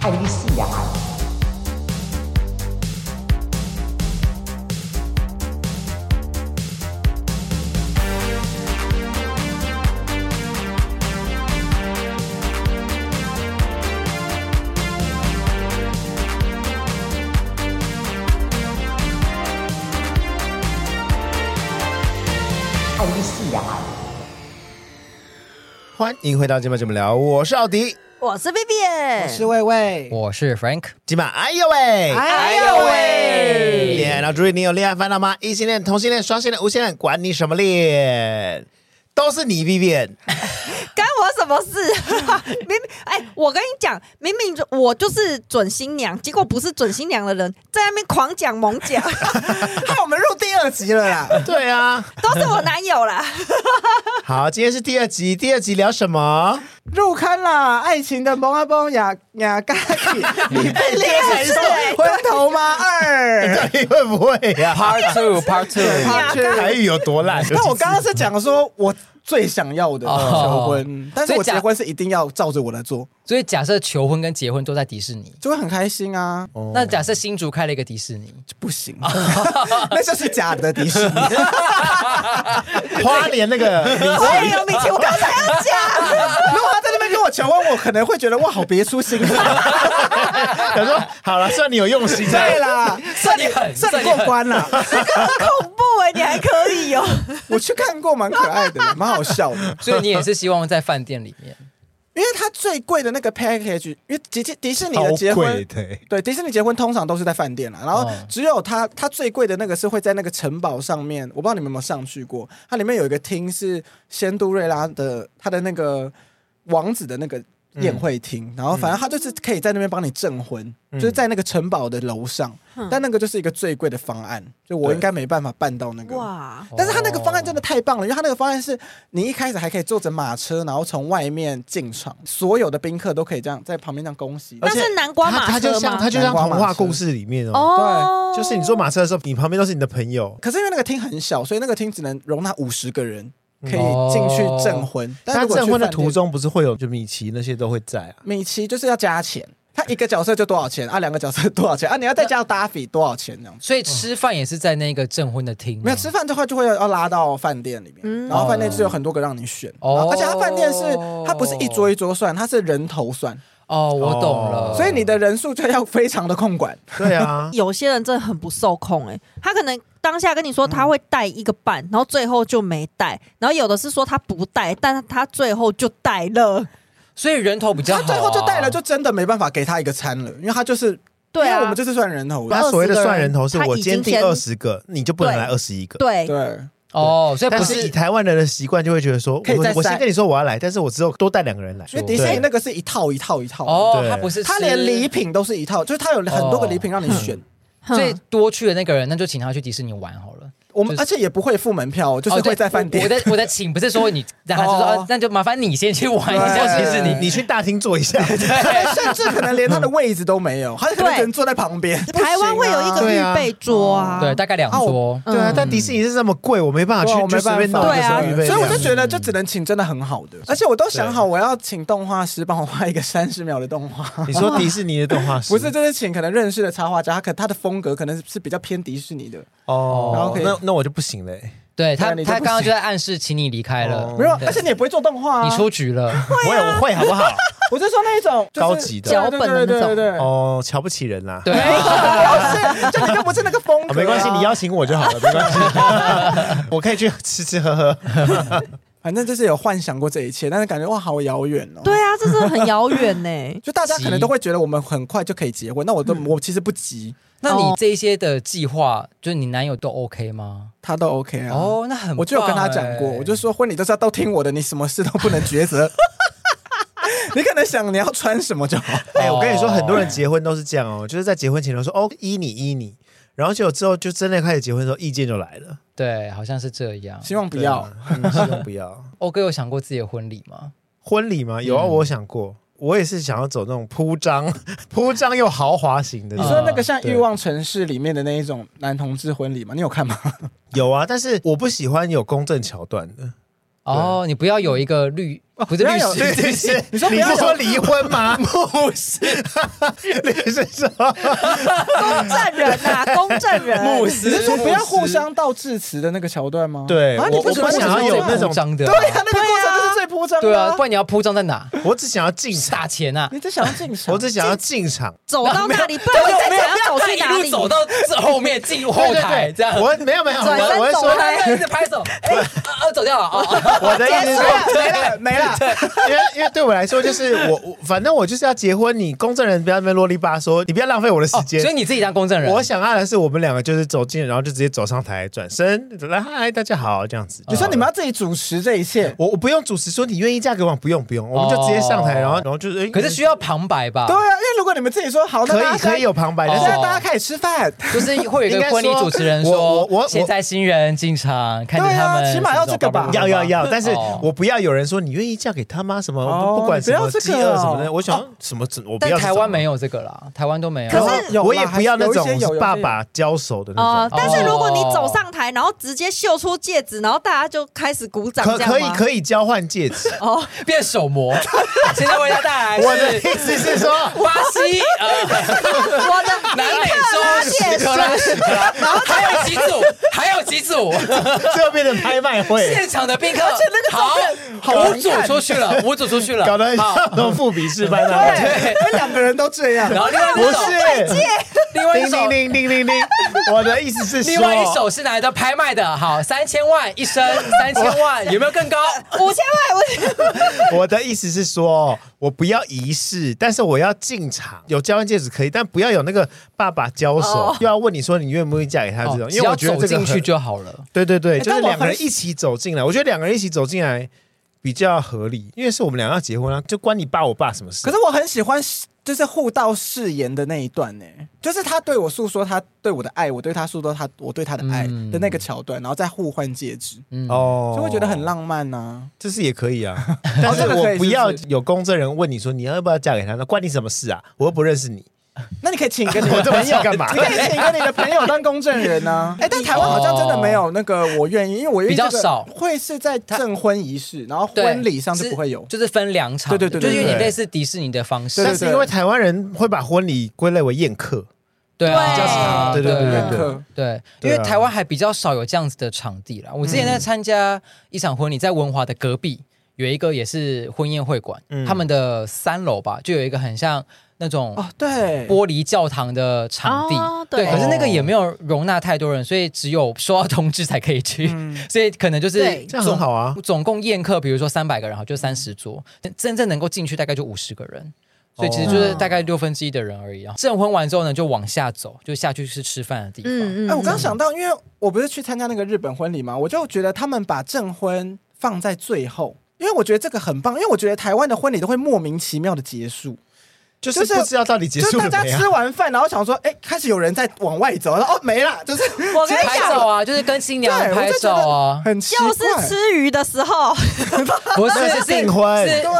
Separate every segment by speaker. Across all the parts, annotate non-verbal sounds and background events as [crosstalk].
Speaker 1: 爱你死啊！爱你死啊！
Speaker 2: 欢迎回到今晚节目聊，我是奥迪。
Speaker 3: 我是 Vivian，
Speaker 4: 是魏魏，
Speaker 5: 我是 Frank，
Speaker 2: 今晚哎呦喂！
Speaker 4: 哎呦喂，
Speaker 2: 恋爱脑注意，你有恋爱烦恼吗？异性恋、同性恋、双性恋、无性恋，管你什么恋，都是你 Vivian。
Speaker 3: 干我什么事？ [laughs] 明明哎，我跟你讲，明明就我就是准新娘，结果不是准新娘的人，在那边狂讲猛讲， [laughs]
Speaker 4: 害我们入第二集了 [laughs] 啦。
Speaker 2: 对啊，
Speaker 3: 都是我男友啦。
Speaker 2: 好，今天是第二集，第二集聊什么？
Speaker 4: 入坑啦！爱情的蒙阿崩雅雅嘎起， [laughs] 你被恋爱送昏头吗？二。
Speaker 2: 你会不会呀、
Speaker 5: Part
Speaker 4: [laughs]
Speaker 5: Two Part Two，
Speaker 4: 他去
Speaker 2: 台语有多烂？
Speaker 4: 那我刚刚是讲说我最想要的
Speaker 5: 哦
Speaker 4: 求婚，但是
Speaker 5: 所
Speaker 4: 我
Speaker 5: 以讲
Speaker 4: 结婚是一定要照着我来做，
Speaker 5: 所以假设求婚跟结婚都在迪士尼，
Speaker 4: 就会很开心啊。
Speaker 5: 那假设新竹开了一个迪士尼，
Speaker 4: 不行， [laughs] 那就是假的迪 [laughs] 士尼。
Speaker 2: 花莲那个，
Speaker 3: 我也有米
Speaker 4: 啊
Speaker 3: 奇，我刚才要讲，
Speaker 4: [laughs] 如果他在那边跟我求婚，我可能会觉得哇，好别出心 [laughs] 裁。
Speaker 2: 他说好了，算你有用心了。
Speaker 4: 对啦，
Speaker 5: 算你狠
Speaker 4: 算你过关了。
Speaker 3: 恐怖哎、你还可以哦、
Speaker 4: [laughs] 我去看过，蛮可
Speaker 2: [laughs]
Speaker 4: 爱的，蛮好笑的。
Speaker 5: 所以你也是希望在饭店里面。
Speaker 4: 因为它最贵的那个 package，因为迪迪迪士尼
Speaker 2: 超
Speaker 4: 的结
Speaker 2: 贵
Speaker 4: 婚，
Speaker 2: 的，
Speaker 4: 对迪士尼结婚通常都是在饭店啦，然后
Speaker 5: 哦
Speaker 4: 只有它它最贵的那个是会在那个城堡上面，我不知道你们有没有上去过，它里面有一个厅是仙杜瑞拉的他的那个王子的那个。宴会厅，
Speaker 2: 嗯
Speaker 4: 然后反正他就是可以在那边帮你证婚，就是在那个城堡的楼上，但那个就是一个最贵的方案，就我应该没办法办到那个。
Speaker 3: 哇，
Speaker 2: 哦
Speaker 4: 但是他那个方案真的太棒了，因为他那个方案是你一开始还可以坐着马车，然后从外面进场，所有的宾客都可以这样在旁边这样恭喜。
Speaker 3: 那是南瓜
Speaker 2: 他
Speaker 3: 马
Speaker 2: 他就
Speaker 3: 车
Speaker 2: 像
Speaker 3: 吗
Speaker 2: 他？就像
Speaker 4: 南瓜
Speaker 2: 童
Speaker 4: 马
Speaker 2: 话
Speaker 4: 车
Speaker 2: 故事里面哦，
Speaker 3: 哦，
Speaker 2: 就是你坐马车的时候，你旁边都是你的朋友，
Speaker 4: 可是因为那个厅很小，所以那个厅只能容纳五十个人可以进去证婚。但
Speaker 2: 他
Speaker 4: 如果去
Speaker 2: 哦证婚的
Speaker 4: 饭店
Speaker 2: 途，中不是会有就米奇那些都会在啊？
Speaker 4: 米奇就是要加钱，他一个角色就多少钱啊？两个角色多少钱啊？你要再加搭比多少钱这样子？
Speaker 5: 所以吃饭也是在那个证婚的厅吗，
Speaker 4: 没有吃饭的话就会要拉到饭店里面，
Speaker 2: 嗯
Speaker 4: 然后饭店就有很多个让你选，
Speaker 5: 哦
Speaker 4: 然后而且他饭店是它不是一桌一桌算，它是人头算，
Speaker 5: 哦，我懂了。
Speaker 4: 所以你的人数就要非常的控管。
Speaker 2: 对啊
Speaker 3: [laughs] 有些人真的很不受控哎、他可能当下跟你说他会带一个伴，然后最后就没带，然后有的是说他不带，但他最后就带了。
Speaker 5: 所以人头比较好
Speaker 4: 他
Speaker 5: 啊，
Speaker 4: 最后就带了，就真的没办法给他一个餐了，因为他就是
Speaker 3: 对
Speaker 4: 因
Speaker 3: 啊，
Speaker 4: 为我们就是算人头的，
Speaker 2: 他所谓的算人头是
Speaker 3: 他
Speaker 2: 我
Speaker 3: 已
Speaker 2: 坚
Speaker 3: 经
Speaker 2: 定
Speaker 3: 先
Speaker 2: 二十个，你就不能
Speaker 3: 对
Speaker 2: 来二十一个。
Speaker 3: 对
Speaker 4: 对，
Speaker 5: 哦，所以
Speaker 2: 但
Speaker 5: 不
Speaker 2: 是以
Speaker 5: 是
Speaker 2: 台湾人的习惯，就会觉得说，
Speaker 4: 可以
Speaker 2: 我
Speaker 4: 再
Speaker 2: 我
Speaker 4: 塞
Speaker 2: 先跟你说我要来，但是我只有多带两个人来。
Speaker 4: 因为迪士尼那个是一套一套一套的，
Speaker 5: 哦
Speaker 2: 对，
Speaker 5: 他不是
Speaker 4: 他
Speaker 5: 吃
Speaker 4: 连礼，品都是一套，就是他有很多个礼品让你选。
Speaker 3: 哼
Speaker 4: 嗯
Speaker 5: 所以多去的那个人，那就请他去迪士尼玩好了。
Speaker 4: 我们
Speaker 5: 就是
Speaker 4: 而且也不会付门票，就是
Speaker 5: 哦对
Speaker 4: 会在饭
Speaker 5: 我
Speaker 4: [laughs] 店。
Speaker 5: 我在我在请，不是说你，然后就说
Speaker 4: 哦
Speaker 5: 啊那就麻烦你先去玩一下迪
Speaker 4: 对
Speaker 5: 士
Speaker 2: 你
Speaker 5: 尼。
Speaker 2: 你去大厅坐一下，
Speaker 4: 甚至可能连他的位置都没有，他可能
Speaker 3: 对
Speaker 4: 只能坐在旁边。
Speaker 3: 台湾会有一
Speaker 2: 对
Speaker 3: 个
Speaker 2: 啊
Speaker 3: 预备桌啊，
Speaker 5: 对，大概两
Speaker 4: 啊我
Speaker 5: 桌。
Speaker 2: [laughs] 对啊
Speaker 3: 嗯，
Speaker 2: 但迪士尼是这么贵，我没办法
Speaker 4: 对啊
Speaker 2: 去，
Speaker 4: 我
Speaker 2: 就
Speaker 4: 没
Speaker 2: 随
Speaker 4: 办
Speaker 2: 便
Speaker 4: 法，
Speaker 2: 弄一个什么
Speaker 3: 对
Speaker 2: 预
Speaker 3: 啊
Speaker 2: 备
Speaker 4: 所以我
Speaker 2: 量
Speaker 4: 就觉得就只能请真的很好的，而且我都想好我要请动画师帮我画一个三十秒的动画。
Speaker 2: [laughs] [laughs] 你说迪士尼的动画师
Speaker 4: 不是，就是请可能认识的插画家，他可他的风格可能是是比较偏迪士尼的，
Speaker 2: 哦，
Speaker 4: 然后可以
Speaker 2: 那那我就不行嘞，
Speaker 5: 对他，
Speaker 4: 对你就
Speaker 5: 他
Speaker 4: 不
Speaker 5: 刚刚
Speaker 4: 行
Speaker 5: 就在暗示，请你离开了
Speaker 2: 哦。
Speaker 4: 没有，
Speaker 5: 对
Speaker 4: 而且你也不会做动画啊。
Speaker 5: 你出局了，
Speaker 2: 我也我会好不好？
Speaker 4: 我就说那一种就是
Speaker 2: 高级的
Speaker 3: 脚本的那种
Speaker 4: 对 [laughs] 对对对对。
Speaker 2: 哦，瞧不起人啦。
Speaker 5: 对，啊
Speaker 4: 不是，就你又不是那个风格
Speaker 2: 啊
Speaker 4: 啊。
Speaker 2: 没关系，你邀请我就好了，没关系，
Speaker 4: [laughs]
Speaker 2: 我可以去吃吃喝喝。
Speaker 4: 反正就是有幻想过这一切，但是感觉哇，好遥远哦。。
Speaker 3: 对，啊，这是很遥远呢
Speaker 4: [laughs] 就大家可能都会觉得我们很快就可以结婚，那我都
Speaker 3: 嗯
Speaker 4: 我其实不急，
Speaker 5: [laughs] 那你
Speaker 3: 哦
Speaker 5: 这一些的计划，就是你男友都 OK 吗？
Speaker 4: 他都 OK 啊。
Speaker 5: 哦，那很，
Speaker 4: 我就有跟他讲过，我就，说婚礼都是要都听我的，你什么事都不能抉择。 [laughs] 你可能想你要穿什么就好，
Speaker 2: 哎，我跟
Speaker 4: 哦
Speaker 5: 哦
Speaker 2: 你说，很多人结婚都是这样哦，就是在结婚前都说哦依你依你，然后结果之后就真的开始结婚的时候，意见就来了，
Speaker 5: 对，好像是这样。
Speaker 4: 希望不要。
Speaker 2: 嗯希望不
Speaker 4: [laughs]
Speaker 2: 要。
Speaker 5: 欧哥有想过自己的婚礼吗？
Speaker 2: 婚礼
Speaker 4: 嗯
Speaker 2: 吗？有啊，我想过，我也是想要走那种铺张、 [laughs] 铺张又豪华型的。
Speaker 4: 你说那
Speaker 3: 啊
Speaker 4: 个像《欲望城市》里面的那一种男同志婚礼吗？你有看吗？ [laughs]
Speaker 2: 有啊，但是我不喜欢有公证桥段的。
Speaker 5: 哦，你不要有一个律不是律
Speaker 4: 不要
Speaker 5: 师，
Speaker 4: 有
Speaker 5: 律
Speaker 2: 律
Speaker 5: 师
Speaker 2: 师，
Speaker 4: 你说不
Speaker 2: 你
Speaker 4: 要
Speaker 2: 是
Speaker 4: 有
Speaker 2: 说离婚
Speaker 4: [laughs]
Speaker 2: 吗？不 [laughs] 是，律师说
Speaker 3: 公证人呐、公证
Speaker 5: 牧
Speaker 3: 人。
Speaker 5: 师
Speaker 4: 你是说不要互相道致辞的那个桥段吗？
Speaker 2: 对
Speaker 4: 啊，你
Speaker 2: 我
Speaker 4: 不
Speaker 2: 我
Speaker 4: 觉
Speaker 2: 不
Speaker 4: 得
Speaker 2: 想要
Speaker 4: 为什么
Speaker 2: 有
Speaker 4: 这
Speaker 2: 那
Speaker 4: 样
Speaker 2: 种
Speaker 5: 铺张的啊，
Speaker 4: 对呀、那个过程就是最铺张的、
Speaker 5: 对啊，不然你要铺张在哪？ [laughs]
Speaker 2: 我只想要进场
Speaker 5: 打，钱啊！
Speaker 4: 你只想要进场，
Speaker 2: 我只想要进场。
Speaker 3: 走到那里，不然你再想要走去哪
Speaker 5: 一
Speaker 3: 里？
Speaker 5: 路走到这后面进入后台这样。
Speaker 2: 我没有没有，
Speaker 3: 转身
Speaker 2: 我我会
Speaker 3: 走
Speaker 2: 说
Speaker 3: 来
Speaker 5: 一直 [laughs] 拍手，哎，啊走掉了啊！
Speaker 2: 我的意思是说，
Speaker 4: 没了没了，
Speaker 2: 因为因为对我来说，就是我我反正我就是要结婚，你公证人不要在那边啰里吧嗦，你不要浪费我的时间
Speaker 5: 所以。你自己当公证人，
Speaker 2: 我想要的是，我们两个就是走近，然后就直接走上台，转身，来嗨，大家好，这样子。
Speaker 4: 你说你们要自己主持这一切，
Speaker 2: 我我不用主持说你愿意嫁给我吗，不用不用，我们就直接上台，
Speaker 5: 哦
Speaker 2: 然后然后就是，诶
Speaker 5: [laughs] 可是需要旁白吧？
Speaker 4: 对，啊，因为如果你们自己说好，那
Speaker 2: 可
Speaker 4: 大
Speaker 2: 以
Speaker 4: 家
Speaker 2: 可以有旁白，
Speaker 5: 哦
Speaker 2: 但
Speaker 4: 现
Speaker 2: 是
Speaker 4: 在大家开始吃 [laughs] 饭，
Speaker 5: 就是会有一
Speaker 2: 应
Speaker 5: 个
Speaker 2: 该
Speaker 5: 婚礼
Speaker 2: 说
Speaker 5: 主持人
Speaker 2: 我
Speaker 5: 说
Speaker 2: 我我，
Speaker 5: 现在新人进场，看着
Speaker 4: 对啊
Speaker 5: 他们，
Speaker 4: 起码要这个吧
Speaker 2: 要要要，但是
Speaker 5: 哦
Speaker 2: 我不要有人说你愿意嫁给他吗？什么
Speaker 4: 哦
Speaker 2: 不不管
Speaker 4: 你不
Speaker 2: 什
Speaker 4: 要
Speaker 2: 么
Speaker 4: 这
Speaker 2: 饥
Speaker 4: 个
Speaker 2: 饿什么
Speaker 4: 哦
Speaker 2: 的，我想要什么只我不
Speaker 5: 但
Speaker 2: 要
Speaker 5: 台湾没
Speaker 2: 有，
Speaker 5: 有这个啦，台湾都没有。哦
Speaker 3: 可是
Speaker 4: 有啦
Speaker 2: 我也不要那
Speaker 4: 有一
Speaker 2: 种
Speaker 4: 些有有
Speaker 2: 爸爸交手的
Speaker 3: 哦
Speaker 2: 那，种。
Speaker 3: 但是如果你走上台，然后直接秀出戒指，然后大家就开始鼓掌，
Speaker 2: 可
Speaker 3: 这样
Speaker 2: 可以
Speaker 3: 吗？
Speaker 2: 可以交换戒指，
Speaker 3: 哦，
Speaker 5: 变
Speaker 2: [laughs]
Speaker 5: 手模，现在为大家带来
Speaker 2: 我的
Speaker 5: 是
Speaker 2: 意思是说，
Speaker 5: 巴西、呃、
Speaker 2: [laughs]
Speaker 3: 我的
Speaker 5: 南美洲、
Speaker 3: 戒指
Speaker 5: 然后还有几组，还有几组，
Speaker 2: [laughs] 这边的拍卖会
Speaker 5: 现场的宾客，好，五组出去了，五组出去了，
Speaker 2: 搞得很像
Speaker 5: 好
Speaker 2: 那种复比式拍卖会， [laughs]
Speaker 5: 对，
Speaker 4: 因为两个人都这样，
Speaker 5: 然后另外
Speaker 2: 不
Speaker 5: 一首，
Speaker 2: 是。
Speaker 5: 另外一
Speaker 2: 叮
Speaker 5: 首
Speaker 2: 叮。叮叮叮叮，我的意思是说，
Speaker 5: 另外一首是拿来的拍卖的，好，三千万
Speaker 3: [laughs]
Speaker 5: 一升，三千万有没有更高？
Speaker 3: 五千万，我
Speaker 2: 我的意思是说，我不要仪式，但是我要进场。有交换戒指可以，但不要有那个爸爸交手，
Speaker 3: 哦
Speaker 2: 又要问你说你愿不愿意嫁给他这种，
Speaker 5: 哦
Speaker 2: 因为我觉
Speaker 5: 只要
Speaker 2: 得
Speaker 5: 走
Speaker 2: 这个
Speaker 5: 进
Speaker 2: 很
Speaker 5: 去就哎好了。
Speaker 2: 对对对，就
Speaker 4: 但
Speaker 2: 是
Speaker 4: 我
Speaker 2: 两个人
Speaker 4: 很
Speaker 2: 一起走进来，我觉得两个人一起走进来比较合理，因为是我们俩要结婚啊，就关你爸我爸什么事？
Speaker 4: [laughs] 可是我很喜欢就是互道誓言的那一段呢、就是他对我诉说他对我的爱，我对他诉说他我对他的爱
Speaker 5: 嗯
Speaker 4: 的那个桥段，然后再互换戒指，
Speaker 5: 嗯，
Speaker 2: 哦
Speaker 4: 就会觉得很，浪漫呐、
Speaker 2: 这是也可以
Speaker 4: [laughs]
Speaker 2: 啊，但是
Speaker 4: 这个可以
Speaker 2: 我
Speaker 4: 是
Speaker 2: 不
Speaker 4: 不是
Speaker 2: 要有公证人问你说你要不要嫁给他，那关你什么事啊？我又不认识你，
Speaker 4: 那你可以请一个你
Speaker 2: 我 [laughs]
Speaker 4: 的
Speaker 2: 这么
Speaker 4: 朋友
Speaker 2: 想干嘛
Speaker 4: 你？可以请一个你的朋友当公证人呐、 [laughs] 哎、但台湾好像真的没有那个我愿意，因为我愿意
Speaker 5: 比较
Speaker 4: 这个
Speaker 5: 少
Speaker 4: 会是在证婚仪式，然后
Speaker 5: 对
Speaker 4: 婚礼上是不会有。
Speaker 5: 就是分两场的，
Speaker 4: 对对对
Speaker 5: 就是有
Speaker 2: 对
Speaker 5: 点
Speaker 2: 对
Speaker 5: 类似迪士尼的方式，
Speaker 4: 对对
Speaker 2: 但是因为台湾人会把婚礼归类为宴客，
Speaker 5: 对
Speaker 3: 对比较
Speaker 5: 啊，
Speaker 3: 少
Speaker 2: 对对对
Speaker 4: 对
Speaker 5: 对
Speaker 4: 对
Speaker 5: 对，因
Speaker 2: 对
Speaker 5: 为
Speaker 2: 啊
Speaker 5: 台湾还比较少有这样子的场地啦。我之前在参加一场婚礼，在文华的隔壁有一个也是婚宴会馆，
Speaker 2: 嗯
Speaker 5: 他们的三楼吧，就有一个很像那种
Speaker 4: 哦，对，
Speaker 5: 玻璃教堂的场地，
Speaker 3: 哦
Speaker 5: 对，
Speaker 3: 对
Speaker 5: 可是那个也没有容纳太多人，所以只有说要通知才可以去， [laughs] 所以可能就是
Speaker 3: 对
Speaker 2: 这样很
Speaker 5: 总
Speaker 2: 好啊。
Speaker 5: 总共宴客，比如说三百个人，好，就三十桌，真正能够进去大概就五十个人，所以其实就是大概六分之一的人而已啊。证婚完之后呢，就往下走，就下去是吃饭的地方。
Speaker 3: 嗯嗯，
Speaker 4: 哎、我刚想到，因为我不是去参加那个日本婚礼嘛，我就觉得他们把证婚放在最后，因为我觉得这个很棒，因为我觉得台湾的婚礼都会莫名其妙的结束，
Speaker 2: 就是
Speaker 4: 就是
Speaker 2: 不知道到底结
Speaker 4: 就
Speaker 2: 束
Speaker 4: 是
Speaker 2: 了
Speaker 4: 大家
Speaker 2: 没啊
Speaker 4: 吃？完饭，然后想说，哎、开始有人在往外走，然后哦没啦，就是
Speaker 3: 我跟你
Speaker 5: 拍照
Speaker 3: 讲，
Speaker 5: 啊，就是跟新
Speaker 4: 对，
Speaker 5: 娘
Speaker 4: 我
Speaker 5: 拍
Speaker 4: 就觉
Speaker 5: 照
Speaker 4: 得
Speaker 5: 啊，
Speaker 4: 很奇怪，
Speaker 3: 就是吃鱼的时候，
Speaker 5: 不是
Speaker 2: 那是订婚
Speaker 5: 是
Speaker 4: 对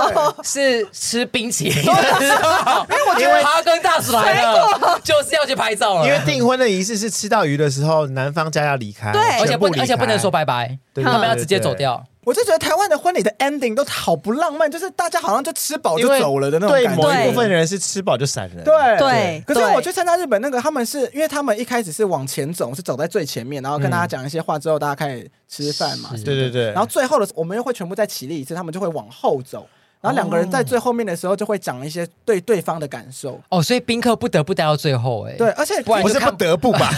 Speaker 5: 是吃冰淇 [laughs] 淋的时候，因为我觉得哈根大使来了，就是要去拍照了，
Speaker 2: 因为订婚的仪式是吃到鱼的时候，男方家要离开，
Speaker 3: 对
Speaker 5: 而且
Speaker 2: 全部
Speaker 5: 不
Speaker 2: 离开
Speaker 5: 而且不能说，拜拜，
Speaker 2: 对
Speaker 5: 他们要
Speaker 2: 对
Speaker 5: 直接走
Speaker 2: 对
Speaker 5: 掉。
Speaker 4: 我就觉得台湾的婚礼的 ending 都好不浪漫，就是大家好像就吃饱
Speaker 2: 因
Speaker 4: 就
Speaker 2: 为
Speaker 4: 走了的那种
Speaker 2: 对
Speaker 4: 感
Speaker 2: 某一
Speaker 4: 觉
Speaker 2: 部。分人是吃饱就闪人，
Speaker 4: 对
Speaker 3: 对
Speaker 4: 可是
Speaker 3: 对
Speaker 4: 我去参加日本那个，他们是因为他们一开始是往前走，是走在最前面，然后跟大家讲一些话之后，大家开始吃饭嘛。
Speaker 5: 是
Speaker 2: 对对对，
Speaker 4: 然后最后的时候我们又会全部再起立一次，他们就会往后走。然后两个人在最后面的时候就会讲一些对对方的感受。
Speaker 5: 哦，所以宾客不得不待到最后，哎，
Speaker 4: 对，，而且
Speaker 5: 不然
Speaker 2: 不
Speaker 5: 就是看
Speaker 2: 不得不
Speaker 4: [laughs]
Speaker 2: 吧？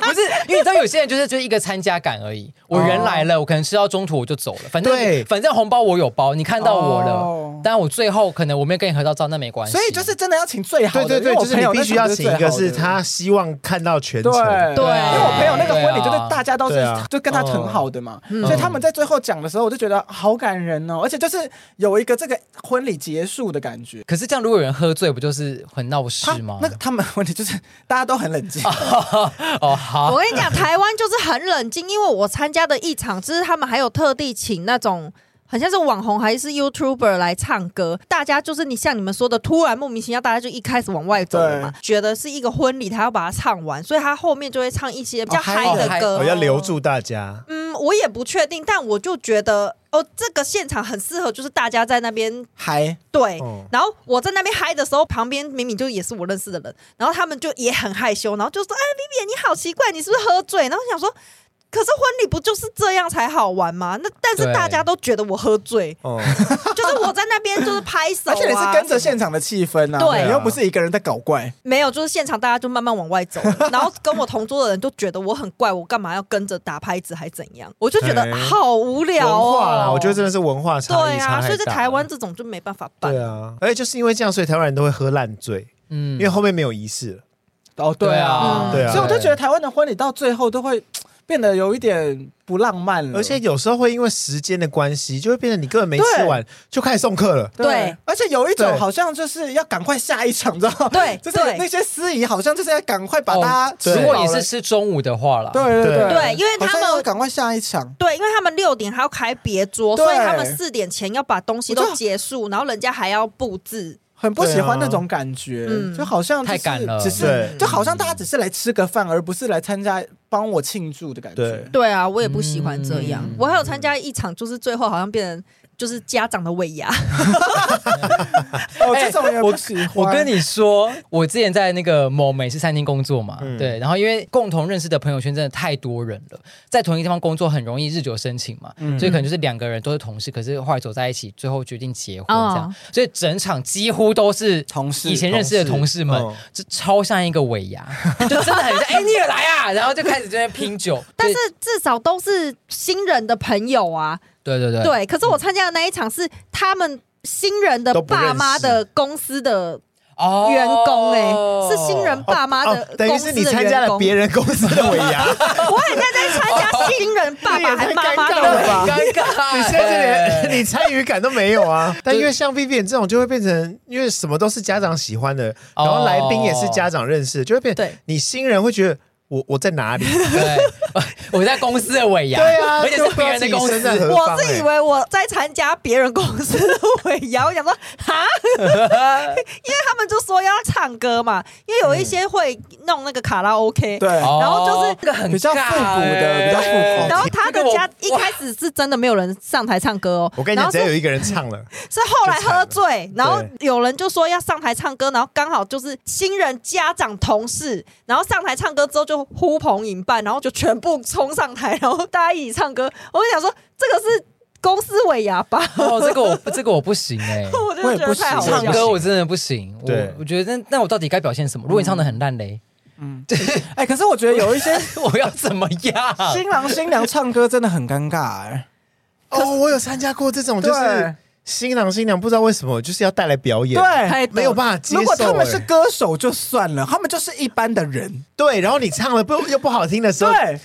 Speaker 5: 不是，因为你知道有些人就是就是一个参加感而已。我人来
Speaker 4: 哦
Speaker 5: 了，我可能吃到中途我就走了，反
Speaker 2: 对
Speaker 5: 正反正红包我有包，你看到我了
Speaker 4: 哦，
Speaker 5: 但我最后可能我没有跟你合到照，那没关系。
Speaker 4: 所以就是真的要请最好
Speaker 2: 对对对，
Speaker 4: 的，因为
Speaker 2: 就
Speaker 4: 我
Speaker 2: 是
Speaker 4: 朋
Speaker 2: 你
Speaker 4: 友
Speaker 2: 必须要请一个是他希望看到全程
Speaker 4: 那，场就是最好的对
Speaker 5: 对啊
Speaker 4: 因为我朋友那个婚礼就
Speaker 5: 对
Speaker 4: 是
Speaker 5: 啊
Speaker 4: 大家都是
Speaker 2: 对啊
Speaker 4: 就跟他很好的嘛，所以他们在最后讲的时候，我就觉得好感人哦，而且就是有一个这个婚礼结束的感觉。
Speaker 5: 可是这样，如果有人喝醉，不就是很闹事
Speaker 4: 他
Speaker 5: 吗
Speaker 4: 那？个他们问题就是大家都很冷静，
Speaker 5: 哦，好
Speaker 3: 我，跟你讲，台湾就是很冷静，因为我参加的一场，就是他们还有特地请那种很像是网红还是 YouTuber 来唱歌，大家就是你像你们说的，突然莫名其妙，大家就一开始往外走了嘛，觉得是一个婚礼，他要把它唱完，所以他后面就会唱一些比较
Speaker 4: 哦
Speaker 3: 嗨
Speaker 5: 嗨的
Speaker 3: 的歌。
Speaker 2: 我要留住大家。
Speaker 3: 嗯，我也不确定，但我就觉得哦，这个现场很适合，就是大家在那边
Speaker 4: 嗨，
Speaker 3: 对。
Speaker 2: 哦，
Speaker 3: 然后我在那边嗨的时候，旁边明明就也是我认识的人，然后他们就也很害羞，然后就说：“哎，Vivi，你好奇怪，你是不是喝醉？”然后我想说，可是婚礼不就是这样才好玩吗？那但是
Speaker 5: 对
Speaker 3: 大家都觉得我
Speaker 2: [laughs]
Speaker 3: 喝醉，
Speaker 2: 哦，
Speaker 3: 就是我在那边就是拍手、啊，
Speaker 4: 而且你是跟着现场的气氛啊，
Speaker 3: 对
Speaker 4: 你又不是一个人在搞怪，
Speaker 3: 没有，就是现场大家就慢慢往外走，然后跟我同桌的人都觉得我很怪，我干嘛要跟着打拍子还怎样？我就觉得
Speaker 2: 哎
Speaker 3: 好无聊
Speaker 2: 文化啦，
Speaker 3: 哦。
Speaker 2: 我觉得真的是文化差异
Speaker 3: 对啊，
Speaker 2: 差太大。
Speaker 3: 所以在台湾，这种就没办法办
Speaker 2: 对。啊，而且就是因为这样，所以台湾人都会喝烂醉，
Speaker 5: 嗯
Speaker 2: 因为后面没有仪式了。
Speaker 4: 哦，对啊，
Speaker 3: 嗯
Speaker 2: 对啊
Speaker 4: 所以我就觉得台湾的婚礼到最后都会变得有一点不浪漫
Speaker 3: 嗯
Speaker 4: 了，
Speaker 2: 而且有时候会因为时间的关系，就会变成你根本没吃完就开始送客了。
Speaker 3: 对
Speaker 4: 而且有一种
Speaker 2: 对
Speaker 4: 好像就是要赶快下一场，知道吗？
Speaker 3: 对
Speaker 4: [laughs] 就是
Speaker 3: 对
Speaker 4: 那些司仪好像就是要赶快把大家吃
Speaker 5: 哦如
Speaker 4: 饱
Speaker 5: 果
Speaker 4: 了
Speaker 5: 你是吃中午的话啦，
Speaker 4: 对对
Speaker 2: 对
Speaker 3: 对因为他们
Speaker 4: 好像要赶快下一场，
Speaker 3: 对，因为他们六点还要开别桌，所以
Speaker 4: 对
Speaker 3: 他们四点前要把东西
Speaker 4: 我
Speaker 3: 都
Speaker 4: 就
Speaker 3: 结束，然后人家还要布置。
Speaker 4: 很不喜欢
Speaker 2: 对啊
Speaker 4: 那种感觉，
Speaker 3: 嗯
Speaker 4: 就好像就是
Speaker 5: 太赶了
Speaker 4: 只
Speaker 2: 对
Speaker 4: 是就好像大家只是来吃个饭，而不是来参加帮我庆祝的感觉
Speaker 2: 对。
Speaker 3: 对啊，我也不喜欢这样。
Speaker 5: 嗯
Speaker 3: 我还有参加一场，就是最后好像变成就是家长的尾
Speaker 2: [laughs]
Speaker 3: 牙，
Speaker 4: [laughs] 哦，
Speaker 5: 哎
Speaker 4: 这种也不喜欢。
Speaker 5: 我跟你说，我之前在那个某美式餐厅工作嘛，
Speaker 2: 嗯
Speaker 5: 对，然后因为共同认识的朋友圈真的太多人了，在同一个地方工作很容易日久生情嘛，
Speaker 4: 嗯
Speaker 5: 所以可能就是两个人都是同事，可是后来走在一起，最后决定结婚这
Speaker 3: 哦
Speaker 5: 样，所以整场几乎都是
Speaker 4: 同事
Speaker 5: 以前认识的同事们，
Speaker 2: 哦
Speaker 5: 这超像一个尾牙，就真的很像，哎、你也来啊，然后就开始在那边拼酒，
Speaker 3: 但是至少都是新人的朋友啊。
Speaker 5: 对对对对
Speaker 3: 对，可是我参加的那一场是他们新人的
Speaker 2: 嗯都不认
Speaker 3: 爸妈
Speaker 2: 识
Speaker 3: 的公司的
Speaker 5: 哦
Speaker 3: 员工哎、是新人爸妈的、
Speaker 2: 哦哦等于是你参加了别
Speaker 3: 人，
Speaker 2: 人公司的尾
Speaker 3: [laughs]
Speaker 2: 牙，
Speaker 3: 我很像在参加新人爸爸还妈妈
Speaker 2: 这也太尴
Speaker 3: 的
Speaker 2: 尬
Speaker 3: 尾
Speaker 2: 了吧
Speaker 5: 很尴尬、
Speaker 2: 你现在就连你参与感都没有啊。但因为像 Vivian 这种，就会变成因为什么都是家长喜欢的，然后来宾也是家长认识的，就会变。
Speaker 3: 哦对
Speaker 2: 你新人会觉得我我在哪
Speaker 3: [laughs]
Speaker 2: 里？
Speaker 5: 对，我 [laughs] 在公司的尾牙，
Speaker 2: 对啊，
Speaker 5: 而且
Speaker 2: 就不
Speaker 5: 是
Speaker 2: 知道
Speaker 5: 别人的公
Speaker 2: 自己身在
Speaker 5: 司，
Speaker 2: 何方
Speaker 3: 我自以
Speaker 2: 欸
Speaker 3: 为我在参加别人公司的尾牙，我想说哈，因为他们就说要唱歌嘛，因为有一些会弄那个卡拉 OK，、
Speaker 4: 对，啊
Speaker 5: 哦
Speaker 3: 然后就是
Speaker 5: 这个很
Speaker 4: 比较
Speaker 5: 尬
Speaker 4: 复古的
Speaker 5: 欸
Speaker 4: 比较复古
Speaker 3: 然后他的家
Speaker 5: 这
Speaker 3: 一
Speaker 5: 个我
Speaker 3: 开始是真的没有人上台唱歌哦，
Speaker 2: 我跟你
Speaker 3: 然
Speaker 2: 讲，
Speaker 3: 后
Speaker 2: 只
Speaker 3: 是
Speaker 2: 要有一个人唱了，
Speaker 3: 是后来喝醉，然后
Speaker 2: 对
Speaker 3: 有人就说要上台唱歌，然后刚好就是新人家长同事，然后上台唱歌之后就呼朋引伴，然后就全部冲上台，然后大家一起唱歌。我就想说，这个是公司尾牙吧？ [laughs]
Speaker 5: 哦，这个我这个我不行哎、
Speaker 3: 我
Speaker 4: 我
Speaker 3: 就
Speaker 4: 也
Speaker 3: 觉得
Speaker 4: 不
Speaker 3: [laughs]
Speaker 4: 行
Speaker 3: 太好笑
Speaker 5: 唱
Speaker 3: 了。
Speaker 5: 歌我真的不行，
Speaker 2: 对
Speaker 5: 我我觉得那那我到底该表现什么？如果你唱的很烂嘞， [laughs]
Speaker 4: 哎，可是我觉得有一
Speaker 2: [laughs]
Speaker 4: 些
Speaker 5: 我要怎么样？
Speaker 2: 啊
Speaker 4: 新郎新娘唱歌真的很尴尬，哎，
Speaker 2: 哦，我有参加过这种，就是新郎新娘不知道为什么就是要带来表演，
Speaker 4: 对。
Speaker 3: 太
Speaker 2: 没有办法接受、
Speaker 4: 如果他们是
Speaker 2: 哎
Speaker 4: 歌手就算了，他们就是一般的人。
Speaker 2: 对，然后你唱了不又不好听的时候，
Speaker 4: 对，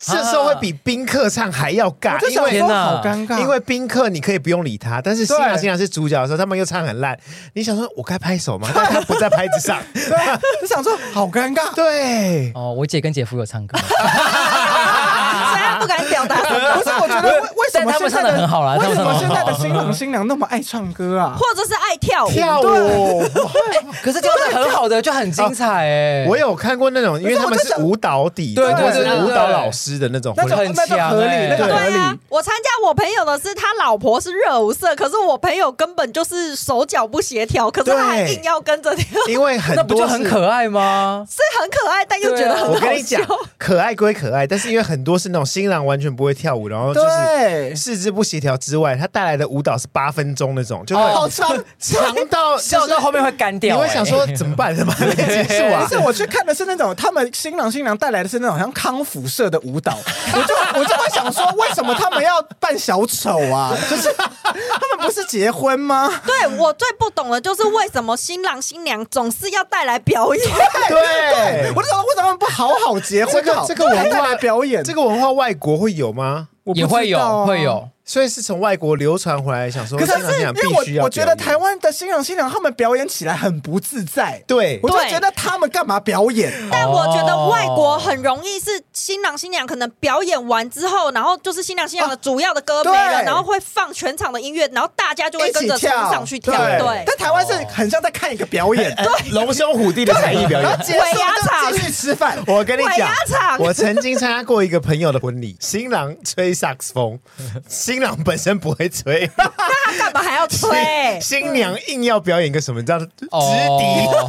Speaker 2: 这时候会比宾客唱还要
Speaker 4: 我
Speaker 2: 尬，
Speaker 4: 就
Speaker 2: 因
Speaker 4: 想
Speaker 2: 为
Speaker 5: 天
Speaker 4: 说
Speaker 5: 哪
Speaker 4: 好尴尬，
Speaker 2: 因为宾客你可以不用理他，但是新郎
Speaker 4: 对
Speaker 2: 新娘是主角的时候，他们又唱很烂，你想说我该拍手吗？但他不在拍子上，
Speaker 4: 对，就想说好尴尬。
Speaker 2: 对，
Speaker 5: 哦，我姐跟姐夫有
Speaker 2: [laughs]
Speaker 5: 唱歌，
Speaker 2: 啊
Speaker 3: [laughs] 所以他不敢表达
Speaker 4: [laughs]
Speaker 3: 什么。
Speaker 4: 不是，我觉得为为什
Speaker 5: 但
Speaker 4: 么
Speaker 5: 他
Speaker 4: 现
Speaker 5: 们
Speaker 4: 在
Speaker 5: 唱的很
Speaker 4: 的
Speaker 5: 好啦，
Speaker 4: 为什
Speaker 5: 他们
Speaker 4: 么现
Speaker 5: 唱
Speaker 4: 在的
Speaker 5: 得很好
Speaker 4: 新郎新娘那么爱唱歌啊？
Speaker 3: 或者是爱跳舞，
Speaker 2: 跳舞。
Speaker 5: 可是跳的很好的就很精彩哎、
Speaker 2: 啊我有看过那种，因为他们是舞蹈底，
Speaker 5: 对
Speaker 2: 或者
Speaker 4: 对对
Speaker 2: 是
Speaker 5: 对
Speaker 2: 舞蹈老师的那种
Speaker 4: 那
Speaker 2: 婚
Speaker 4: 种
Speaker 5: 很
Speaker 4: 那种
Speaker 5: 强
Speaker 4: 合理，
Speaker 5: 欸
Speaker 4: 那种
Speaker 2: 对
Speaker 4: 合
Speaker 3: 对啊
Speaker 4: 理。，
Speaker 3: 我参加我朋友的是他老婆是热舞社，可是我朋友根本就是手脚不协调，可是他还
Speaker 2: 对
Speaker 3: 硬要跟着跳，
Speaker 2: 因为很
Speaker 5: 那不
Speaker 2: 多
Speaker 5: 就是很可爱吗？
Speaker 3: 是很可爱，但又觉得
Speaker 4: [laughs]
Speaker 5: 对啊
Speaker 3: 很
Speaker 2: 我跟
Speaker 3: 好
Speaker 2: 你讲
Speaker 3: 笑。，
Speaker 2: 可爱归可爱，但是因为很多是那种新郎完全不会跳舞，然后就是
Speaker 4: 对，
Speaker 2: 四肢不协调之外，他带来的舞蹈是八分钟那种，就会
Speaker 5: 哦
Speaker 4: 好长。
Speaker 2: 长到
Speaker 4: [laughs]
Speaker 5: 笑到后面会干
Speaker 2: 你
Speaker 5: 掉、欸，
Speaker 2: 会想说怎么办？怎么还没结束
Speaker 4: 不
Speaker 2: 啊？
Speaker 4: 是，我去看的是那种他们新郎新娘带来的是那种好像康复社的舞蹈， [laughs] 我就我就会想说，为什么他们要扮小丑啊？ [laughs] 就是他们不是结婚吗？
Speaker 3: 对我最不懂的就是为什么新郎新娘总是要带来表
Speaker 4: [laughs]
Speaker 3: 演，
Speaker 2: 对，
Speaker 4: 我就想说为什么他们不好好结婚
Speaker 2: 这
Speaker 4: 就好？
Speaker 2: 个这个文
Speaker 4: 还带
Speaker 2: 化
Speaker 4: 来表演，
Speaker 2: 这个文化外国会有吗？
Speaker 4: 我不
Speaker 5: 也会
Speaker 4: 知道
Speaker 5: 有
Speaker 4: 啊
Speaker 5: 会有，
Speaker 2: 所以是从外国流传回来，想说
Speaker 4: 可是
Speaker 2: 新郎新娘
Speaker 4: 因
Speaker 2: 必
Speaker 4: 为
Speaker 2: 须
Speaker 4: 我
Speaker 2: 要
Speaker 4: 我觉得
Speaker 2: 表演
Speaker 4: 台湾的新郎新娘他们表演起来很不自在，
Speaker 2: 对
Speaker 4: 我就
Speaker 3: 对
Speaker 4: 觉得他们干嘛表演？
Speaker 3: 但我觉得外国很容易是新郎新娘可能表演完之后，然后就是新郎新娘的主要的歌没
Speaker 4: 啊
Speaker 3: 了，
Speaker 4: 对
Speaker 3: 然后会放全场的音乐，然后大家就会
Speaker 4: 一
Speaker 3: 跟
Speaker 4: 起
Speaker 3: 着冲
Speaker 4: 跳
Speaker 3: 上去跳。
Speaker 2: 对
Speaker 3: 对，
Speaker 4: 但台湾是很像在看一个表演，
Speaker 2: [laughs] 龙兄虎弟的才艺表
Speaker 4: 然后
Speaker 2: 演。
Speaker 4: 结束
Speaker 3: 尾牙场
Speaker 4: 就继续吃饭。
Speaker 2: 我跟你
Speaker 3: 尾
Speaker 4: [laughs]
Speaker 2: 讲
Speaker 3: 牙，场
Speaker 2: 我曾经参加过一个朋友的婚礼，新郎吹萨克斯风，新郎本身不会吹，
Speaker 3: 那他干嘛还要 [laughs]
Speaker 2: [laughs]
Speaker 3: 吹？
Speaker 2: 新娘硬要表演个什么，你知道？直
Speaker 3: [laughs]
Speaker 2: 笛，
Speaker 5: 哦，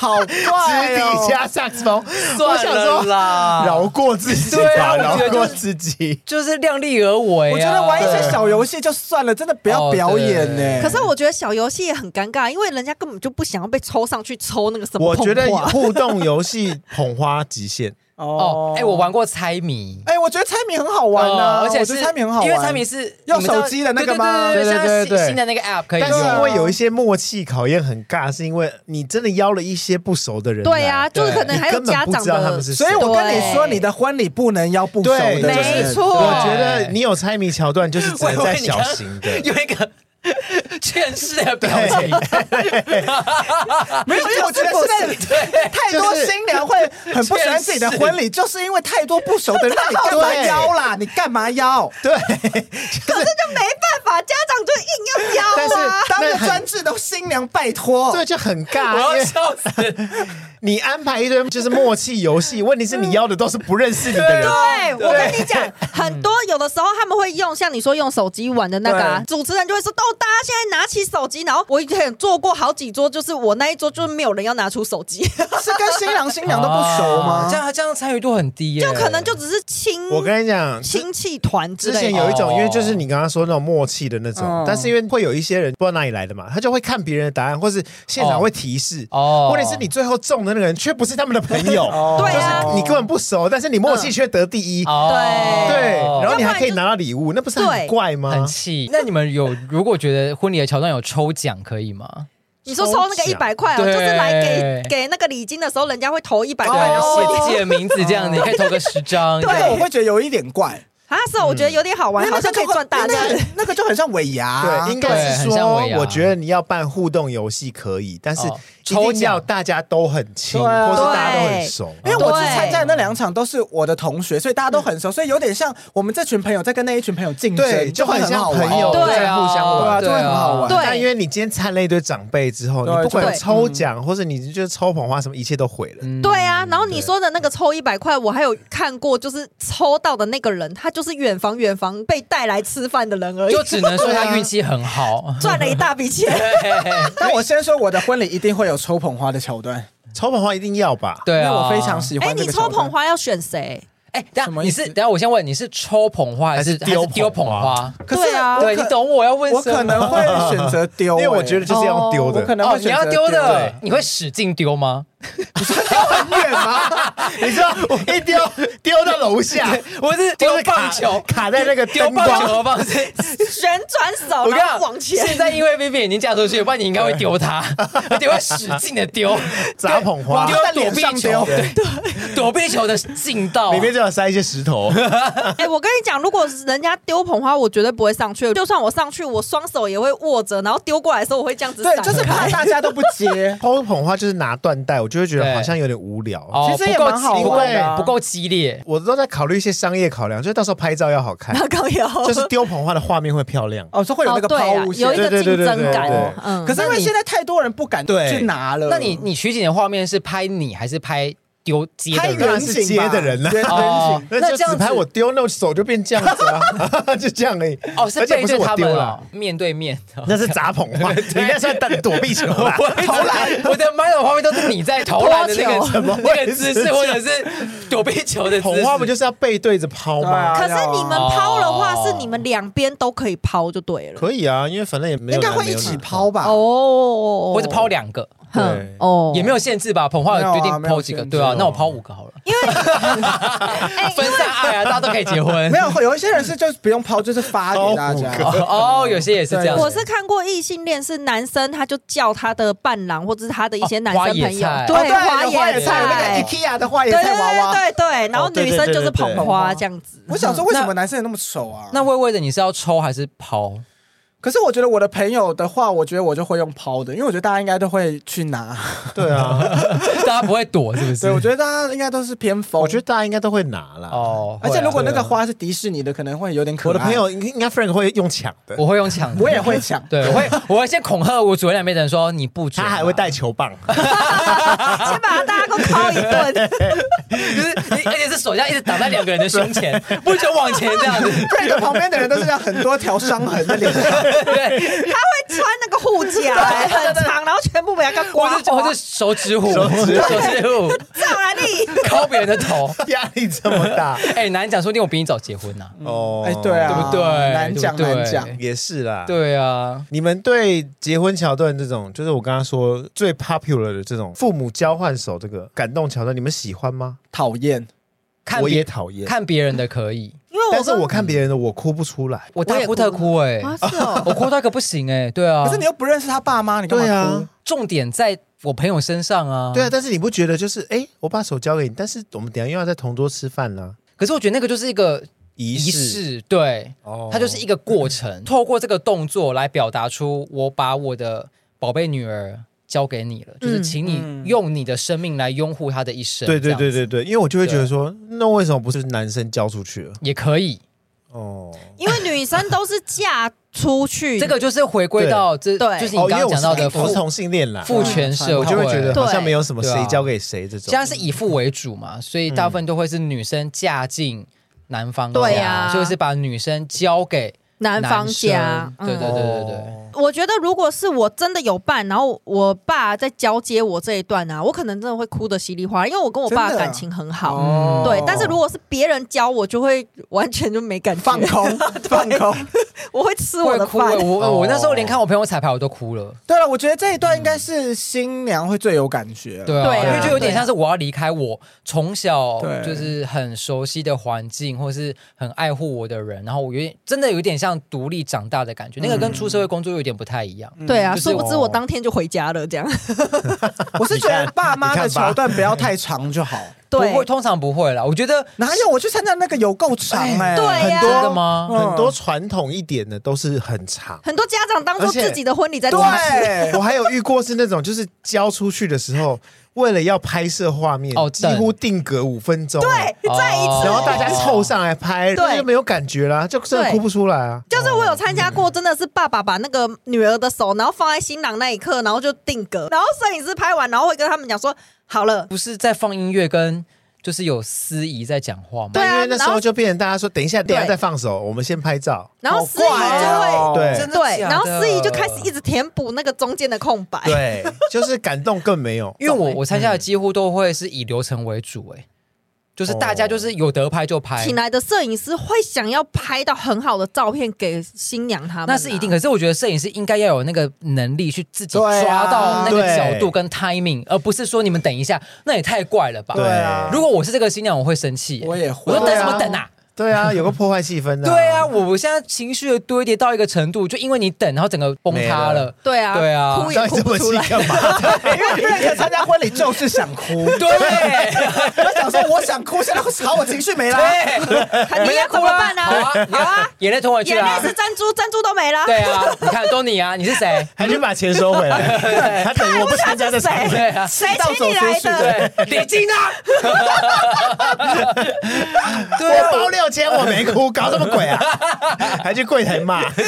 Speaker 4: 好怪
Speaker 3: 哎
Speaker 2: 直笛
Speaker 4: 哦！
Speaker 2: 加萨克斯风，我
Speaker 5: [laughs] 算
Speaker 2: 想
Speaker 5: 了
Speaker 2: 说 [laughs]
Speaker 5: 啦，
Speaker 2: 饶过自己
Speaker 5: 对
Speaker 2: 吧，
Speaker 5: 啊我觉
Speaker 2: 饶
Speaker 5: 得
Speaker 2: 过
Speaker 5: 就是
Speaker 2: 自己。
Speaker 5: 就是量力而为、啊。
Speaker 4: 我觉得玩一些小游戏就算了，真的不要表演
Speaker 5: 哦
Speaker 4: 呢、
Speaker 3: 可是我觉得小游戏也很尴尬，因为人家根本就不想要被抽上去抽那个什么。
Speaker 2: 我 [laughs] 觉得互动游戏捧花极限，
Speaker 5: 哦，哎、我玩过猜谜。
Speaker 4: 哎、我觉得猜谜很好玩啊，
Speaker 5: 哦而且
Speaker 4: 我觉
Speaker 5: 是
Speaker 4: 得猜谜很好玩，
Speaker 5: 因为猜谜是
Speaker 4: 用
Speaker 5: 你们知道
Speaker 4: 手机的那个吗
Speaker 5: 对对对
Speaker 2: 对对对
Speaker 5: 对，
Speaker 2: 对
Speaker 5: 像新的那个 app 可以
Speaker 2: [laughs]
Speaker 5: 用。
Speaker 2: 但是因为有一些默契考验很尬，是因为你真的邀了一些不熟的人来。
Speaker 3: 对呀、就是可能
Speaker 2: 你
Speaker 3: 还有
Speaker 2: 根本
Speaker 3: 家
Speaker 2: 不
Speaker 3: 长
Speaker 2: 知道他
Speaker 3: 的
Speaker 2: 们，是谁，
Speaker 4: 所以我跟
Speaker 3: 对
Speaker 4: 你说，你的婚礼不能邀不熟的
Speaker 2: 对
Speaker 4: 人，
Speaker 3: 没错，
Speaker 2: 我觉得你有猜谜桥段，就是只
Speaker 5: [laughs]
Speaker 2: 能在小型的。
Speaker 5: 有一个 [laughs] 劝世的表情，
Speaker 4: 没有，因为我觉得现在太多新娘会很不喜欢自己的婚礼，就是因为太多不熟的
Speaker 5: [laughs]
Speaker 4: 人，那你干嘛邀啦？你干嘛邀？
Speaker 2: 对，
Speaker 3: 可是就没办法，家长就硬要
Speaker 2: 但
Speaker 3: 教
Speaker 2: 是
Speaker 3: 啊。
Speaker 4: 当
Speaker 2: 那
Speaker 4: 个
Speaker 2: 很
Speaker 4: 专制的新娘，拜
Speaker 2: [laughs]
Speaker 4: 托
Speaker 2: 这。就很
Speaker 5: 我
Speaker 2: 尬，因
Speaker 5: 要
Speaker 2: 为
Speaker 5: 笑死！
Speaker 2: 你安排一堆就是默契游戏，问题是你邀的都是不认识你的人。
Speaker 3: 对，啊我跟你讲，很多有的时候他们会用像你说用手机玩的那个、啊，主持人就会说：“哦，大家现在拿起手机。”然后我以前做过好几桌，就是我那一桌就是没有人要拿出手机， [laughs]
Speaker 4: 是跟新郎新娘都不熟吗
Speaker 5: 哦？这样这样参与度很低耶，
Speaker 3: 就可能就只是亲
Speaker 2: 我跟你讲，之
Speaker 3: 亲戚团之
Speaker 2: 之
Speaker 3: 类
Speaker 2: 前
Speaker 3: 的。
Speaker 2: 有一种，
Speaker 5: 哦
Speaker 2: 因为就是你刚刚说那种默契的那种
Speaker 4: 嗯，
Speaker 2: 但是因为会有一些人不知道哪里来的嘛，他就会看别人的答案，或是现场会提示。
Speaker 5: 哦
Speaker 2: 问题是你最后中的那个人却不是他们的朋友，
Speaker 4: 哦
Speaker 3: 对啊
Speaker 2: 就是你根本不熟，但是你默契却得第一。
Speaker 5: 哦
Speaker 2: 对，然后你还可以
Speaker 3: 要不然就
Speaker 2: 拿到礼物，那不是很
Speaker 3: 对
Speaker 2: 怪
Speaker 5: 很
Speaker 2: 吗？
Speaker 5: 气。那你们有如果觉得婚礼的桥段有抽奖可以吗？
Speaker 3: 你说抽那个
Speaker 2: 抽
Speaker 3: 一
Speaker 2: 奖
Speaker 3: 百块哦，
Speaker 5: 对
Speaker 3: 就是来给给那个礼金的时候，人家会投一百
Speaker 4: 哦
Speaker 3: 块的
Speaker 5: 对，写
Speaker 2: 哦
Speaker 3: 现
Speaker 5: 自己
Speaker 3: 金。
Speaker 5: 的名字这样子，你可以投个十张。
Speaker 3: 对
Speaker 5: 这
Speaker 4: 那
Speaker 5: 样
Speaker 4: 我会觉得有一点怪，
Speaker 3: 啊，是哦，我觉得有点好玩，
Speaker 4: 嗯因为
Speaker 3: 好
Speaker 4: 那
Speaker 3: 像
Speaker 4: 个
Speaker 3: 可
Speaker 4: 就
Speaker 3: 以赚大
Speaker 4: 因为
Speaker 3: 钱
Speaker 4: 那。
Speaker 3: [laughs]
Speaker 4: 个那个就很像尾牙，
Speaker 2: 对，应该是
Speaker 5: 对很像尾
Speaker 2: 说，
Speaker 5: 牙
Speaker 2: 我觉得你要办互动游戏可以，但是
Speaker 5: 哦
Speaker 2: 一定
Speaker 5: 抽奖
Speaker 2: 要大家都很亲，
Speaker 4: 对啊
Speaker 2: 或是大家都很熟。
Speaker 4: 因为我只
Speaker 3: 对
Speaker 4: 参加的那两场都是我的同学，所以大家都很熟，所以有点像我们这群朋友在跟那一群朋友竞
Speaker 2: 对，
Speaker 4: 争，
Speaker 2: 就
Speaker 4: 会
Speaker 2: 很像
Speaker 4: 好玩
Speaker 2: 朋友
Speaker 5: 对啊
Speaker 2: 在互相玩。
Speaker 4: 对啊就会很好玩
Speaker 3: 对
Speaker 2: 但哦因为你今天参了一堆长辈之后，
Speaker 4: 对
Speaker 2: 你不管有
Speaker 3: 对
Speaker 2: 抽
Speaker 5: 嗯
Speaker 2: 奖或是你就是抽捧花什么，一切都毁了。
Speaker 4: 嗯
Speaker 3: 对啊，然后你说的那个抽一百块，我还有看过，就是抽到的那个人，他就是远房远房被带来吃饭的人而已。
Speaker 5: 就，只能说他运气很好
Speaker 3: 赚了一大笔
Speaker 4: [laughs]
Speaker 3: 钱。
Speaker 4: [laughs] 但我先说，我的婚礼一定会有抽捧花的桥段，
Speaker 2: 抽捧花一定要吧？
Speaker 5: [laughs] 对
Speaker 4: 因为
Speaker 5: 啊，
Speaker 4: 我非常喜
Speaker 3: 哎，
Speaker 4: 欢这
Speaker 3: 你
Speaker 4: 个桥
Speaker 3: 抽
Speaker 4: 段。
Speaker 3: 捧花要选谁？
Speaker 5: 哎，
Speaker 4: 什
Speaker 5: 等下
Speaker 4: 么
Speaker 5: 你
Speaker 4: 意思
Speaker 5: 是等下我先问你是抽捧花还
Speaker 2: 还
Speaker 5: 是
Speaker 2: 是丢
Speaker 5: 还丢
Speaker 2: 捧
Speaker 5: 捧
Speaker 2: 花
Speaker 5: 花？
Speaker 4: 可是
Speaker 3: 对啊
Speaker 4: 我
Speaker 5: 对你
Speaker 4: 可
Speaker 5: 懂我要问
Speaker 4: 我
Speaker 5: 什么
Speaker 4: 可能会选择
Speaker 2: [laughs]
Speaker 4: 丢、
Speaker 2: 因为我
Speaker 4: 哎
Speaker 2: 觉得就是要丢
Speaker 4: 我可
Speaker 2: 的。
Speaker 4: 能
Speaker 5: 哦
Speaker 4: 会，
Speaker 5: 你
Speaker 4: 选
Speaker 5: 要
Speaker 4: 择
Speaker 5: 丢
Speaker 4: 对
Speaker 5: 的，你会使劲
Speaker 4: [laughs]
Speaker 5: 丢吗？
Speaker 2: 很远吗？
Speaker 5: [laughs]
Speaker 2: 你知道我一丢丢到楼下，
Speaker 5: 我是
Speaker 2: 就
Speaker 5: 丢
Speaker 2: 是卡
Speaker 5: 棒球，
Speaker 2: 卡在那个
Speaker 5: 丢
Speaker 2: 灯
Speaker 5: 棒球的
Speaker 2: 光。
Speaker 5: 方式。
Speaker 3: 旋转手，
Speaker 5: 我跟你
Speaker 3: 然
Speaker 5: 讲
Speaker 3: 后，往前。
Speaker 5: 现在因为 Vivi 已经嫁出去了，不然你应该会丢
Speaker 4: [laughs]
Speaker 5: 他，而且会使劲的丢，
Speaker 2: 砸捧花，
Speaker 5: 丢
Speaker 4: 在
Speaker 5: 躲
Speaker 4: 脸
Speaker 5: 避
Speaker 4: 上
Speaker 5: 球，
Speaker 4: 丢
Speaker 5: 对，躲避球的劲道
Speaker 2: 里。面就要塞一些石
Speaker 5: 哦
Speaker 2: 头。。
Speaker 3: [laughs] 哎、我跟你讲，如果是人家丢捧花，我绝对不会上去。就算我上去，我双手也会握着，然后丢过来的时候，我会这样子
Speaker 4: 对，
Speaker 3: 闪
Speaker 4: 就是
Speaker 3: 开
Speaker 4: 怕大家都不接
Speaker 2: 抽捧花就是拿缎带，我就会觉得
Speaker 5: 对
Speaker 2: 好像有点无聊。
Speaker 5: 哦
Speaker 4: 其实也
Speaker 5: 不够
Speaker 4: 蛮好
Speaker 5: 激
Speaker 4: 玩的啊
Speaker 5: 不够激烈。
Speaker 2: 我都在考虑一些商业考量，就是到时候拍照要好看，
Speaker 3: 那高腰，
Speaker 2: 就是丢捧花的画面会漂亮。
Speaker 4: 哦，说会有那
Speaker 3: 哎哦，
Speaker 4: 个
Speaker 3: 对
Speaker 4: 抛
Speaker 3: 啊
Speaker 4: 物，
Speaker 3: 有一
Speaker 4: 线。
Speaker 3: 个
Speaker 2: 对对对
Speaker 3: 竞
Speaker 2: 对
Speaker 3: 争感
Speaker 2: 对对。
Speaker 3: 嗯，
Speaker 4: 可是因
Speaker 5: 那
Speaker 4: 为
Speaker 5: 你
Speaker 4: 现在太多人不敢
Speaker 2: 对
Speaker 4: 去拿了。
Speaker 5: 那你你取景的画面是拍你还是拍丢接
Speaker 4: 拍
Speaker 5: 的
Speaker 4: 远
Speaker 5: 人？
Speaker 2: 当然是
Speaker 4: 景
Speaker 2: 接
Speaker 4: 吧
Speaker 2: 的人啊
Speaker 4: 远远
Speaker 5: 哦
Speaker 4: 景。
Speaker 2: 那
Speaker 5: 那这
Speaker 2: 就
Speaker 5: 样
Speaker 2: 只
Speaker 5: 子
Speaker 2: 拍我丢，那手就变这样子
Speaker 5: [laughs]
Speaker 2: 啊，就这样而已。
Speaker 5: 哦，是
Speaker 2: 而且
Speaker 5: 背
Speaker 2: 不是
Speaker 5: 对
Speaker 2: 我
Speaker 5: 他
Speaker 2: 丢
Speaker 5: 们
Speaker 4: 啊
Speaker 2: 了
Speaker 5: 哦，，面对面
Speaker 4: [laughs]
Speaker 5: 的。
Speaker 2: 那是砸捧
Speaker 5: [laughs]
Speaker 2: 花，你那算躲躲避球啦。
Speaker 5: 投篮，我的满脑画面都是你在投篮
Speaker 4: [laughs]
Speaker 5: 的那
Speaker 3: 投球
Speaker 5: 个
Speaker 2: 怎么会
Speaker 5: 那个姿势，或者是躲避球的姿势。
Speaker 2: 捧花不就是要背对着抛
Speaker 4: 对啊
Speaker 2: 吗？
Speaker 3: 可是你们抛的话，
Speaker 5: 哦
Speaker 3: 是你们两边都可以抛就对了。
Speaker 2: 可以啊，因为反正也没有
Speaker 4: 应该
Speaker 2: 男
Speaker 4: 会
Speaker 2: 没
Speaker 4: 一
Speaker 2: 有
Speaker 4: 起
Speaker 2: 女
Speaker 4: 抛吧？
Speaker 3: 哦，
Speaker 5: 或者抛两个，
Speaker 3: 哼，哦，
Speaker 5: 也没有限制吧？捧花有规
Speaker 4: 没
Speaker 5: 定
Speaker 4: 有啊没有
Speaker 5: 抛几个，
Speaker 4: 限制
Speaker 5: 对啊
Speaker 4: 哦，
Speaker 5: 那我抛五个好了，
Speaker 3: 哎，
Speaker 5: 分散爱啊，大家都可以结婚
Speaker 4: 没。有，有一些人是就是不用抛，就是发给大家。
Speaker 2: 哦
Speaker 5: [laughs] 哦，有些也是这
Speaker 4: 对
Speaker 5: 样子。
Speaker 3: 我是看过异性恋是男生，他就叫他的伴郎或者是他的一些男生朋
Speaker 5: 哦花野
Speaker 3: 友，
Speaker 5: 菜
Speaker 4: 哦
Speaker 3: 对
Speaker 4: 有花
Speaker 3: 野
Speaker 4: 野菜，有那个 IKEA 的花野
Speaker 3: 对
Speaker 4: 菜
Speaker 3: 对
Speaker 4: 娃娃。
Speaker 3: 对对对，然后女生就是捧花这样子。
Speaker 4: 我想说，为什么男生也那么丑啊？
Speaker 5: 那微微的你是要抽还是抛？ [laughs]
Speaker 4: 可是我觉得我的朋友的话，我觉得我就会用抛的，因为我觉得大家应该都会去
Speaker 2: [laughs]
Speaker 4: 拿。
Speaker 2: 对
Speaker 5: [laughs]
Speaker 2: 啊，
Speaker 5: 大家不会躲是不是？
Speaker 4: 对，我觉得大家应该都是偏疯。
Speaker 2: 我觉得
Speaker 4: 得，
Speaker 2: 大家应该都会拿啦。
Speaker 5: 哦，
Speaker 4: 而且如果那个
Speaker 2: 对啊
Speaker 4: 花是迪士尼的，可能会有点可爱。
Speaker 2: 我的朋，友应应该 Frank 会用抢的，
Speaker 5: 我会用抢的，
Speaker 4: 我也会抢。
Speaker 5: 对，我会我会先恐吓我主任那边的人说你不准
Speaker 2: 他
Speaker 5: 啊，
Speaker 2: 还会带球棒，
Speaker 3: 先把大家都敲一顿，
Speaker 5: 就是你，而且是手这样一直挡在两个人的胸前，不准往前这
Speaker 4: [laughs]
Speaker 5: 样子。
Speaker 4: Frank 旁边的人都是这样很多条伤痕的脸，
Speaker 5: 对，
Speaker 3: 他会穿那个护甲、哎很长，然后全部被他
Speaker 5: 我
Speaker 3: 刮
Speaker 5: 是我
Speaker 3: 花
Speaker 5: 是，手指虎，
Speaker 2: 手指虎
Speaker 5: 手指虎，
Speaker 3: 上来你
Speaker 5: 敲别人的头。
Speaker 2: [laughs] 压力这么大
Speaker 5: 哎，难讲，说不定我比你早结婚呐，
Speaker 2: 哦。
Speaker 4: 哎，对啊，
Speaker 5: 嗯对不对
Speaker 4: 难讲
Speaker 5: 对不对
Speaker 4: 难讲。
Speaker 2: 也是啦。，
Speaker 5: 对啊，
Speaker 2: 你们对结婚桥段这种，就是我刚刚说最 popular 的这种父母交换手这个感动桥段，你们喜欢吗？
Speaker 4: 讨厌，
Speaker 5: 看
Speaker 2: 我
Speaker 5: 别
Speaker 2: 也讨厌，
Speaker 5: 看别人的可以，
Speaker 3: 因为
Speaker 2: 但是
Speaker 3: 跟
Speaker 2: 我看别人的我哭不出来。
Speaker 5: 我大哭特哭哎，
Speaker 3: 啊是哦，
Speaker 5: [laughs] 我哭到一个不行哎，对啊
Speaker 4: 可。是你又不认识他爸妈，你干
Speaker 2: 对
Speaker 4: 嘛
Speaker 2: 啊
Speaker 4: 哭？，
Speaker 5: 重点在我朋友身上啊，
Speaker 2: 对啊，但是你不觉得就是哎、我把手交给你，但是我们等一下又要在同桌吃饭啦、
Speaker 5: 可是我觉得那个就是一个
Speaker 2: 仪
Speaker 5: 仪式，对，
Speaker 2: 哦
Speaker 5: 它就是一个过程，透过这个动作来表达出我把我的宝贝女儿交给你了，就是请你
Speaker 4: 嗯
Speaker 5: 用你的生命来拥护她的一生。
Speaker 2: 对对
Speaker 5: 这
Speaker 2: 对
Speaker 5: 样子
Speaker 2: 对对，因为我就会觉得说，那为什么不是男生交出去了？
Speaker 5: 也可以，
Speaker 2: 哦，
Speaker 3: 因为女生都是嫁出去，
Speaker 5: 这个就是回归到这，
Speaker 3: 对
Speaker 5: 就是你
Speaker 2: 哦，
Speaker 5: 刚
Speaker 2: 因为我
Speaker 5: 刚讲
Speaker 2: 是
Speaker 5: 到的
Speaker 2: 我
Speaker 5: 父
Speaker 2: 是同性恋啦，
Speaker 5: 父权社会，
Speaker 2: 我就会觉得好像
Speaker 3: 对
Speaker 2: 没有什么
Speaker 5: 对啊
Speaker 2: 谁交给谁这种。
Speaker 5: 现在是以父为主嘛，所以大部分都会是女生嫁进男方家，
Speaker 3: 对啊
Speaker 5: 就是把女生交给
Speaker 3: 男方
Speaker 5: 生
Speaker 3: 家，嗯
Speaker 5: 对对对对对。
Speaker 2: 哦
Speaker 3: 我觉得如果是我真的有伴，然后我爸在交接我这一段啊，我可能真的会哭得稀里哗啦，因为我跟我爸
Speaker 4: 真的啊
Speaker 3: 感情很好。
Speaker 4: 哦
Speaker 3: 对，但是如果是别人教我，就会完全就没感觉，
Speaker 4: 放
Speaker 3: [laughs]
Speaker 4: 空，放空。
Speaker 3: 我会吃我
Speaker 5: 会
Speaker 3: 的
Speaker 5: 哭欸，
Speaker 3: 饭。
Speaker 5: 我我我那时候连
Speaker 2: 哦
Speaker 5: 看我朋友彩排我都哭了，
Speaker 4: 对了，我觉得这一段应该是新娘会最有感觉。
Speaker 5: 对
Speaker 3: 对
Speaker 5: 啊，
Speaker 3: 啊
Speaker 5: 因为就有点像是我要离开我从小
Speaker 4: 对
Speaker 5: 就是很熟悉的环境，或是很爱护我的人，然后我有点真的有点像独立长大的感觉，那个跟出社会工作有点不太一样。
Speaker 3: [laughs] 对啊，
Speaker 5: 嗯就是
Speaker 3: 殊不知
Speaker 2: 我
Speaker 3: 我当天就回家了，这样。
Speaker 4: 我是觉
Speaker 2: 你
Speaker 4: 得
Speaker 2: 看
Speaker 4: 爸妈的
Speaker 2: 你看吧
Speaker 4: 桥段不要太长就好。
Speaker 3: 对
Speaker 5: [laughs] 不，会，通常不会啦。我觉得
Speaker 4: 哪有我去参加那个有够长哎、
Speaker 3: 对啊呀
Speaker 4: 很
Speaker 5: 真的
Speaker 4: 多
Speaker 5: 吗？
Speaker 4: 嗯
Speaker 2: 哦很多传统一点的都是很长。
Speaker 3: 很多家长当做
Speaker 2: 而且
Speaker 3: 自己的婚礼在做事。
Speaker 4: 对
Speaker 2: [laughs] 我，还有遇过是那种，就是交出去的时候，为了要拍摄画面，
Speaker 5: 哦
Speaker 2: 几乎定格五分钟，哎
Speaker 3: 对，再一
Speaker 5: 哦
Speaker 3: 次，
Speaker 2: 然后大家凑上来拍，
Speaker 3: 对
Speaker 2: 那就没有感觉啦，就真的
Speaker 3: 哦对
Speaker 2: 哭不出来啊。
Speaker 3: 就是我有参加过，真的是爸爸把那个女儿的手，然后放在新郎那一刻，然后就定格，然后摄影师拍完，然后会跟他们讲说，好了，
Speaker 5: 不是在放音乐跟就是有司仪在讲话吗？
Speaker 3: 对啊
Speaker 2: 但因为那时
Speaker 3: 然后
Speaker 2: 候就变成大家说，等一下，等一下
Speaker 3: 对
Speaker 2: 再放手，我们先拍照。
Speaker 3: 然后
Speaker 4: 好
Speaker 3: 司仪就
Speaker 4: 怪
Speaker 3: 会
Speaker 4: 哦
Speaker 2: 对
Speaker 5: 真的
Speaker 3: 对，
Speaker 5: 假的
Speaker 3: 然后司仪就开始一直填补那个中间的空白。
Speaker 2: 对，就是感动更没
Speaker 3: [laughs]
Speaker 2: 有。
Speaker 5: 因为我我参加的几乎都会是以流程为主、哎、就是大家就是有得拍就拍
Speaker 3: 请。来的摄影师会想要拍到很好的照片给新娘他们啊、
Speaker 5: 那是一定，可是我觉得摄影师应该要有那个能力去自己
Speaker 4: 对啊
Speaker 5: 抓到那个
Speaker 2: 对
Speaker 5: 角度跟 timing，而不是说你们等一下，那也太怪了吧？
Speaker 2: 对啊
Speaker 5: 如果我是这个新娘，我会生气、哎
Speaker 4: 我也
Speaker 5: 我
Speaker 4: 会。
Speaker 5: 说等什么
Speaker 2: 对啊
Speaker 5: 等啊？
Speaker 2: 对啊，有个破坏气
Speaker 3: [laughs]
Speaker 2: 氛的。
Speaker 5: 对啊，，我我现在情绪的堆叠到一个程度，就因为你等，然后整个崩塌
Speaker 2: 没
Speaker 5: 了
Speaker 2: 了。
Speaker 3: 对啊，
Speaker 5: 对
Speaker 2: [laughs]
Speaker 5: 啊
Speaker 2: 到
Speaker 3: 哭
Speaker 2: 底
Speaker 3: 也哭
Speaker 2: 这
Speaker 3: 不
Speaker 2: 么
Speaker 3: 出
Speaker 2: 气
Speaker 5: [laughs]
Speaker 3: 来。
Speaker 2: 干
Speaker 3: [laughs]
Speaker 2: 嘛？
Speaker 4: 哎因为瑞克参加婚礼就是想哭，
Speaker 5: 对，
Speaker 4: 他想说 [laughs] 我想哭，现在好，我情绪没啦。
Speaker 5: 对， [laughs]
Speaker 3: 你哎要怎么办呢、
Speaker 5: 好啊，
Speaker 3: 好啊，
Speaker 5: 眼泪吞回去
Speaker 3: 眼
Speaker 5: 啊
Speaker 3: 泪。是珍珠，珍珠都没了。
Speaker 5: 对啊，你看都你啊，你是谁？
Speaker 2: 还去把钱收回来？ [laughs] 他等于我不参加这场
Speaker 3: [laughs] 看不出来是谁
Speaker 5: 对啊，
Speaker 3: 谁请你来的？
Speaker 5: 对，李静啊，对
Speaker 2: 我
Speaker 5: 啊，
Speaker 2: 包六千，我没哭，搞什么鬼啊？ [laughs] 还去柜台
Speaker 3: [laughs]
Speaker 2: 骂，
Speaker 5: [laughs] 对，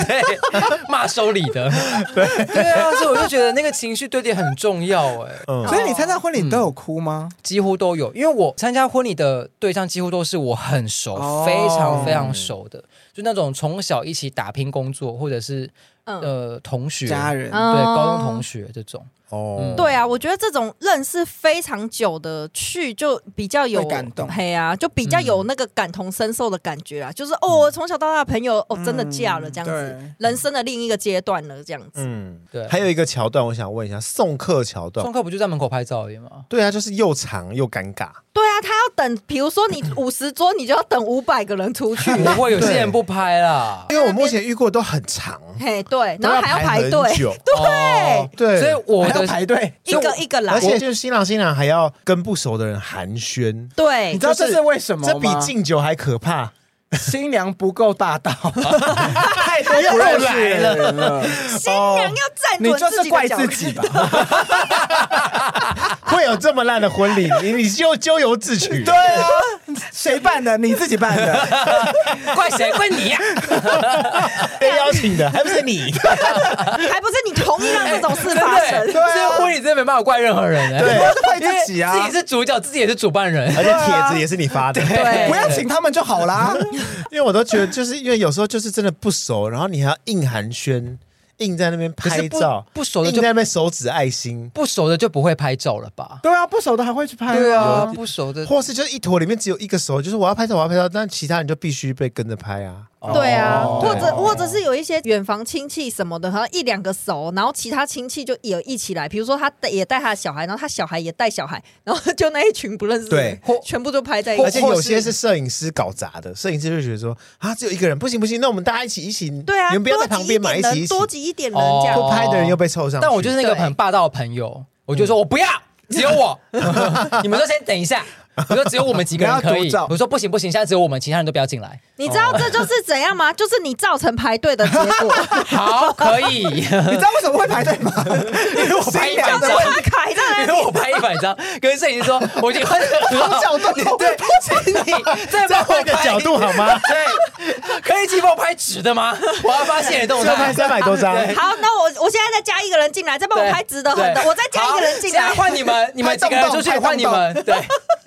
Speaker 5: 骂收礼的， [laughs] 对对啊，所以我就觉得那个情绪堆叠很重要，哎，
Speaker 2: 嗯，
Speaker 4: 所以你参加婚礼都有哭吗？
Speaker 5: 几乎都有，因为我参加婚礼的对象几乎都是我很熟，
Speaker 4: 哦
Speaker 5: 非常非常熟的，就那种从小一起打拼工作，或者是
Speaker 3: 嗯，
Speaker 5: 呃同学、
Speaker 4: 家人哦
Speaker 3: 嗯
Speaker 5: 对高中同学这种，
Speaker 2: 哦
Speaker 5: 嗯，
Speaker 3: 对啊，我觉得这种认识非常久的去，就比较有
Speaker 4: 会感动嗯
Speaker 3: 嘿啊，就比较有那个感同身受的感觉啊。就是哦，我从小到大的朋友哦，真的嫁了这样子，
Speaker 4: 对
Speaker 3: 人生的另一个阶段了这样子。
Speaker 2: 嗯，
Speaker 5: 对
Speaker 2: 还有一个桥段，我想问一下，送客桥段
Speaker 5: 上，课不就在门口拍照而已吗？
Speaker 2: 对啊，就是又长又尴尬，
Speaker 3: 对啊，他要等，比如说你
Speaker 4: [laughs]
Speaker 3: 五十桌，你就要等五百个人出去。
Speaker 5: 不会有些人不拍啦，
Speaker 2: 因为我
Speaker 3: 啊
Speaker 2: 目前遇过都很长，
Speaker 3: 嘿，对，然后还要排
Speaker 2: 都很
Speaker 3: 队， [laughs]
Speaker 2: 久，
Speaker 4: 哦
Speaker 2: [laughs] 对
Speaker 5: 对所以我
Speaker 4: 还要
Speaker 5: 的
Speaker 4: 排队。
Speaker 3: 一个一个来
Speaker 2: 而。且就是新郎新娘还要跟不熟的人寒暄，
Speaker 3: 对
Speaker 4: 你知，道这
Speaker 2: 就是
Speaker 4: 是为什么
Speaker 2: 这比
Speaker 4: 吗？
Speaker 2: 敬酒还可怕。
Speaker 4: 新娘不够大 [laughs] 道，太多不认识的人了。
Speaker 3: 新娘要站
Speaker 4: [laughs] 哦你
Speaker 3: 稳
Speaker 4: 就
Speaker 3: 自
Speaker 4: 是
Speaker 3: 己
Speaker 4: 怪
Speaker 3: 的角
Speaker 4: 自
Speaker 3: 度。
Speaker 4: 己吧？
Speaker 2: 会有这么烂的婚礼，你你就咎由自取。
Speaker 4: [laughs] 对啊，谁办的？你自己办的。
Speaker 5: 怪谁？怪你啊呀、
Speaker 2: 被邀请的还不是你？
Speaker 5: 啊
Speaker 3: 还不是你同意让这种事发
Speaker 5: 对
Speaker 3: 生
Speaker 5: 不对？
Speaker 4: [laughs] 对啊
Speaker 5: 这个婚礼真的没办法怪任何人、欸，
Speaker 2: 对
Speaker 4: 怪
Speaker 5: 因为
Speaker 4: 自己啊
Speaker 5: 自己是主角，自己也是主办人。
Speaker 2: 而且帖子也是你发的，
Speaker 3: 对
Speaker 4: 不要请他们就好啦。
Speaker 2: [laughs] 因为我都觉得，就是因为有时候就是真的不熟，然后你还要硬寒暄，硬在那边
Speaker 5: 可
Speaker 2: 拍
Speaker 5: 是不
Speaker 2: 照，
Speaker 5: 不熟的
Speaker 2: 硬
Speaker 5: 就
Speaker 2: 在那边手指爱心，
Speaker 5: 不熟的就不会拍照了吧？
Speaker 4: [laughs] 对啊，不熟的还会去拍
Speaker 5: 啊，不熟的
Speaker 2: 或是就是一坨里面只有一个熟，就是我要拍照，我要拍照，但其他人就必须被跟着拍啊。
Speaker 3: 对啊，
Speaker 5: 哦
Speaker 3: 或者或者是有一些远房亲戚什么的，好像一两个熟，然后其他亲戚就也一起来，比如说他带也带他的小孩，然后他小孩也带小孩，然后就那一群不认识的人
Speaker 2: 对，
Speaker 5: 或
Speaker 3: 全部都拍在一
Speaker 2: 而
Speaker 3: 起
Speaker 2: 且。有些是摄影师搞砸的，摄影师就觉得说啊，只有一个人不行不行，那我们大家一起一起，
Speaker 3: 对啊，
Speaker 2: 你们不要在
Speaker 3: 多
Speaker 2: 旁
Speaker 3: 挤一
Speaker 2: 边
Speaker 3: 点
Speaker 2: 买一
Speaker 3: 人
Speaker 2: 起一起，
Speaker 3: 多
Speaker 2: 不
Speaker 3: 挤一点人这样。
Speaker 5: 哦
Speaker 2: 拍的人又被凑上去。
Speaker 5: 但我就是那个
Speaker 3: 对
Speaker 5: 很霸道的朋友，我就说我不要，只有我，你们都先等一下。我说只有我们几个人可
Speaker 4: 不要独
Speaker 5: 以
Speaker 4: 照，
Speaker 5: 我说不行不行，现在只有我们，其他人都不要进来。
Speaker 3: 你知道这就是怎样吗？就是你造成排队的
Speaker 2: [laughs]
Speaker 3: 结果，
Speaker 5: 好，可以，
Speaker 4: 你知道为什么会排队吗？ [laughs] 因为我
Speaker 5: 拍
Speaker 4: 新娘
Speaker 5: 一张
Speaker 4: 的
Speaker 5: 照
Speaker 4: 问
Speaker 3: 他卡在那
Speaker 5: 因
Speaker 3: 里
Speaker 5: 为我拍一百张，跟摄影师说我已经换
Speaker 4: 题，角度都对，
Speaker 5: 你再帮
Speaker 2: 再
Speaker 5: 我
Speaker 2: 换个
Speaker 5: 拍
Speaker 2: 角度好吗？
Speaker 5: 对，可以请帮我拍直的吗？我要发现你动
Speaker 2: 要拍
Speaker 5: 态。
Speaker 2: 三百多张，
Speaker 3: [laughs] 好，那我我现在再加一个人进来，再帮我 [laughs]
Speaker 5: 对
Speaker 3: 拍直的横的，
Speaker 5: 对
Speaker 3: 我再加一个人进
Speaker 5: 好
Speaker 3: 来
Speaker 5: 现在。换
Speaker 3: [laughs]
Speaker 5: 你们，你们几个人出去
Speaker 4: 拍动动
Speaker 5: 换你们。
Speaker 4: [laughs]
Speaker 5: 对，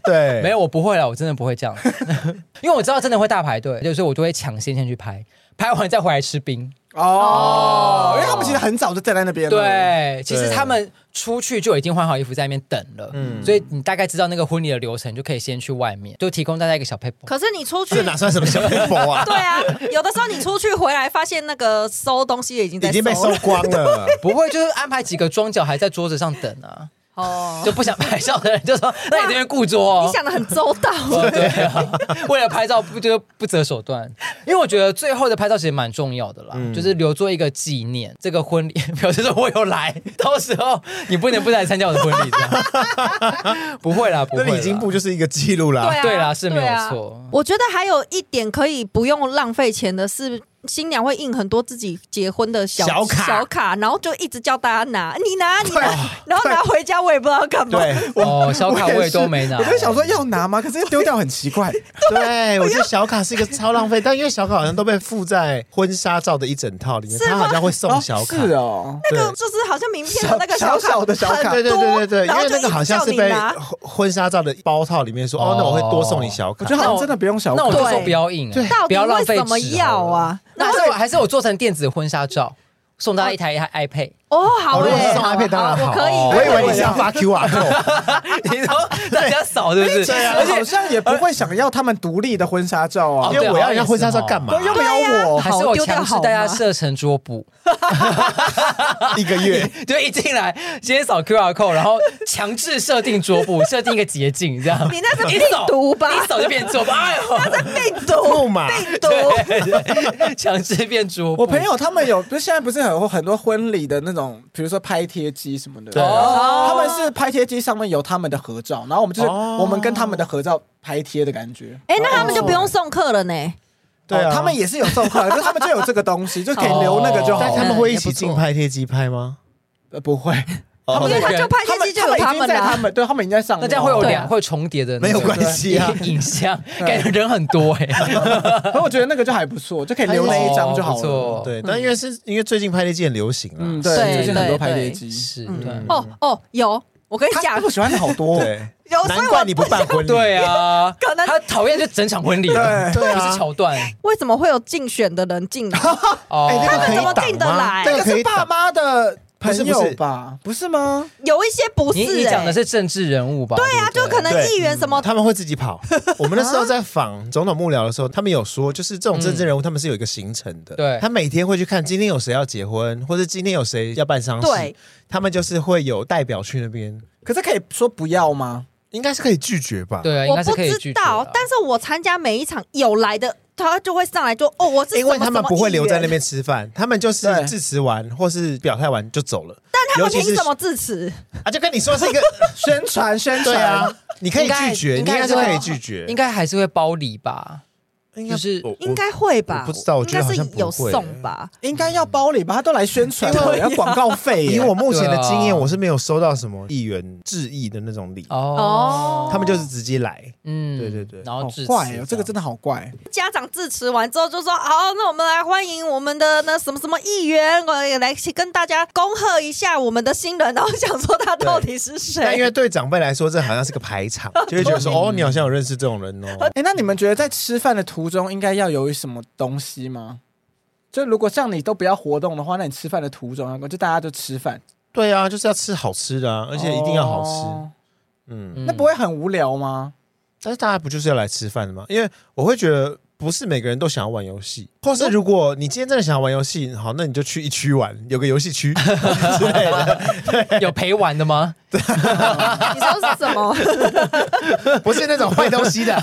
Speaker 2: 对，
Speaker 5: 没有，我不会了，我真的不会这样， [laughs] 因为我知道真的会大排队，就是我都会抢先先去拍，拍完再回来吃冰。
Speaker 4: [laughs] 哦，因为他们其实很早就站在那边了。，
Speaker 5: 对，其实他们出去就已经换好衣服在那边等了，
Speaker 2: 嗯
Speaker 5: 所以你大概知道那个婚礼的流程，就可以先去外面，就提供大家一个小 paper。
Speaker 3: 可是
Speaker 2: [laughs]
Speaker 3: 你出去
Speaker 2: 这，哪算什么小 p 博
Speaker 3: [laughs]
Speaker 2: 啊？
Speaker 3: 对啊，有的时候你出去回来，发现那个收东西的已经在
Speaker 2: 已经被
Speaker 3: 了
Speaker 2: 收光了。
Speaker 3: [laughs]
Speaker 5: 不会，就是安排几个装脚还在桌子上等啊，
Speaker 3: 哦。
Speaker 5: 就不想拍照的人就
Speaker 3: [laughs]
Speaker 5: 说：“那你这边顾桌、哦。”
Speaker 3: 你想的很周到，
Speaker 5: 哦 [laughs] 对啊，为了拍照不就不择手段，因为我觉得最后的拍照其实蛮重要的啦，就是留作一个纪念。这个婚礼 [laughs] 表示说我有来，到时候你不能不来参加我的婚礼，这样不会啦，不
Speaker 2: 那
Speaker 5: 会啦，
Speaker 2: 你进步就是一个记录啦。
Speaker 3: 对啊，
Speaker 5: 对啦是没有
Speaker 3: 对啊
Speaker 5: 错
Speaker 3: 我觉得还有一点可以不用浪费钱的是，新娘会印很多自己结婚的小
Speaker 2: 小卡啊
Speaker 3: 小卡，然后就一直叫大家拿，你拿，你
Speaker 4: 对
Speaker 3: 拿，然后拿回家，我也不知道干嘛。
Speaker 2: 对
Speaker 5: 哦，小卡我也都没
Speaker 2: 啊
Speaker 5: 拿，
Speaker 4: 我就想说要拿吗？可是丢掉很奇怪。
Speaker 2: 对，我觉得小卡是一个超浪费，但因为小卡好像都被附在婚纱照的一整套里面，他好像会送小卡。
Speaker 4: 哦是哦，
Speaker 2: 对
Speaker 3: 就就是好像名片的那个
Speaker 4: 小
Speaker 3: 卡，
Speaker 4: 小的小
Speaker 2: 对
Speaker 4: 卡
Speaker 3: 很
Speaker 2: 对
Speaker 3: 多
Speaker 2: 对对对，因
Speaker 3: 然后
Speaker 2: 为
Speaker 3: 就
Speaker 2: 那
Speaker 3: 一直
Speaker 2: 个好像
Speaker 3: 叫
Speaker 2: 是
Speaker 3: 你
Speaker 2: 被
Speaker 3: 拿
Speaker 2: 婚婚纱照的包套里面说，哦
Speaker 5: 哦，
Speaker 2: 那我会多送你小
Speaker 4: 我
Speaker 2: 卡
Speaker 4: 觉。得好像真的不用小
Speaker 5: 那我
Speaker 4: 卡。
Speaker 5: 就说不要印、欸，
Speaker 3: 到
Speaker 5: 不
Speaker 3: 底
Speaker 5: 要浪
Speaker 3: 为
Speaker 5: 费
Speaker 3: 什么
Speaker 5: 纸
Speaker 3: 要
Speaker 5: 好了？
Speaker 3: 啊？
Speaker 5: 那
Speaker 3: 然
Speaker 5: 还
Speaker 3: 后
Speaker 5: 是我还是我做成电子婚纱照，送大家一台一台 iPad。
Speaker 3: 哦，好
Speaker 2: 哦，如果
Speaker 3: 欸
Speaker 2: 是送
Speaker 3: 好
Speaker 2: iPad 当然
Speaker 3: 好
Speaker 2: 好，啊
Speaker 3: 我可以。
Speaker 2: 我以为你是要
Speaker 3: 可以
Speaker 2: 发 QR code，
Speaker 5: 你说大家扫是不是？
Speaker 4: 对啊，
Speaker 5: 而且
Speaker 4: 好像也不会想要他们独立的婚纱照啊
Speaker 5: 哦
Speaker 2: 因。为我要人家婚纱照干嘛？
Speaker 4: 对，又没有我，
Speaker 5: 还是我
Speaker 3: 丢掉
Speaker 5: 强制
Speaker 3: 好
Speaker 5: 大家
Speaker 3: 吗
Speaker 5: 设成桌布。
Speaker 2: 一个
Speaker 3: [laughs]
Speaker 2: 月。
Speaker 5: 就一进来先扫 QR code，然后强制设定桌布，设定一个捷径，这样。
Speaker 3: 你那是
Speaker 5: 一
Speaker 3: 病
Speaker 5: 扫
Speaker 3: 毒吧？
Speaker 5: 一扫就变桌布，
Speaker 3: [laughs]
Speaker 5: 哎呦，
Speaker 2: [laughs]
Speaker 3: 病毒，哎
Speaker 2: 木马
Speaker 3: 病毒。
Speaker 5: 强制变桌布。
Speaker 4: 我朋友他们有，不是现在不是很很多婚礼的那种，比如说拍贴机什么的。
Speaker 2: 对
Speaker 5: 哦
Speaker 4: 他们是拍贴机上面有他们的合照，然后我们就是
Speaker 2: 哦
Speaker 4: 我们跟他们的合照拍贴的感觉。
Speaker 3: 哎，那他们就不用
Speaker 2: 哦
Speaker 3: 送客了呢。
Speaker 2: 对啊
Speaker 4: 哦他们也是有授课，就是他们就有这个东西，就给留那个就好
Speaker 2: 但
Speaker 4: 了。
Speaker 2: 他们会一起
Speaker 5: 也不错
Speaker 2: 进拍贴机拍吗？
Speaker 4: 呃不会，
Speaker 5: 他
Speaker 2: 哦
Speaker 3: 因为他
Speaker 5: 人
Speaker 3: 就拍
Speaker 4: 他
Speaker 3: 贴
Speaker 4: 们
Speaker 3: 机就有
Speaker 4: 他们已经在
Speaker 3: 的啊
Speaker 4: 他，们对他们已经在上面
Speaker 5: 那
Speaker 4: 了，
Speaker 5: 这样会有
Speaker 3: 对
Speaker 5: 两、
Speaker 3: 啊
Speaker 5: 会有重叠的那个、
Speaker 2: 没有关系啊
Speaker 5: 对影像，感觉人很多哎、
Speaker 4: [laughs] 可是我觉得那个就还不错，就可以留那一张就好了。
Speaker 5: 哦不错
Speaker 2: 对，但因为是因为最近拍贴机很流行啊
Speaker 4: 嗯，
Speaker 2: 啦，
Speaker 4: 对，
Speaker 3: 对
Speaker 4: 最近很
Speaker 3: 对
Speaker 4: 多拍
Speaker 3: 对
Speaker 4: 贴机，
Speaker 5: 是，对。
Speaker 3: 哦哦，有，我跟你
Speaker 4: 他
Speaker 3: 讲
Speaker 4: 我，喜欢的好多哦，
Speaker 2: 对，
Speaker 3: 有
Speaker 2: 嗯
Speaker 3: 所
Speaker 2: 难
Speaker 3: 以
Speaker 2: 怪
Speaker 3: 我
Speaker 2: 你不办婚礼，
Speaker 5: 对啊，
Speaker 3: 可能
Speaker 5: 他讨厌就整场婚礼，
Speaker 4: 对
Speaker 2: 对啊
Speaker 5: 不是桥段
Speaker 3: 为什么会有竞选的人进来？
Speaker 2: [laughs]
Speaker 5: 哦
Speaker 2: 哎，那个可
Speaker 3: 他们
Speaker 2: 以
Speaker 3: 怎么
Speaker 2: 挡
Speaker 3: 进得
Speaker 2: 吗
Speaker 3: 来？
Speaker 2: 这个可
Speaker 4: 是
Speaker 2: 以
Speaker 4: 爸
Speaker 2: 挡。
Speaker 4: 妈的朋
Speaker 2: 不是不
Speaker 4: 友
Speaker 2: 是
Speaker 4: 吧？不是吗？
Speaker 3: 有一些不是、
Speaker 5: 你
Speaker 3: 欸，
Speaker 5: 你讲的是政治人物吧？对
Speaker 3: 对啊，就可能
Speaker 2: 对嗯
Speaker 3: 议员什么
Speaker 2: 他们会自己跑。我们那时候在访总统幕僚的时候，他们有说，就是这种政治人物，他们是有一个行程的。
Speaker 5: 对
Speaker 2: 他每天会去看今天有谁要结婚，或者今天有谁要办丧事
Speaker 3: 对，
Speaker 2: 他们就是会有代表去那边，
Speaker 4: 可是可以说不要吗？
Speaker 2: 应该是可以拒绝吧？
Speaker 5: 对啊，应
Speaker 3: 我
Speaker 5: 该是
Speaker 3: 不
Speaker 5: 可以
Speaker 3: 知
Speaker 5: 拒绝啊
Speaker 3: 道
Speaker 2: 啊
Speaker 5: 的，
Speaker 3: 但是我参加每一场有来的，他就会上来就哦，我是什么
Speaker 2: 因为他们不会留在那，边吃饭，他们就是
Speaker 4: 对
Speaker 2: 致辞完或是表态完就走了。但
Speaker 3: 什么议员他们凭什么致辞？
Speaker 2: 啊？就跟你说是一个
Speaker 4: 宣传宣
Speaker 2: 对
Speaker 4: 传
Speaker 2: 啊，，你可以
Speaker 5: 应该
Speaker 2: 拒绝，你应
Speaker 5: 应该
Speaker 2: 该是可以
Speaker 5: 是
Speaker 2: 拒绝，
Speaker 5: 应该还是会包礼吧？
Speaker 2: 应
Speaker 5: 就是
Speaker 2: 我我
Speaker 3: 应该会吧？
Speaker 2: 我不知道我
Speaker 3: 应
Speaker 2: 觉得
Speaker 3: 该
Speaker 2: 好
Speaker 3: 是
Speaker 2: 像不会欸
Speaker 3: 有送吧？
Speaker 4: 应该要包礼吧？他都来宣传了，要广告费
Speaker 2: 以
Speaker 4: 耶。
Speaker 2: 我目前的经
Speaker 5: 对
Speaker 2: 验，
Speaker 5: 啊
Speaker 2: 我是没有收到什么议员致意的那种礼，
Speaker 5: 哦
Speaker 3: 哦，
Speaker 2: 他们就是直接来。
Speaker 5: 嗯
Speaker 2: 对对对
Speaker 5: 然后
Speaker 4: 好
Speaker 5: 致辞
Speaker 4: 怪哦，这个真的好怪。
Speaker 3: 家长致辞完之后就说：“好，那我们来欢迎我们的那什么什么议员，我也来跟大家恭贺一下我们的新人。”然后想说他到底是
Speaker 2: 但因
Speaker 3: 谁？
Speaker 2: 为对长辈来说，这好像是个排场，就会觉得说，哦，你好像有认识这种人哦。
Speaker 4: 哎，那你们觉得在吃饭的途中应该要有什么东西吗？就如果像你都不要活动的话，那你吃饭的途中，就大家就吃饭，
Speaker 2: 对啊，就是要吃好吃的啊，而
Speaker 4: 而
Speaker 2: 且一定要好
Speaker 4: 哦
Speaker 2: 吃。嗯，
Speaker 5: 嗯
Speaker 4: 那不会很无
Speaker 2: [laughs]
Speaker 4: 聊吗？
Speaker 2: 但是大家不就是要来吃饭的吗？因为我会觉得。不是每个人都想要玩游戏，或是如果你今天真的想要玩游戏，好，那你就去一区玩，有个游戏区之类的，
Speaker 5: 有陪玩的吗？
Speaker 3: [laughs] 你说是什么？
Speaker 2: 不是那种坏东西的。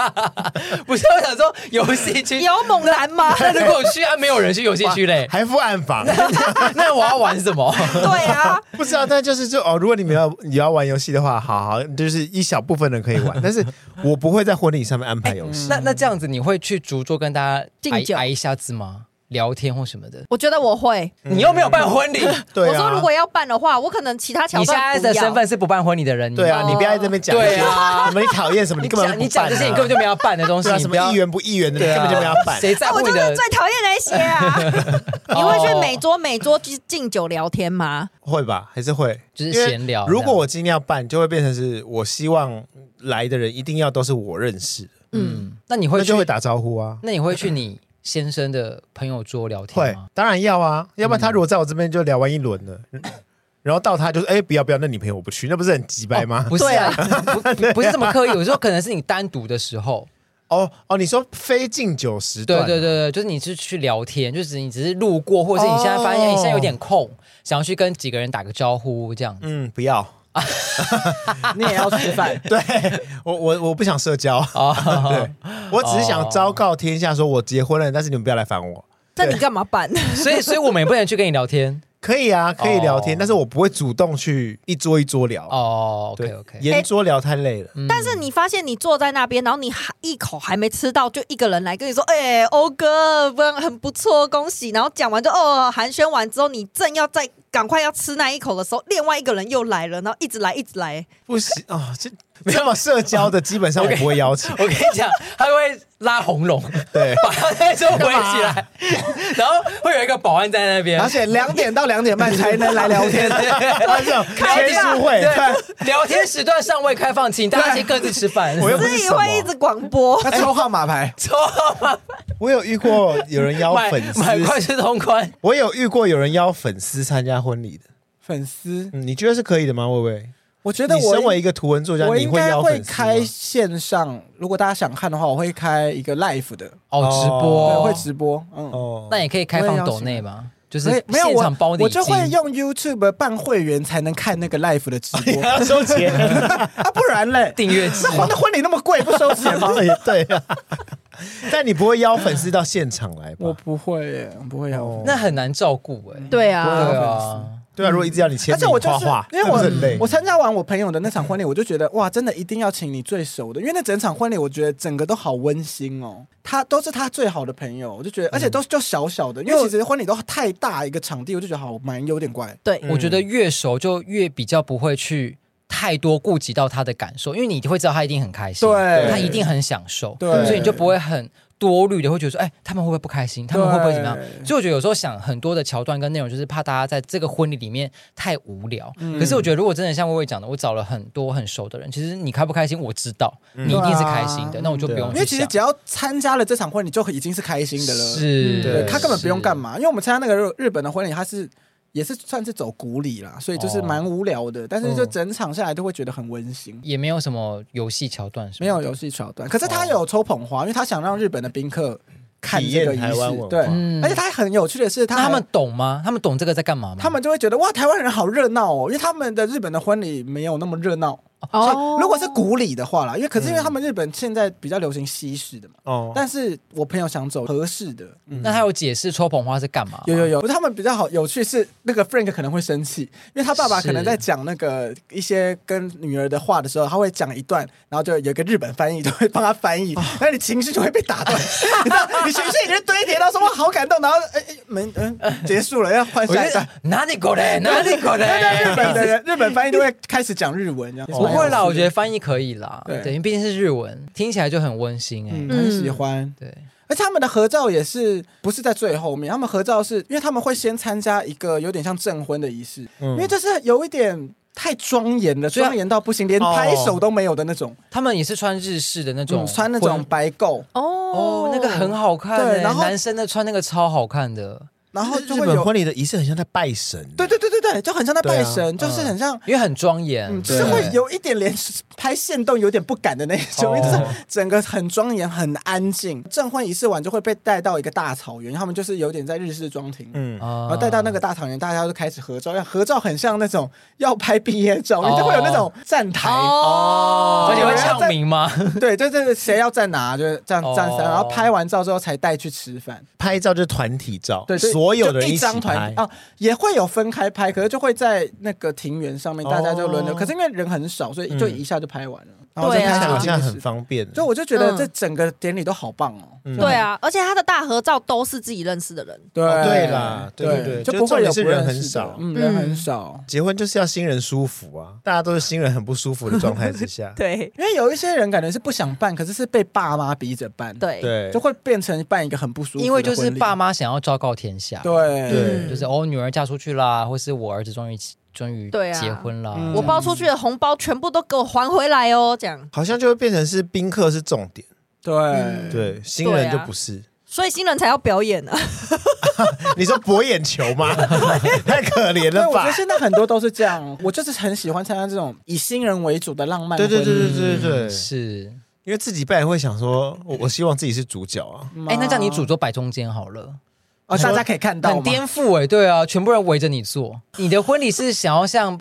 Speaker 5: [laughs] 不是，我想说游戏 [laughs] 区。
Speaker 3: 有猛男吗？
Speaker 5: 那如果去啊，没有人去游戏区嘞，
Speaker 2: 还付暗房，
Speaker 5: [laughs] 那我要玩什么？
Speaker 3: 对啊，
Speaker 2: [laughs] 不知道，但就是就哦，如果你们要你要玩游戏的话，好好，就是一小部分人可以玩，但是我不会在婚礼上面安排游
Speaker 5: [laughs]
Speaker 2: 戏。
Speaker 5: 那那这样子，你会去逐桌跟大家
Speaker 3: 敬
Speaker 5: 挨
Speaker 3: 酒
Speaker 5: 挨一下子吗？聊天或什么的？
Speaker 3: 我觉得我会。
Speaker 5: 你又没有办婚礼，
Speaker 2: 对
Speaker 3: 我说如
Speaker 2: 啊，
Speaker 3: 果要办的话，我可能其他
Speaker 5: [laughs]
Speaker 3: 桥
Speaker 5: 你现
Speaker 3: 段
Speaker 5: 在
Speaker 3: 不要
Speaker 5: 的身份是不办婚礼的人，
Speaker 2: 对啊，
Speaker 3: 哦
Speaker 2: 你不要在那边讲，
Speaker 5: 对啊，
Speaker 2: 什么你讨厌什么，
Speaker 5: 你
Speaker 2: 你根本
Speaker 5: 讲你讲这些，你根本
Speaker 2: 就啊
Speaker 5: 就没有要办的东西
Speaker 2: 对，啊，
Speaker 5: 你
Speaker 2: 什
Speaker 5: 不
Speaker 2: 么
Speaker 5: 要
Speaker 2: 议员不议员的，你
Speaker 5: 对啊
Speaker 2: 根本就没有办。
Speaker 5: 谁在乎
Speaker 3: 我
Speaker 5: 你
Speaker 3: 就
Speaker 5: 的
Speaker 3: 是？最讨厌那一些
Speaker 5: [laughs]
Speaker 3: 啊！你会去每桌每桌去敬酒聊天吗？
Speaker 2: 会吧？还是会，
Speaker 5: 就是
Speaker 2: 因为
Speaker 5: 闲聊
Speaker 2: 如果我今天要办，就会变成是我希望来的人一定要都是我认识的，
Speaker 5: 嗯，那你会
Speaker 2: 那
Speaker 5: 去嗯
Speaker 2: 就会？打招呼啊。
Speaker 5: 那你会去你先生的朋友桌聊天
Speaker 2: 会
Speaker 5: 吗？，
Speaker 2: 当然要啊，要不然他如果在我这边就聊完一轮了，然后到他就是哎，不要不要，那女朋友我不去，那 [laughs] 不是很鸡掰吗？
Speaker 5: 不是啊，不不不是这么刻意，有时候可能是你单独的时候，
Speaker 2: 哦哦，你说非敬酒时
Speaker 5: 对
Speaker 2: 段？
Speaker 5: 对对对，就是你是去聊天，就是你只是路过，或者是你现在发现、
Speaker 2: 哦
Speaker 5: 哎你现在有点空，想要去跟几个人打个招呼这样子。
Speaker 2: 嗯，不
Speaker 5: [laughs]
Speaker 2: 要，，
Speaker 4: 你也要吃饭
Speaker 2: [laughs] 对我我我不想社
Speaker 5: [laughs]
Speaker 2: 交，
Speaker 5: 哦
Speaker 2: 对我只是想昭告天下，说我结婚了，但是你们不要来烦我。
Speaker 3: 那你干嘛办？
Speaker 5: 所以所以我们也不能去跟你聊天
Speaker 2: 可以啊，可以聊天，
Speaker 5: 哦
Speaker 2: 但是我不会主动去一桌一桌聊。
Speaker 5: 哦。哎嗯
Speaker 2: 对
Speaker 5: OK OK，
Speaker 2: 沿桌聊太累了。
Speaker 3: 但是你发现你坐在那边，然后你还一口还没吃到，就一个人来跟你说：“哎、欧哥，不很不错，恭喜！”然后讲完就哦寒暄完之后，你正要再赶快要吃那一口的时候，另外一个人又来了，然后一直来一直来，
Speaker 2: 不行啊，这这么社交
Speaker 5: [laughs]
Speaker 2: 的，基本上我不会邀请。
Speaker 5: 我跟你讲，他会拉红龙，
Speaker 2: 对，
Speaker 5: 把他那桌围起来， [laughs] 然后会有一个保安在那边
Speaker 4: 而。且两点到
Speaker 5: [laughs]
Speaker 4: 两点半才能来聊
Speaker 2: [laughs]
Speaker 4: 天。
Speaker 2: 他哎这种签书会，看
Speaker 5: 啊对，聊天时段尚未开放，请大家先各自吃饭。
Speaker 2: 我又不
Speaker 3: 自
Speaker 2: 是
Speaker 3: 己
Speaker 2: 什么
Speaker 3: 会一直广播。
Speaker 4: 他抽号码
Speaker 2: 哎
Speaker 4: 牌，
Speaker 5: 抽
Speaker 2: 我有遇过有人邀
Speaker 5: 买
Speaker 2: 粉丝，
Speaker 5: 买快速通关，
Speaker 2: 我有遇过有人邀粉丝参加婚礼的。
Speaker 4: 粉丝，
Speaker 2: 嗯，你觉得是可以的吗？薇薇？
Speaker 4: 我觉得
Speaker 2: 你
Speaker 4: 我
Speaker 2: 身为一个图文作家，
Speaker 4: 我
Speaker 2: 你
Speaker 4: 应该
Speaker 2: 邀
Speaker 4: 会
Speaker 2: 粉丝吗
Speaker 4: 开线上，如果大家想看的话，我会开一个 live 的，
Speaker 5: 哦，直
Speaker 4: 对，
Speaker 5: 播
Speaker 4: 会直播，嗯。
Speaker 2: 哦，
Speaker 5: 那也可以开放抖内吗？就是
Speaker 4: 所以没有
Speaker 5: 现
Speaker 4: 我
Speaker 5: 场包，你
Speaker 4: 我就会用 YouTube 办会员才能看那个 live 的直播
Speaker 5: 哎
Speaker 2: 要收钱，
Speaker 4: [laughs] 啊，不然嘞，
Speaker 5: [laughs] 订阅制
Speaker 4: 那。婚那婚礼那么贵，不
Speaker 2: [laughs]
Speaker 4: 收钱吗？
Speaker 2: 也对啊。但你不会邀粉丝到现场来
Speaker 4: 我
Speaker 2: 吧？
Speaker 4: 不会耶，我不会啊要。
Speaker 2: 哦
Speaker 5: 那很难照顾
Speaker 4: 嗯
Speaker 5: 哎、
Speaker 3: 对
Speaker 5: 对
Speaker 3: 啊，
Speaker 5: 啊，
Speaker 2: 对啊，如果一直要你签
Speaker 4: 而且
Speaker 2: 名
Speaker 4: 我就
Speaker 2: 画
Speaker 4: 是
Speaker 2: 画，
Speaker 4: 因为
Speaker 2: 那不
Speaker 4: 我
Speaker 2: 是很累
Speaker 4: 我参加完我朋友的那场婚礼，我就觉得哇，真的一定要请你最熟的，因为那整场婚礼我觉得整个都好温馨哦。他都是他最好的朋友，我就觉得，而且都就小小的，因为其实婚礼都太大一个场地，我就觉得好蛮有点怪。
Speaker 3: 对，
Speaker 5: 我觉得越熟就越比较不会去太多顾及到他的感受，因为你会知道他一定很开心，
Speaker 4: 对
Speaker 5: 他一定很享受，
Speaker 4: 对
Speaker 5: 所以你就不会很多虑的，会觉得说，哎，他们会不会不开心？他们会不会怎么样？
Speaker 4: 对
Speaker 5: 所以我觉得有时候想很多的桥段跟内容，就是怕大家在这个婚礼里面太无聊。
Speaker 4: 嗯
Speaker 5: 可是我觉得，如果真的像薇薇讲的，我找了很多很熟的人，其实你开不开心，我知道，你一定是开心
Speaker 4: 对
Speaker 5: 的，
Speaker 4: 啊
Speaker 5: 那我就不用
Speaker 2: 嗯
Speaker 5: 去想。
Speaker 4: 因为其实只要参加了这场婚礼，就已经是开心的了。
Speaker 5: 是，
Speaker 2: 对
Speaker 4: 他根本不用干
Speaker 5: 嘛。
Speaker 4: 嘛，因为我们参加那个日日本的婚礼，他是也是算是走古礼啦，所以就是
Speaker 5: 哦
Speaker 4: 蛮无聊的，但是
Speaker 2: 嗯
Speaker 4: 就整场下来都会觉得很温馨。
Speaker 5: 也没有什么游戏桥段什
Speaker 4: 没
Speaker 5: 么的，
Speaker 4: 有游戏桥段，可是他有抽捧花，因为他想让日本的宾客看
Speaker 2: 哦体
Speaker 4: 这
Speaker 2: 验
Speaker 4: 个仪
Speaker 2: 台湾文
Speaker 4: 式
Speaker 2: 化，
Speaker 4: 对，
Speaker 5: 嗯
Speaker 4: 而且他很有趣的是，他
Speaker 5: 那他
Speaker 4: 还
Speaker 5: 们懂吗？他们懂这个在干嘛吗？
Speaker 4: 他们就会觉得哇，台湾人好热闹哦，因为他们的日本的婚礼没有那么热闹。像如果是古礼的话啦，因为可是因为他们日本现在比较流行西式的嘛，
Speaker 2: 嗯哦，
Speaker 4: 但是我朋友想走合适的，
Speaker 5: 那他有解释抽捧花是干嘛吗？
Speaker 4: 有有有，不是他们比较好有趣是那个 Frank 可能会生气，因为他爸爸可能在讲那个一些跟女儿的话的时候，他会讲一段，然后就有一个日本翻译就会帮他翻
Speaker 5: 哦
Speaker 4: 译，然后你情绪就会被打断，
Speaker 5: [laughs]
Speaker 4: 你知道，你情绪已经堆叠到说哇好感动，然后哎哎门嗯结束了要换
Speaker 5: 我
Speaker 4: 下一
Speaker 5: 觉
Speaker 4: 段
Speaker 5: 得。哪里过来，哪里过
Speaker 4: 日本的
Speaker 5: 来。
Speaker 4: 人，日本翻译都会开始讲日文，这样
Speaker 5: 不会啦，我觉
Speaker 4: 得
Speaker 5: 得翻译可以啦，
Speaker 4: 对
Speaker 5: 对，因为毕竟是日文，听起来就很温馨哎
Speaker 4: 嗯。很喜欢。
Speaker 5: 对，
Speaker 4: 而且他们的合照也是不是在最后面，他们合照是因为他们会先参加一个有点像证婚的仪式，
Speaker 2: 嗯啊
Speaker 4: 因为这是有一点太庄严了，
Speaker 5: 所以
Speaker 4: 庄严到不行，连
Speaker 2: 哦
Speaker 4: 拍手都没有的那种，
Speaker 5: 他们也是穿日式的那
Speaker 4: 嗯
Speaker 5: 种，
Speaker 4: 穿那种白垢，
Speaker 5: 哦
Speaker 3: 哦，
Speaker 5: 那个很好看
Speaker 4: 对
Speaker 5: 哎，
Speaker 4: 然后
Speaker 5: 男生的穿那个超好看的，
Speaker 4: 然后就
Speaker 2: 日
Speaker 4: 会
Speaker 2: 本
Speaker 4: 有，
Speaker 2: 婚礼的仪式很像在拜神，欸
Speaker 4: 对，对对对对，就很像在拜神，
Speaker 5: 对
Speaker 4: 就
Speaker 5: 啊
Speaker 4: 是很像。
Speaker 5: 因为很庄严
Speaker 4: 嗯，，就
Speaker 5: 对
Speaker 4: 是会有一点连拍线动有点不敢的那种，
Speaker 5: 哦
Speaker 4: 就是整个很庄严、很安静。证婚仪式完就会被带到一个大草原，他们就是有点在日式庄庭，
Speaker 2: 嗯，
Speaker 5: 啊
Speaker 4: 然后带到那个大草原，大家都开始合照。要合照很像那种要拍毕业照，因为就会有那种站台，
Speaker 5: 而且
Speaker 3: 哦
Speaker 5: 会唱名吗？
Speaker 4: 对，就是谁要站哪，就是这样
Speaker 5: 哦
Speaker 4: 站三，然后拍完照之后才带去吃饭。
Speaker 2: 拍照就是团体照，
Speaker 4: 对，所以
Speaker 2: 所有的人
Speaker 4: 就一
Speaker 2: 起
Speaker 4: 张
Speaker 2: 拍
Speaker 4: 团，啊，也会有分开拍，可是就会在那个庭园上面，大家就轮流。
Speaker 2: 哦
Speaker 4: 可是因为人很少，所以就一下就拍完了，然后就
Speaker 3: 对啊
Speaker 4: 开
Speaker 2: 看
Speaker 4: 始进
Speaker 2: 好
Speaker 4: 行
Speaker 2: 像
Speaker 4: 式
Speaker 2: 很方便，
Speaker 4: 所以我就觉得
Speaker 3: 嗯
Speaker 4: 这整个典礼都好棒哦。
Speaker 2: 嗯
Speaker 3: 对，啊，而且他的大合照都是自己认识的人，
Speaker 4: 对
Speaker 2: 哦对啦对对对
Speaker 4: 就
Speaker 2: 就
Speaker 4: 不会有
Speaker 2: 重点是
Speaker 4: 不认
Speaker 2: 人很
Speaker 4: 识的
Speaker 2: 少
Speaker 4: 嗯，人很
Speaker 3: 嗯，
Speaker 4: 少。
Speaker 2: 结婚就是要新人舒服啊，大家都是新人很不舒服的状态之下
Speaker 4: [laughs]
Speaker 3: 对
Speaker 4: 因为有一些人感觉是不想办，可是是被爸妈逼着办，，
Speaker 3: 对，
Speaker 2: 对
Speaker 4: 就，会变成办一个很不舒服的婚礼，
Speaker 5: 因为就是爸妈想要昭告天下，
Speaker 4: 对
Speaker 2: 对
Speaker 3: 嗯
Speaker 5: 就是哦，女儿嫁出去啦，或是我儿子终于终于
Speaker 3: 对啊
Speaker 5: 结婚啦。
Speaker 4: 嗯
Speaker 3: 我包出去的红包全部都给我还回来哦，这样。
Speaker 2: 好像就会变成是宾客是重点，
Speaker 4: 对啊
Speaker 2: 对，新人就不是。
Speaker 3: 所以新人才要表演呢、啊，
Speaker 2: 你说博眼球
Speaker 4: [laughs]
Speaker 2: 吗？太可怜
Speaker 4: 对，
Speaker 2: 了
Speaker 4: 我觉
Speaker 2: 吧
Speaker 4: 得！现在很多都是这样， [laughs] 我就是很喜欢参加这种以新人为主的浪漫
Speaker 2: 对对
Speaker 4: 婚礼
Speaker 2: 对对对对
Speaker 5: 嗯是。
Speaker 2: 因为自己拜会想说，我我希望自己是主角啊，
Speaker 4: 嗯
Speaker 5: 哎、那这样你主桌摆中间好了，
Speaker 4: 哦，大家可以看到
Speaker 5: 很
Speaker 4: 吗？
Speaker 5: 颠覆哎、对啊，全部人围着你坐。你的婚礼是想要像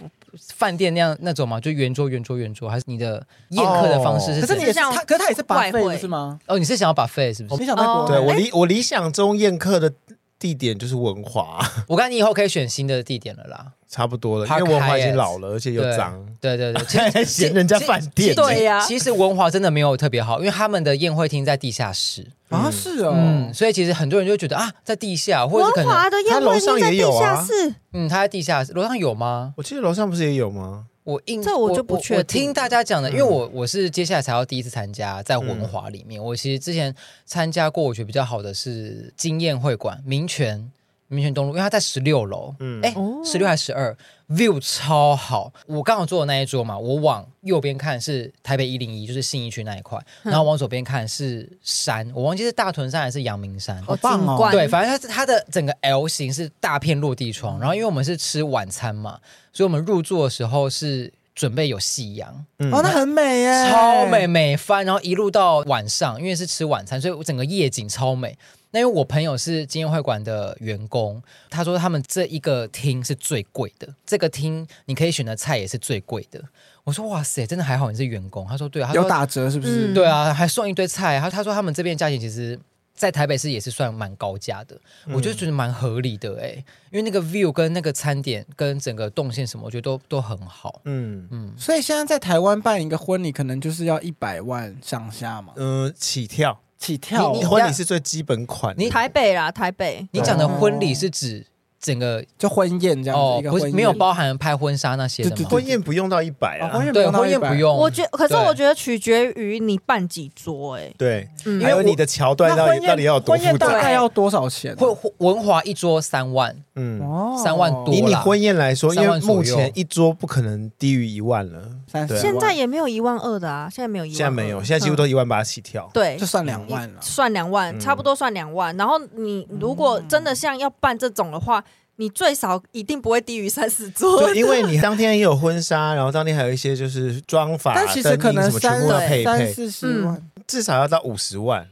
Speaker 5: 饭店那样那种吗？就圆桌圆桌圆桌，还是你的宴客的方式是
Speaker 4: 可是
Speaker 5: 怎
Speaker 4: 你
Speaker 5: 样？
Speaker 4: 也是
Speaker 3: 像
Speaker 4: 他，可是他也是白
Speaker 3: 外
Speaker 4: 费
Speaker 3: 汇
Speaker 4: 不是吗？
Speaker 5: 哦，你是想要把费是不是？
Speaker 4: 你想在国
Speaker 3: 哦
Speaker 4: 外
Speaker 5: 哎
Speaker 2: 对我理我理想中宴客的地点就是文华， [laughs]
Speaker 5: 我看你以后可以选新的地点了啦。
Speaker 2: 差不多了，因
Speaker 5: Park
Speaker 2: 为文华已
Speaker 5: Hyatt
Speaker 2: 经老了，而且又脏，
Speaker 5: 对对对，其实
Speaker 2: 还嫌人家饭店。
Speaker 3: 对呀、
Speaker 5: 其实文华真的没有特别好，因为他们的宴会厅在地下室，
Speaker 4: 啊，是哦，
Speaker 5: 嗯，所以其实很多人就觉得啊，在地下或者是可
Speaker 3: 文
Speaker 5: 能
Speaker 3: 华的宴会厅在地下室，
Speaker 5: 嗯，他在地下室楼上有吗？
Speaker 2: 我记得楼上不是也有吗？
Speaker 5: 我印
Speaker 3: 这我就不确定嗯
Speaker 5: 我听大家讲的，因为我我是接下来才要第一次参加在文华里面，我其实之前参加过，我觉得比较好的是经验会馆民权。民权东路，因为它在十六楼，嗯，哎、
Speaker 3: 哦
Speaker 5: 十六还是十二，view 超好。我刚好坐的那一桌嘛，我往右边看是台北一零一，就是信义区那一块，然后往左边看是山，我忘记是大屯山还是阳明山，
Speaker 4: 好棒哦
Speaker 3: 景观
Speaker 5: 对，反正它是它的整个 L 型是大片落地窗，然后因为我们是吃晚餐嘛，所以我们入座的时候是准备有夕阳，
Speaker 4: 哦，那很美耶，
Speaker 5: 超美。美翻，然后一路到晚上，因为是吃晚餐，所以我整个夜景超美。那因为我朋友是金宴会馆的员工，他说他们这一个厅是最贵的，这个厅你可以选的菜也是最贵的。我说哇塞，真的还好你是员工。他说对啊，他说
Speaker 4: 有打折是不是？
Speaker 3: 嗯
Speaker 5: 对啊，还送一堆菜。然后他说他们这边价钱其实，在台北市也是算蛮高价的，我就觉得蛮合理的哎、因为那个 view 跟那个餐点跟整个动线什么，我觉得都都很好。
Speaker 2: 嗯
Speaker 4: 所以现在在台湾办一个婚礼，可能就是要一百万上下嘛，
Speaker 2: 嗯，起跳，
Speaker 4: 起跳
Speaker 5: 你
Speaker 4: 哦。
Speaker 2: 婚礼是最基本款的，
Speaker 5: 你啊
Speaker 3: 台北啦，台北。
Speaker 5: 你讲的婚礼是指整个
Speaker 4: 就婚宴这样子
Speaker 5: 哦
Speaker 4: 一，个
Speaker 5: 不
Speaker 4: 婚
Speaker 5: 是
Speaker 4: 宴，
Speaker 5: 没有包含拍婚纱那些的
Speaker 4: 对
Speaker 5: 吗？
Speaker 4: 对
Speaker 2: 婚宴不用到一百
Speaker 4: 哦
Speaker 2: 啊，
Speaker 4: 婚宴不
Speaker 5: 对，
Speaker 4: 用到
Speaker 5: 婚宴
Speaker 4: 100
Speaker 5: 不用。
Speaker 3: 我觉可是
Speaker 5: 对
Speaker 3: 我觉得取决于你办几桌哎、
Speaker 2: 对，
Speaker 3: 嗯
Speaker 2: 还有你的桥段
Speaker 4: 那
Speaker 2: 到
Speaker 4: 婚
Speaker 2: 底到底要有
Speaker 4: 宴
Speaker 2: 多
Speaker 4: 婚
Speaker 2: 复
Speaker 4: 宴大
Speaker 2: 杂？
Speaker 4: 概要多少钱啊？
Speaker 5: 会会文华一桌三万，
Speaker 2: 嗯，
Speaker 4: 哦
Speaker 5: 三万多
Speaker 2: 以你
Speaker 5: 啦
Speaker 2: 婚宴来说，因
Speaker 5: 三
Speaker 2: 为
Speaker 5: 万左右
Speaker 2: 目前一桌不可能低于一万了，
Speaker 4: 三十
Speaker 2: 对
Speaker 4: 万，
Speaker 3: 现在也没有一万二的啊，现在没有一万，
Speaker 2: 现在没有，现在几乎
Speaker 3: 嗯、
Speaker 2: 都一万八起跳。
Speaker 3: 对
Speaker 4: 就，算两万了。
Speaker 3: 算两万，
Speaker 2: 嗯
Speaker 3: 差不多算两万。然后你如果真的像要办这种的话，你最少一定不会低于三十桌
Speaker 2: 对，。因为你当天也有婚纱，然后当天还有一些就是妆法、
Speaker 4: 但其实可
Speaker 2: 灯
Speaker 4: 能
Speaker 2: 音什么全
Speaker 4: 三
Speaker 2: 部要配一
Speaker 4: 三
Speaker 2: 配，
Speaker 4: 四十万，
Speaker 2: 至少要到五十万。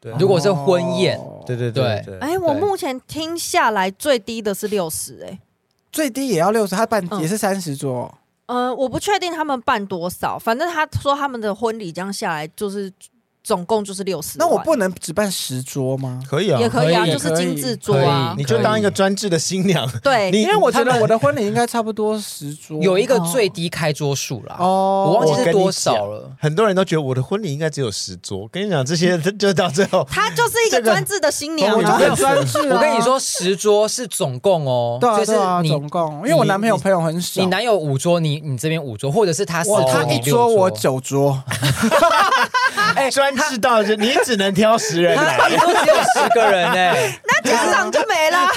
Speaker 2: 对，啊
Speaker 5: 如果是婚宴
Speaker 4: 哦
Speaker 2: 对对对对，
Speaker 3: [laughs] 哎，我
Speaker 5: 对
Speaker 3: 目前听下来最低的是六十，哎，
Speaker 4: 最低也要六十，他办
Speaker 3: 嗯
Speaker 4: 也是三十桌，
Speaker 3: 呃，我不确定他们办多少，反正他说他们的婚礼这样下来就是总共就是六十。
Speaker 4: 那我不能只办十桌吗？
Speaker 2: 可以啊
Speaker 3: 也，可以啊，
Speaker 5: 可以
Speaker 3: 就是精致桌啊
Speaker 5: 可以
Speaker 2: 你就当一个专制的新娘。
Speaker 3: 对，
Speaker 2: 你
Speaker 4: 因为我觉
Speaker 5: 他
Speaker 4: 得
Speaker 5: 们
Speaker 4: 我的婚礼应该差不多十桌，
Speaker 5: 有一个最低开桌数啦，
Speaker 4: 哦，
Speaker 5: 我忘记
Speaker 2: 我
Speaker 5: 是
Speaker 2: 跟你
Speaker 5: 多
Speaker 2: 讲
Speaker 5: 少了。
Speaker 2: 很多人都觉得我的婚礼应该只有十桌，跟你讲这些就到最后，
Speaker 3: 她就是一
Speaker 2: 这
Speaker 3: 个
Speaker 2: 个
Speaker 3: 专制的新娘
Speaker 4: 我
Speaker 2: 我
Speaker 4: 觉
Speaker 2: 觉
Speaker 4: 得
Speaker 3: 啊。
Speaker 2: 得
Speaker 4: 很专制。
Speaker 5: 我跟你，说，十桌是总共哦，
Speaker 4: 对啊
Speaker 5: 就是
Speaker 4: 对啊，总
Speaker 5: 你
Speaker 4: 共，因为我男朋友朋友很少，
Speaker 5: 你男友五桌，你你这边五桌，或者是他四
Speaker 4: 我
Speaker 5: 桌，
Speaker 4: 他
Speaker 2: 哦
Speaker 5: 你
Speaker 4: 一
Speaker 5: 六
Speaker 4: 桌我，九桌，
Speaker 5: 哎，
Speaker 2: 专制到就你只能挑十人来
Speaker 5: 他。一桌只有十个人哎，
Speaker 4: [laughs]
Speaker 3: 那家长就没啦，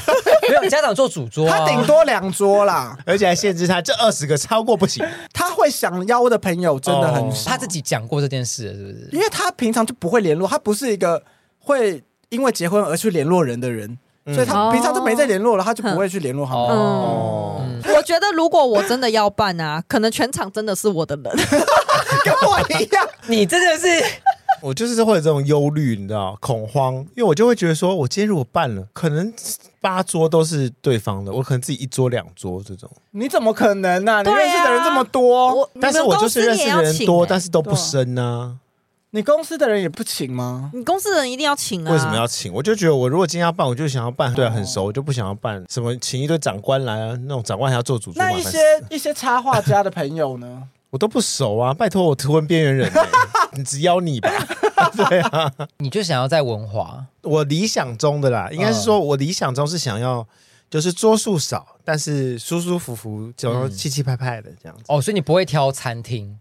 Speaker 5: 没有家长做主桌啊，
Speaker 4: 他顶多两桌啦。
Speaker 2: 而且还限制他这二十个超过不行，
Speaker 4: 他会想邀的朋友真的
Speaker 2: 哦
Speaker 4: 很少，
Speaker 5: 哦他自己讲过这件事了，是不是？
Speaker 4: 因为他平常就不会联络，他不是一个会因为结婚而去联络人的人，
Speaker 2: 嗯
Speaker 4: 所以他
Speaker 3: 哦
Speaker 4: 平常就没在联络了，他就不会去联络他们。
Speaker 5: 哦，
Speaker 2: 哦，
Speaker 3: 我觉得如果我真的要办啊，可能全场真的是我的人。
Speaker 4: 跟我一样，
Speaker 5: 你真的是
Speaker 2: 我就是会有这种忧虑，你知道，恐慌，因为我就会觉得说，我今天如果办了，可能八桌都是对方的，我可能自己一桌两桌这种，
Speaker 4: 你怎么可能呢、你
Speaker 3: 对啊
Speaker 4: 认识的人这么多，
Speaker 3: 我
Speaker 2: 哦但是我就是认识的人多，但
Speaker 3: 是
Speaker 2: 是都不深啊，
Speaker 4: 你公司的人也不请吗？
Speaker 3: 你公司的人一定要请啊。
Speaker 2: 为什么要请？我就觉得我如果今天要办，我就想要办，对啊，很熟，我就不想要办什么请一堆长官来啊，那种长官还要做主厨，
Speaker 4: 那
Speaker 2: 麻
Speaker 4: 一
Speaker 2: 烦死
Speaker 4: 些一些插画家的朋友
Speaker 2: [laughs]
Speaker 4: 呢？
Speaker 2: 我都不熟啊，拜托我图文边缘人欸、你只邀你吧，对啊。
Speaker 5: 你就想要在文华，
Speaker 2: 我理想中的啦，应该是说我理想中是想要就是桌数少，但是舒舒服服，然后气气派派的这样子。
Speaker 5: 哦，所以你不会挑餐厅，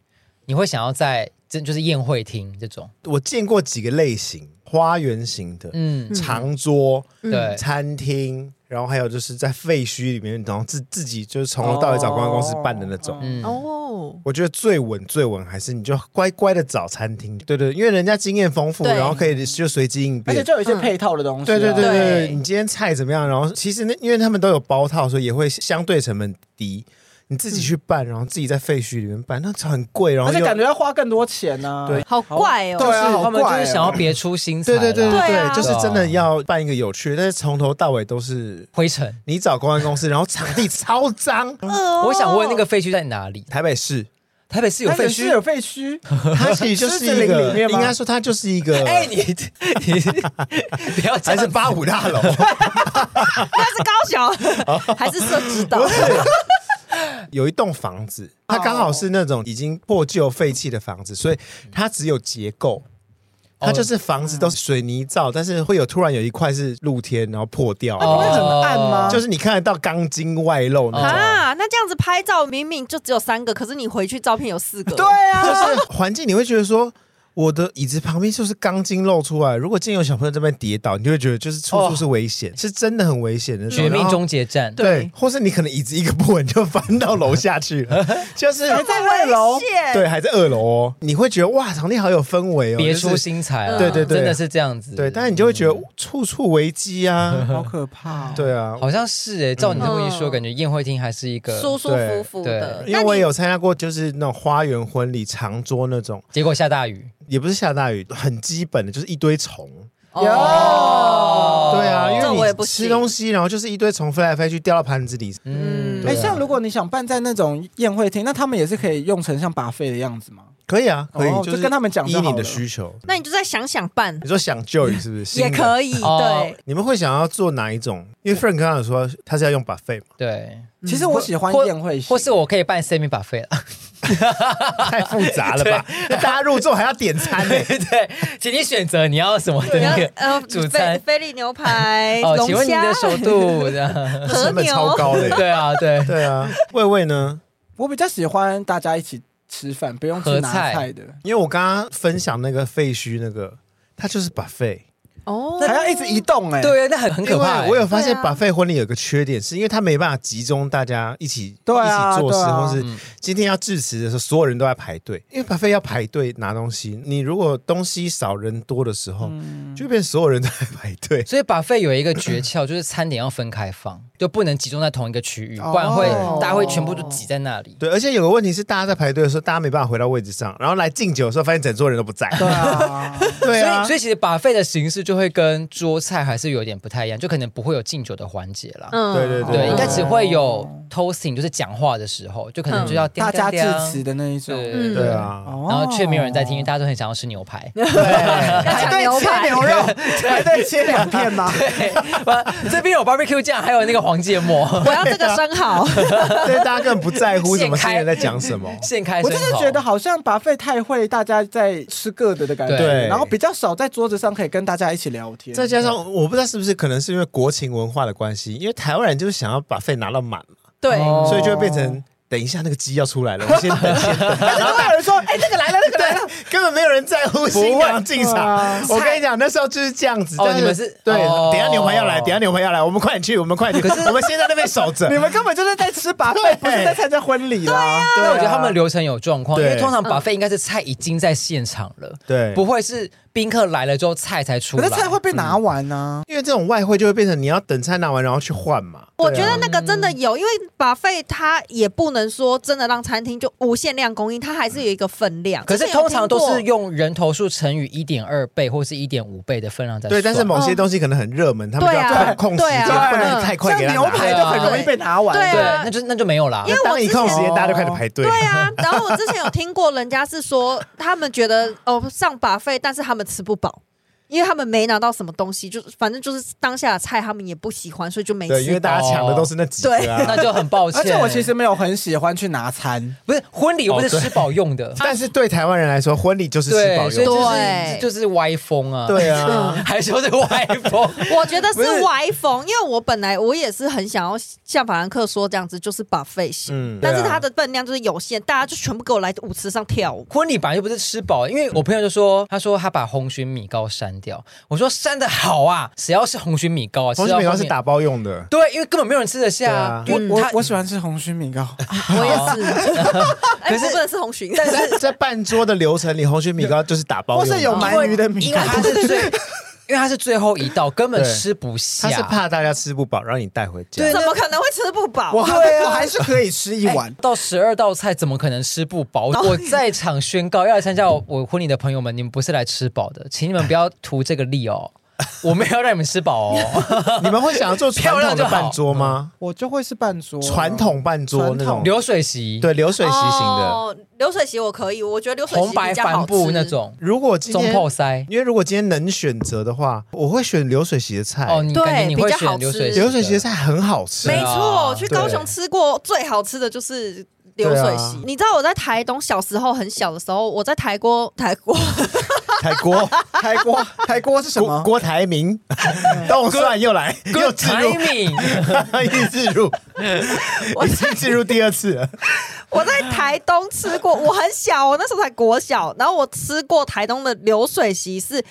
Speaker 5: 你会想要在真就是宴会厅这种，
Speaker 2: 我见过几个类型，花园型的、
Speaker 5: 嗯，
Speaker 2: 长桌、
Speaker 5: 对，
Speaker 2: 餐厅，然后还有就是在废墟里面，然后自自己就是从头到尾找公关公司办的那种。
Speaker 4: 哦
Speaker 5: 嗯，
Speaker 3: 哦，
Speaker 2: 我觉得最稳最稳还是你就乖乖的找餐厅，对对，因为人家经验丰富，
Speaker 3: 对
Speaker 2: 然后可以就随机应
Speaker 4: 而
Speaker 2: 变
Speaker 4: 且。就有一些配套的东西、啊
Speaker 2: 对对对对，
Speaker 3: 对
Speaker 2: 你今天菜怎么样？然后其实那因为他们都有包套，所以也会相对成本低。你自己去办，然后自己在废墟里面办，那很贵，然后
Speaker 4: 而且
Speaker 2: 又
Speaker 4: 感觉要花更多钱呢、
Speaker 2: [laughs] 对
Speaker 3: 好怪
Speaker 4: 对
Speaker 3: 哦。
Speaker 4: 啊，好
Speaker 5: 他们就
Speaker 4: 怪
Speaker 5: 是
Speaker 4: 哦
Speaker 5: 想要别出心裁
Speaker 2: 对
Speaker 5: 啦，
Speaker 2: 对对
Speaker 3: 对啊
Speaker 2: 就是真的要办一个有趣的，但是从头到尾都是
Speaker 5: 灰尘。
Speaker 2: 你找公安公司，然后场地超脏。 [laughs]
Speaker 5: 我想问那个废墟在哪里？
Speaker 2: 台北市，
Speaker 5: 台北市
Speaker 4: 哦
Speaker 5: 有
Speaker 4: 台
Speaker 5: 废
Speaker 4: 北市
Speaker 5: 墟
Speaker 4: 有？废墟，
Speaker 2: 它其实就是一
Speaker 4: 狮子林里
Speaker 2: 个，
Speaker 4: 面吗
Speaker 2: 应该说它就是一个，
Speaker 5: 哎，你你不要这
Speaker 2: 还
Speaker 5: 样
Speaker 2: 是
Speaker 5: 子
Speaker 2: 八五大楼，
Speaker 3: 那是
Speaker 2: 哦
Speaker 3: 高雄 [laughs] 还是社指
Speaker 2: [laughs]
Speaker 3: 导
Speaker 2: 不？是，
Speaker 4: [laughs]
Speaker 2: 有一栋房子，它刚好是那种已经破旧废弃的房子，所以它只有结构。它就是房子都是水泥造，但是会有突然有一块是露天，然后破掉，
Speaker 4: 不会很暗吗
Speaker 2: 哦就是你看得到钢筋外露
Speaker 4: 哦
Speaker 2: 那种，
Speaker 3: 啊，那这样子拍照明明就只有三个，可是你回去照片有四个。
Speaker 4: 对啊，
Speaker 2: 就是环境你会觉得说，我的椅子旁边就是钢筋露出来，如果今天有小朋友在那边跌倒，你就会觉得就是处处是危险，
Speaker 4: 嗯
Speaker 2: 是真的很危险
Speaker 4: 啊
Speaker 2: 的那种。
Speaker 5: 绝命
Speaker 2: 然后
Speaker 5: 终结战，
Speaker 2: 对，或是你可能椅子一个不稳就翻到楼下去
Speaker 4: [laughs]
Speaker 2: 了，就是
Speaker 4: 还在二楼
Speaker 3: 好危险
Speaker 2: 对，还在二楼哦，你会觉得哇，场地好有氛围哦，
Speaker 5: 别
Speaker 2: 就是
Speaker 5: 出心裁啦，
Speaker 3: 对对
Speaker 2: 对
Speaker 5: 真的是这样子。
Speaker 2: 对，但是你就会觉得处处危机
Speaker 4: [laughs]
Speaker 2: 啊，
Speaker 4: 好可怕、哦。
Speaker 2: 对啊。
Speaker 5: 好像是哎，照你这么一说，
Speaker 3: 嗯
Speaker 5: 感觉宴会厅还是一
Speaker 3: 舒
Speaker 5: 个，
Speaker 3: 舒服服的。
Speaker 2: 因
Speaker 5: 对
Speaker 3: 那
Speaker 2: 为
Speaker 3: 你
Speaker 2: 我也有参加过，就是那种花园婚礼、长桌那种，
Speaker 5: 结果下大雨。
Speaker 2: 也不是下大雨，很基本的，就是一堆虫。
Speaker 3: 哦
Speaker 2: 对啊，因
Speaker 3: 这我
Speaker 2: 为你
Speaker 3: 也不
Speaker 2: 吃
Speaker 3: 行
Speaker 2: 东西，然后就是一堆虫飞来飞去，掉到盘子里。
Speaker 5: 嗯，
Speaker 4: 哎、
Speaker 5: 对啊
Speaker 4: 像如果你想办在那种宴会厅，那他们也是可以用成像把费的样子吗？
Speaker 2: 可以啊，可以，
Speaker 4: 哦
Speaker 2: 就
Speaker 4: 就是跟他们讲
Speaker 2: 依
Speaker 4: 就好
Speaker 2: 你的
Speaker 4: 了
Speaker 2: 需求。
Speaker 3: 那你就再想想办
Speaker 2: 你说想 joy 是不是？
Speaker 3: 也
Speaker 2: 以。
Speaker 3: 可以。
Speaker 5: 哦
Speaker 3: 对，
Speaker 2: 你们会想要做哪一种？因为 Frank 刚刚有说他是要用 buffet 嘛，
Speaker 5: 对，
Speaker 4: 其实我喜欢宴会型，
Speaker 5: 或是我可以办 semi buffet 啦 [laughs]
Speaker 2: 太复杂了
Speaker 3: [laughs]
Speaker 2: 吧？那大家入座还要点餐呢、
Speaker 5: 对对，请你选择你要什么的
Speaker 3: 你要
Speaker 5: 那个
Speaker 3: 呃
Speaker 5: 主
Speaker 3: 菲
Speaker 5: 餐。
Speaker 3: 菲力牛排、
Speaker 5: 哦，
Speaker 3: 哎龙
Speaker 5: 请问你
Speaker 3: 虾、
Speaker 5: 的熟度这
Speaker 3: [laughs]
Speaker 5: 样？
Speaker 3: [laughs] 和
Speaker 2: 成本超
Speaker 3: 牛。
Speaker 2: 高的、
Speaker 5: 对啊，对，
Speaker 2: 对啊，魏魏呢？
Speaker 4: 我比较喜欢大家一起吃饭，不用去拿
Speaker 5: 合菜
Speaker 4: 菜的，
Speaker 2: 因为我刚刚分享那个废墟，那个它就是 buffet，
Speaker 3: 哦
Speaker 4: 还要一直移动哎、
Speaker 5: 对啊，那很很可怕
Speaker 2: 因
Speaker 5: 欸。
Speaker 2: 为我有发现
Speaker 3: 对啊
Speaker 2: buffet 婚礼有个缺点，是因为它没办法集中大家一起
Speaker 4: 对啊
Speaker 2: 一起做事，
Speaker 4: 对啊
Speaker 2: 或是今天要致辞的时候，所有人都在排队，因为 buffet 要排队拿东西，你如果东西少人多的时候，
Speaker 5: 嗯
Speaker 2: 就变所有人都在排队。
Speaker 5: 所以把费有一个诀窍，就是餐点要分
Speaker 2: [coughs]
Speaker 5: 开放，就不能集中在同一个区域，
Speaker 4: 哦
Speaker 5: 不然会
Speaker 4: 对
Speaker 5: 大家会全部都挤在那里。
Speaker 2: 对，而且有个问题是，大家在排队的时候，大家没办法回到位置上，然后来敬酒的时候，发现整桌人都不在。
Speaker 4: 对啊，
Speaker 2: 对
Speaker 5: 所
Speaker 2: 啊
Speaker 5: 以，，所以其实把费的形式就会跟桌菜还是有点不太一样，就可能不会有敬酒的环节啦。
Speaker 3: 嗯
Speaker 2: 对对对
Speaker 5: 对，应该
Speaker 4: 哦
Speaker 5: 只会有 toasting，就是讲话的时候，就可能就要
Speaker 4: [laughs] 大家致
Speaker 5: 致
Speaker 4: 辞
Speaker 5: 辞，
Speaker 4: 的那一种，
Speaker 5: 对
Speaker 3: 嗯
Speaker 2: 对，啊，
Speaker 4: 哦
Speaker 5: 然后却没有人在听，因为大家都很想要吃牛排。
Speaker 2: 哎
Speaker 4: 排队切牛肉，排队切两片吗？
Speaker 5: [laughs] 对，这边有 barbecue 酱，还有那个黄芥末， [laughs]
Speaker 3: [laughs] 我要这个生蚝，
Speaker 2: [laughs] 对，大家根本不在乎什么新
Speaker 5: 现开
Speaker 2: 人在讲什么。
Speaker 5: 现开
Speaker 4: 我
Speaker 5: 生
Speaker 4: 就是
Speaker 5: 蚝
Speaker 4: 觉得好像把费太会大家在吃各的的感觉，
Speaker 2: 对
Speaker 4: 然后比较少在桌子上可以跟大家一起聊天。
Speaker 2: 再加
Speaker 5: 啊
Speaker 2: 上我不知道是不是可能是因为国情文化的关系，因为台湾人就是想要把费拿到满嘛，
Speaker 3: [laughs] 对，
Speaker 5: 哦
Speaker 2: 所以就会变成等一下那个鸡要出来了，我们先等先等。
Speaker 4: [laughs]
Speaker 2: [laughs]
Speaker 4: 但是都会有人说：“哎，这个来了，那个来了。
Speaker 2: 根本没有人在乎新娘进
Speaker 4: 对啊
Speaker 2: 场。我跟你讲，那时候就是这样子。
Speaker 5: 哦
Speaker 2: 但
Speaker 5: 你们是
Speaker 2: 对，
Speaker 5: 哦
Speaker 2: 等一下牛排要来，等一下牛排要来，我们快点去，我们快点去。我们先在那边守”着
Speaker 4: 你。们根本就是在吃把费，不是在参加婚礼啦。
Speaker 5: 那我觉得
Speaker 4: 对啊
Speaker 5: 他们流程有状况，因为
Speaker 2: 对嗯
Speaker 5: 通常把费应该是菜已经在现场了，
Speaker 2: 对
Speaker 5: 不会是宾客来了之后菜才出
Speaker 4: 可
Speaker 5: 来。
Speaker 4: 是菜会被拿完啊。
Speaker 2: 因为这种外汇就会变成你要等菜拿完然后去换嘛。
Speaker 3: 我觉得那个真的有，因为把费它也不能说真的让餐厅就无限量供应，它还是有一个分量。
Speaker 5: 可是
Speaker 3: 之前有
Speaker 5: 通常
Speaker 3: 听
Speaker 5: 都
Speaker 3: 过
Speaker 5: 是用 [laughs] 人头数乘以一点二倍或是一点五倍的分量在
Speaker 2: 对，但
Speaker 5: 算。
Speaker 2: 是某些东西可能很热门，他们就
Speaker 3: 对啊
Speaker 2: 要控控时间，
Speaker 3: 对啊
Speaker 2: 不能太快
Speaker 4: 像
Speaker 2: 给他
Speaker 4: 牛排
Speaker 2: 拿。
Speaker 4: 就很容易被拿完，
Speaker 3: 对
Speaker 5: 对，
Speaker 3: 啊
Speaker 5: 那就那就没有啦
Speaker 3: 因。为我
Speaker 2: 当一
Speaker 3: 之前
Speaker 2: 控时间，大家就开始排队。
Speaker 3: 对啊，然后我之前有听过人家是说，他们觉得哦上把费，但是他们吃不饱，因为他们没拿到什么东西，就是反正就是当下的菜他们也不喜欢，所以就没吃。
Speaker 2: 对，啊因为大家抢的都是那几个
Speaker 5: 那
Speaker 2: [laughs] 啊。
Speaker 5: 就很抱歉。
Speaker 4: 而且我其实没有很喜欢去拿餐，
Speaker 5: 不是婚礼，又不是
Speaker 2: 哦对
Speaker 5: 吃饱用的，
Speaker 2: 但是对台湾人来说，婚礼就是吃
Speaker 5: 对
Speaker 2: 饱，
Speaker 5: 所以
Speaker 2: 用。
Speaker 5: 就是
Speaker 3: 对
Speaker 5: 就是歪风啊，
Speaker 2: 对啊，
Speaker 5: [laughs] 还说是歪风，
Speaker 3: 我觉得
Speaker 5: 不是
Speaker 3: 是歪风，因为我本来我也是很想要像法兰克说这样子，就是把费型，
Speaker 2: 嗯，
Speaker 5: 啊
Speaker 3: 但是它的分量就是有限，大家就全部给我来舞池上跳舞。
Speaker 5: 婚礼本来就不是吃饱，因为我朋友就说，他说他把红鲟米糕删掉，我说删的好啊，谁要吃红鲟米糕啊？
Speaker 2: 红
Speaker 5: 吃
Speaker 2: 酒
Speaker 5: 到
Speaker 2: 米糕
Speaker 5: 后
Speaker 2: 是
Speaker 5: 面
Speaker 2: 打包用的。
Speaker 5: 对，因为根本没有人吃得下啊。
Speaker 2: 对
Speaker 5: 因
Speaker 4: 我
Speaker 5: 为
Speaker 4: 我
Speaker 5: 他
Speaker 4: 我喜欢吃红须米糕，
Speaker 3: 我也是，哎，
Speaker 5: 可是
Speaker 3: 我不能是红鲟，
Speaker 2: 但
Speaker 3: [laughs]
Speaker 2: 是 [laughs] 在办桌的流程里，红曲米糕就是打包
Speaker 4: [laughs] 或
Speaker 2: 用的，
Speaker 4: 是有鳗鱼的米
Speaker 5: 因
Speaker 4: 糕
Speaker 5: 为，他 [laughs] 是最，因为他是最后一道，根本
Speaker 2: 对
Speaker 5: 吃不下。
Speaker 2: 他是怕大家吃不饱，让你带回家。[laughs]
Speaker 5: 对
Speaker 3: 怎么可能会吃不饱？
Speaker 4: [laughs] 我
Speaker 5: 对啊
Speaker 4: 我还是可以吃一
Speaker 5: 哎
Speaker 4: 碗。
Speaker 5: 到十二道菜，怎么可能吃不
Speaker 2: [laughs]
Speaker 5: 饱？我在场宣告，要来参加我我婚礼的朋友们，你们不是来吃饱的，请你们不要图这个利哦。我没有让你们吃饱哦，
Speaker 2: 你们会想要做传统的办桌吗？
Speaker 4: 我就会是半桌
Speaker 2: 传统办桌那
Speaker 4: 传统
Speaker 2: 种，
Speaker 5: 流水席、
Speaker 2: 哦对流水席型的。
Speaker 3: 哦，流水席我可以，我觉得流水席
Speaker 5: 红白
Speaker 3: 比较好
Speaker 5: 帆布
Speaker 3: 吃
Speaker 5: 那。种
Speaker 2: 如果今
Speaker 5: 中
Speaker 2: 天，
Speaker 5: 泡塞。
Speaker 2: 因为如果今天能选择的话，我会选流水席的菜。
Speaker 5: 哦，你
Speaker 3: 对
Speaker 5: 感觉你
Speaker 3: 比
Speaker 5: 会
Speaker 3: 较
Speaker 5: 选
Speaker 3: 好
Speaker 5: 流水
Speaker 3: 吃
Speaker 5: 席的
Speaker 2: 流水席的菜很好吃，
Speaker 3: 没错，
Speaker 5: 啊
Speaker 3: 我去高雄
Speaker 2: 对
Speaker 3: 吃过最好吃的就是流水席
Speaker 2: 对啊。
Speaker 3: 你知道我在台东小时候很小的时候，我在台锅台锅
Speaker 2: 台锅
Speaker 4: 台锅，台锅是什
Speaker 2: 郭
Speaker 4: 么？哎
Speaker 2: 郭台铭，动算又来又
Speaker 5: Good
Speaker 2: 置入， [laughs]
Speaker 5: timing，
Speaker 2: 一直置入，
Speaker 3: 我
Speaker 2: 已经置入第二次了。
Speaker 3: 我在台东吃过，我很小，我那时候才国小，然后我吃过台东的流水席是。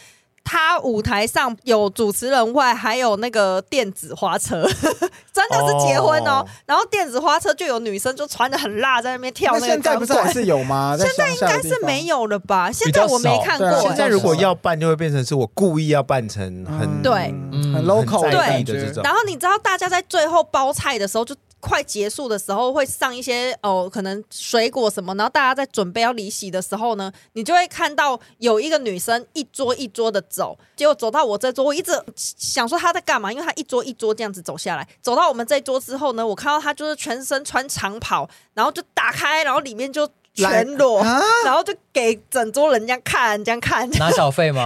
Speaker 3: 它舞台上有主持人外，还有那个电子花车， [laughs] 真的是结婚哦。
Speaker 2: 哦
Speaker 3: 然后电子花车就有女生就穿的很辣，在那边跳
Speaker 4: 那
Speaker 3: 个
Speaker 4: 现在不是
Speaker 3: 钢管
Speaker 4: 还是有吗？
Speaker 3: 现在
Speaker 4: 应
Speaker 3: 应该是没。有了吧？现在我没看过、
Speaker 4: 对啊
Speaker 2: 现在如果
Speaker 4: 对
Speaker 2: 要办，就会变成是我故意要办成很
Speaker 3: 对
Speaker 5: 嗯
Speaker 4: 嗯很 local
Speaker 2: 很
Speaker 4: 的
Speaker 2: 在地
Speaker 4: 感
Speaker 2: 的这
Speaker 4: 觉。
Speaker 2: 种。
Speaker 3: 然后你知道，大家在最后包菜的时候，就快结束的时候，会上一些哦，可能水果什么。然后大家在准备要离席的时候呢，你就会看到有一个女生一桌一桌的走，结果走到我这桌，我一直想说她在干嘛，因为她一桌一桌这样子走下来，走到我们这桌之后呢，我看到她就是全身穿长袍，然后就打开，然后里面就全裸，然后就给整桌人家看，这样看。
Speaker 5: 拿小费吗？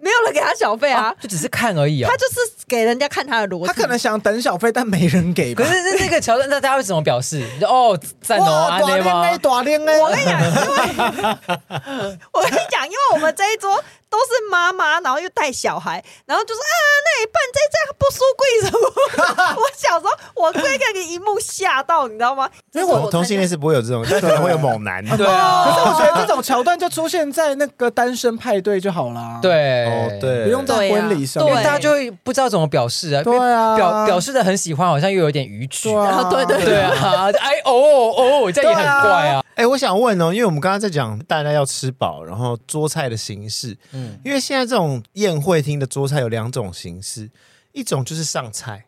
Speaker 3: 没有人给他小费啊，
Speaker 5: 就只是看而已啊
Speaker 3: 他。就是给人家看他的逻辑。
Speaker 4: 他可能想等小费，但没人给吧
Speaker 5: 可。是那那个桥段，那大家会怎么表示？你就哦，赞哦，
Speaker 4: 哇，
Speaker 5: 安内
Speaker 4: 大
Speaker 5: 吗
Speaker 4: 链？大链
Speaker 3: 我跟
Speaker 4: 哎！
Speaker 3: 你讲，因为我跟你讲，因为我们这一桌都是妈妈，然后又带小孩，然后就说啊，那一半这这样不输贵什么？我 [laughs] 小时候我被那个一幕吓到，你知道吗？这
Speaker 4: 因为
Speaker 3: 是
Speaker 4: 我
Speaker 2: 同同性恋是不会有 [laughs] 这种，但可能会有猛男。
Speaker 5: 对啊，
Speaker 4: 可是我觉得这 [laughs] 种桥段就出现在那个单身派对就好啦。，
Speaker 5: 对，
Speaker 2: 哦，。对，
Speaker 4: 不用在
Speaker 3: 对啊
Speaker 4: 婚礼上
Speaker 5: 因
Speaker 4: 面。
Speaker 5: 为大家就会不知道怎么表示啊，因为
Speaker 4: 对啊
Speaker 5: 表表示的很喜欢，好像又有点逾矩，
Speaker 4: 对啊
Speaker 3: 啊对对
Speaker 5: 对啊，哎哦哦，这样也很怪啊，
Speaker 2: 哎、我想问哦，因为我们刚刚在讲大家要吃饱，然后桌菜的形式，
Speaker 5: 嗯，
Speaker 2: 因为现在这种宴会厅的桌菜有两种形式，一种就是上菜，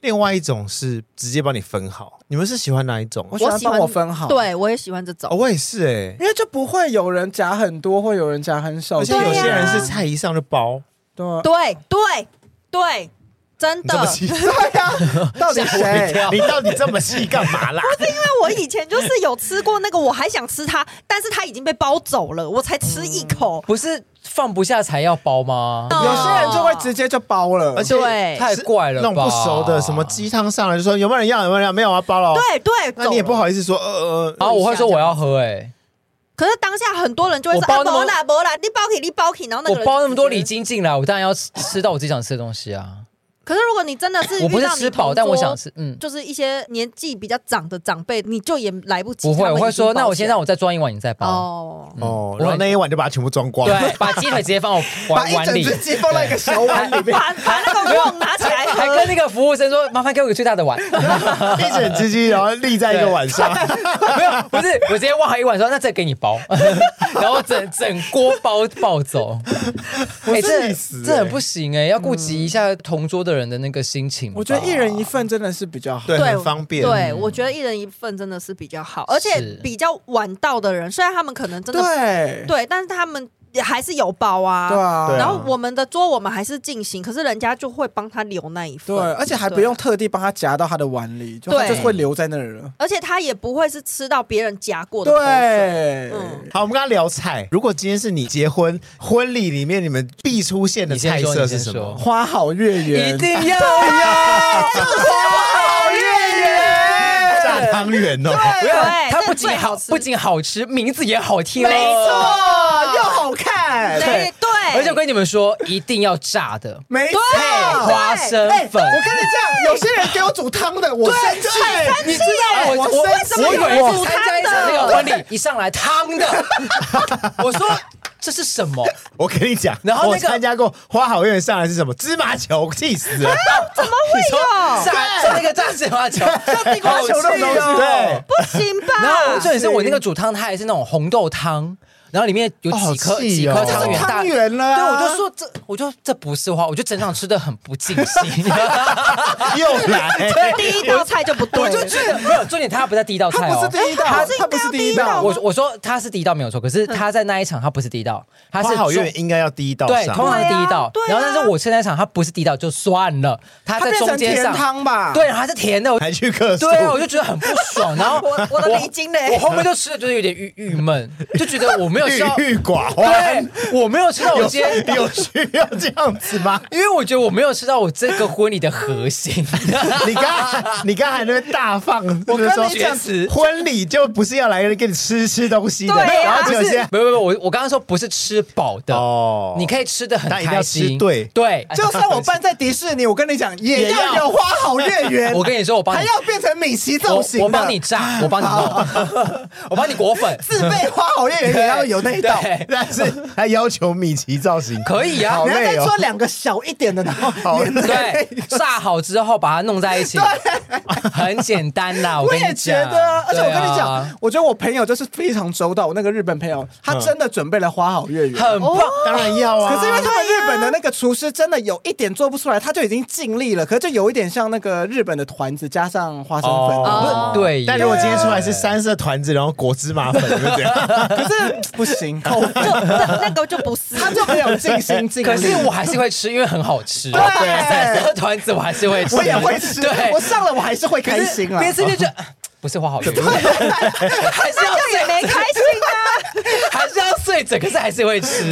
Speaker 2: 另外一种是直接帮你分好。你们是喜欢哪一种？啊
Speaker 4: 我喜欢帮我分好，，
Speaker 3: 对我也喜欢这种
Speaker 2: 哦，，我也是哎、
Speaker 4: 因为就不会有人夹很多，或有人夹很少。
Speaker 2: 而且有
Speaker 3: 对啊
Speaker 2: 些人是菜一上就包，
Speaker 4: 对
Speaker 3: [laughs]
Speaker 4: 啊
Speaker 3: 对对对，真
Speaker 2: 你这么
Speaker 3: 的。
Speaker 2: 细，
Speaker 4: 对呀，到底谁？
Speaker 2: 你到底这么细干嘛啦？
Speaker 3: 但我以前就是有吃过那个，我还想吃它，但是它已经被包走了，我才吃一口。
Speaker 5: 不是放不下才要包吗？
Speaker 3: 嗯
Speaker 4: 有些人就会直接就包了，
Speaker 2: 而且
Speaker 3: 对
Speaker 5: 太怪了吧，
Speaker 2: 弄不熟的什么鸡汤上来就说有没有人要，有没有人要，没有啊，包了哦。
Speaker 3: 对对，
Speaker 2: 那你也
Speaker 3: 走
Speaker 2: 不
Speaker 3: 了
Speaker 2: 好意思说呃
Speaker 5: 然
Speaker 2: 呃，
Speaker 5: 后啊我会说我要喝，哎，
Speaker 3: 可是当下很多人就会说
Speaker 5: 我包
Speaker 3: 啊，
Speaker 5: 那么
Speaker 3: 没啦没啦，你包起你包起，然后那个
Speaker 5: 我
Speaker 3: 人
Speaker 5: 包那么多
Speaker 3: 就直接
Speaker 5: 礼金进来，我当然要吃吃到我自己想吃的东
Speaker 3: [laughs]
Speaker 5: 西啊。
Speaker 3: 可是如果你真的是
Speaker 5: 我不
Speaker 3: 遇
Speaker 5: 是
Speaker 3: 到你
Speaker 5: 吃饱，
Speaker 3: 同
Speaker 5: 但我
Speaker 3: 桌
Speaker 5: 想吃，嗯，
Speaker 3: 就是一些年纪比较长的长辈，你就也来不及。
Speaker 5: 不会，
Speaker 3: 他们
Speaker 5: 我
Speaker 3: 已
Speaker 5: 会
Speaker 3: 经
Speaker 5: 说，那
Speaker 3: 包
Speaker 5: 我先
Speaker 3: 起
Speaker 5: 让
Speaker 3: 来
Speaker 5: 我再装一碗你再包。
Speaker 3: 哦，
Speaker 2: 哦
Speaker 5: 嗯，
Speaker 2: 然
Speaker 5: 我
Speaker 2: 后
Speaker 5: 很
Speaker 2: 那一碗就把它全部装光。
Speaker 5: 对，把鸡腿直接放我
Speaker 4: [laughs] 把
Speaker 5: 碗
Speaker 4: 一
Speaker 5: 碗
Speaker 4: 整
Speaker 5: 里，
Speaker 4: 只鸡放在一个小碗里
Speaker 2: [laughs]
Speaker 4: 面。
Speaker 3: 把把那个肉拿起来
Speaker 4: [laughs]
Speaker 5: 还
Speaker 3: 喝。
Speaker 5: 跟那个服务生说，麻烦给我个最大的碗。 [laughs]
Speaker 2: 一整只鸡，然后立在一个晚上。
Speaker 5: 没有，不是，我直接挖好一碗说，那这给你包， [laughs] 然后整整锅包
Speaker 4: [laughs]
Speaker 5: 抱走。哎、这
Speaker 2: 气死
Speaker 5: 这
Speaker 2: 欸
Speaker 5: 很不行哎、要顾及一下同桌的人的那个心情吧。
Speaker 4: 我觉得一人一份真的是比较好。
Speaker 2: 对，
Speaker 3: 对
Speaker 2: 很方便。
Speaker 3: 对，我觉得一人一份真的是比较好，而且
Speaker 5: 是
Speaker 3: 比较晚到的人，虽然他们可能真的
Speaker 4: 对
Speaker 3: 对，但是他们也还是有包啊。
Speaker 4: 对啊，
Speaker 2: 对
Speaker 3: 然后我们的桌我们还是进行，可是人家就会帮他留那一份。
Speaker 4: 对，而且还不用特地帮他夹到他的碗里，就他
Speaker 3: 啊对
Speaker 4: 就会留在那儿了。
Speaker 3: 而且他也不会是吃到别人夹过的口水。
Speaker 4: 对，
Speaker 3: 嗯
Speaker 2: 好，我们刚刚聊菜。如果今天是你结婚婚礼里面，你们必出现的
Speaker 5: 你先
Speaker 2: 菜
Speaker 5: 说
Speaker 2: 色
Speaker 5: 你
Speaker 2: 是
Speaker 5: 先
Speaker 2: 什么
Speaker 5: 说？
Speaker 4: 花好月圆
Speaker 5: 一定
Speaker 4: [laughs]
Speaker 5: 要
Speaker 4: 啊
Speaker 5: 呀！
Speaker 4: 好月圆，
Speaker 2: 炸汤圆哦，
Speaker 5: 不要，
Speaker 3: 对
Speaker 5: 它
Speaker 3: 这
Speaker 5: 不仅
Speaker 3: 最
Speaker 5: 好
Speaker 3: 好，吃
Speaker 5: 不仅好吃，名字也好听哦。
Speaker 3: 没错
Speaker 4: 哇，又好看，
Speaker 3: 对对，
Speaker 5: 而且我跟你们说，一定要炸的，
Speaker 4: 没错。
Speaker 5: 配花生粉。
Speaker 4: 我跟你讲，有些人给我煮汤的，我生气，
Speaker 5: 你知道我我
Speaker 4: 我生气
Speaker 5: 我有
Speaker 3: 有人
Speaker 5: 一
Speaker 3: 煮
Speaker 5: 次参加一场那个婚礼，一上来汤的，
Speaker 4: [laughs]
Speaker 5: 我说这是什么？
Speaker 2: [laughs] 我跟你讲，
Speaker 5: 然后
Speaker 2: 我
Speaker 5: 那个
Speaker 2: 参加过花好月上来是什么？芝麻球，气死
Speaker 5: [laughs]
Speaker 2: 了。
Speaker 3: 怎么会有？
Speaker 5: 炸炸那个炸芝麻球，
Speaker 4: 哦
Speaker 5: 哦
Speaker 4: 地瓜球那种东西，
Speaker 2: 对，
Speaker 3: 不行吧？
Speaker 5: 然后重点是我那个煮汤，它还是那种红豆汤，然后里面有
Speaker 2: 哦好
Speaker 5: 几颗
Speaker 2: 细
Speaker 5: 几颗
Speaker 2: 哦
Speaker 5: 汤
Speaker 4: 这
Speaker 5: 圆
Speaker 4: 是
Speaker 5: 大。
Speaker 4: 汤圆了
Speaker 5: 对，
Speaker 4: 啊。
Speaker 5: 我就说这，我就这不是花，我就整场吃的很不尽
Speaker 4: [laughs]
Speaker 5: 兴。 [laughs]
Speaker 2: 又来。
Speaker 3: 第一道菜就不对
Speaker 5: 我
Speaker 3: 了，
Speaker 5: 就觉得没有重点，他不在第一道
Speaker 4: 他
Speaker 5: 菜
Speaker 4: 不
Speaker 5: 哦
Speaker 4: 是。第一道，他不是第一道，
Speaker 5: 我我说他是第一道没有错，可是他在那一场他不是第一道，他
Speaker 2: 花
Speaker 5: 是
Speaker 2: 好
Speaker 5: 中
Speaker 2: 月应该要第一道
Speaker 5: 对，
Speaker 2: 上
Speaker 5: 通常是第一道。
Speaker 3: 对啊对啊
Speaker 5: 然后但是我吃那场它不是第一道就算了，它
Speaker 4: 他
Speaker 5: 在
Speaker 4: 变
Speaker 5: 中
Speaker 4: 成
Speaker 5: 间
Speaker 4: 甜
Speaker 5: 上，
Speaker 4: 汤吧？
Speaker 5: 对，还是甜的。我
Speaker 2: 还去客诉。
Speaker 5: 对啊，我就觉得很不爽。然后
Speaker 3: 我我的礼金嘞
Speaker 5: 我后面就吃的就是有点郁郁闷，就觉得我没有吃到，
Speaker 2: [laughs] 郁郁寡欢
Speaker 5: 对。我没有吃到我
Speaker 2: 有
Speaker 5: 今天。
Speaker 2: 有需要这样子吗？
Speaker 5: 因为我觉得我没有吃到我这个婚礼的核心，
Speaker 2: [laughs] 你刚 [laughs] 才你刚才还在那边大放，我
Speaker 4: 跟你讲
Speaker 2: 婚礼就不是要来给你吃吃东西的，
Speaker 3: 对啊
Speaker 2: 没有然后只有些
Speaker 5: 没有没有，我我刚刚说不是吃饱的，
Speaker 2: 哦
Speaker 5: 你可以吃的很
Speaker 2: 但一定要
Speaker 5: 开
Speaker 2: 吃
Speaker 5: 心，
Speaker 2: 对
Speaker 5: 对，
Speaker 4: 就算我办在迪士尼，我跟你讲，也
Speaker 2: 也要
Speaker 4: 要有花好月圆。
Speaker 5: 我跟你说我帮你
Speaker 4: 还要变成米奇造
Speaker 5: 我
Speaker 4: 型的
Speaker 5: 我帮你
Speaker 4: [laughs]
Speaker 5: 炸，我帮你弄， [laughs] 我帮你裹粉，
Speaker 4: 自备花好月圆也要有那一道。 [laughs]
Speaker 5: 对
Speaker 2: 但是他要求米奇造型，
Speaker 5: 可以啊
Speaker 2: 好
Speaker 4: 你要
Speaker 2: 累
Speaker 4: 再
Speaker 2: 哦
Speaker 4: 做。两个小一点的，
Speaker 5: [laughs]
Speaker 4: 然后
Speaker 2: 好
Speaker 4: 连着
Speaker 5: 对，炸好之后把它弄在一起，很简单啦。我
Speaker 4: 我
Speaker 5: 跟你
Speaker 4: 也觉得啊，而且我跟你讲，我觉得我朋友就是非常周到。我那个日本朋友，
Speaker 5: 嗯
Speaker 4: 他真的准备了花好月
Speaker 5: 对
Speaker 4: 圆，
Speaker 5: 啊很棒。
Speaker 2: 当然要啊，
Speaker 4: 可是因为他们日本的那个厨师真的有一点做不出来，他就已经尽力了，可是就有一点像那个日本的团子加上花生
Speaker 3: 哦
Speaker 4: 粉，
Speaker 5: 不是对耶，
Speaker 2: 但如果今天出来是三色团子，然后裹芝麻粉，你会怎 [laughs] 样？
Speaker 4: 可是不行，口
Speaker 3: 就那那个就不是，
Speaker 4: 他就没有尽心尽力。
Speaker 5: 可是我还是会吃，因为很好吃。
Speaker 4: 对
Speaker 5: 三色团子我还是会吃，
Speaker 4: 我也会吃，
Speaker 5: 对
Speaker 4: 我，上了我还是会开心啊啦。
Speaker 5: 别吃就觉得 [laughs] 不是花好月，还是要
Speaker 3: 那就也没开心啊。
Speaker 5: 还是要醉着，可是还是会吃，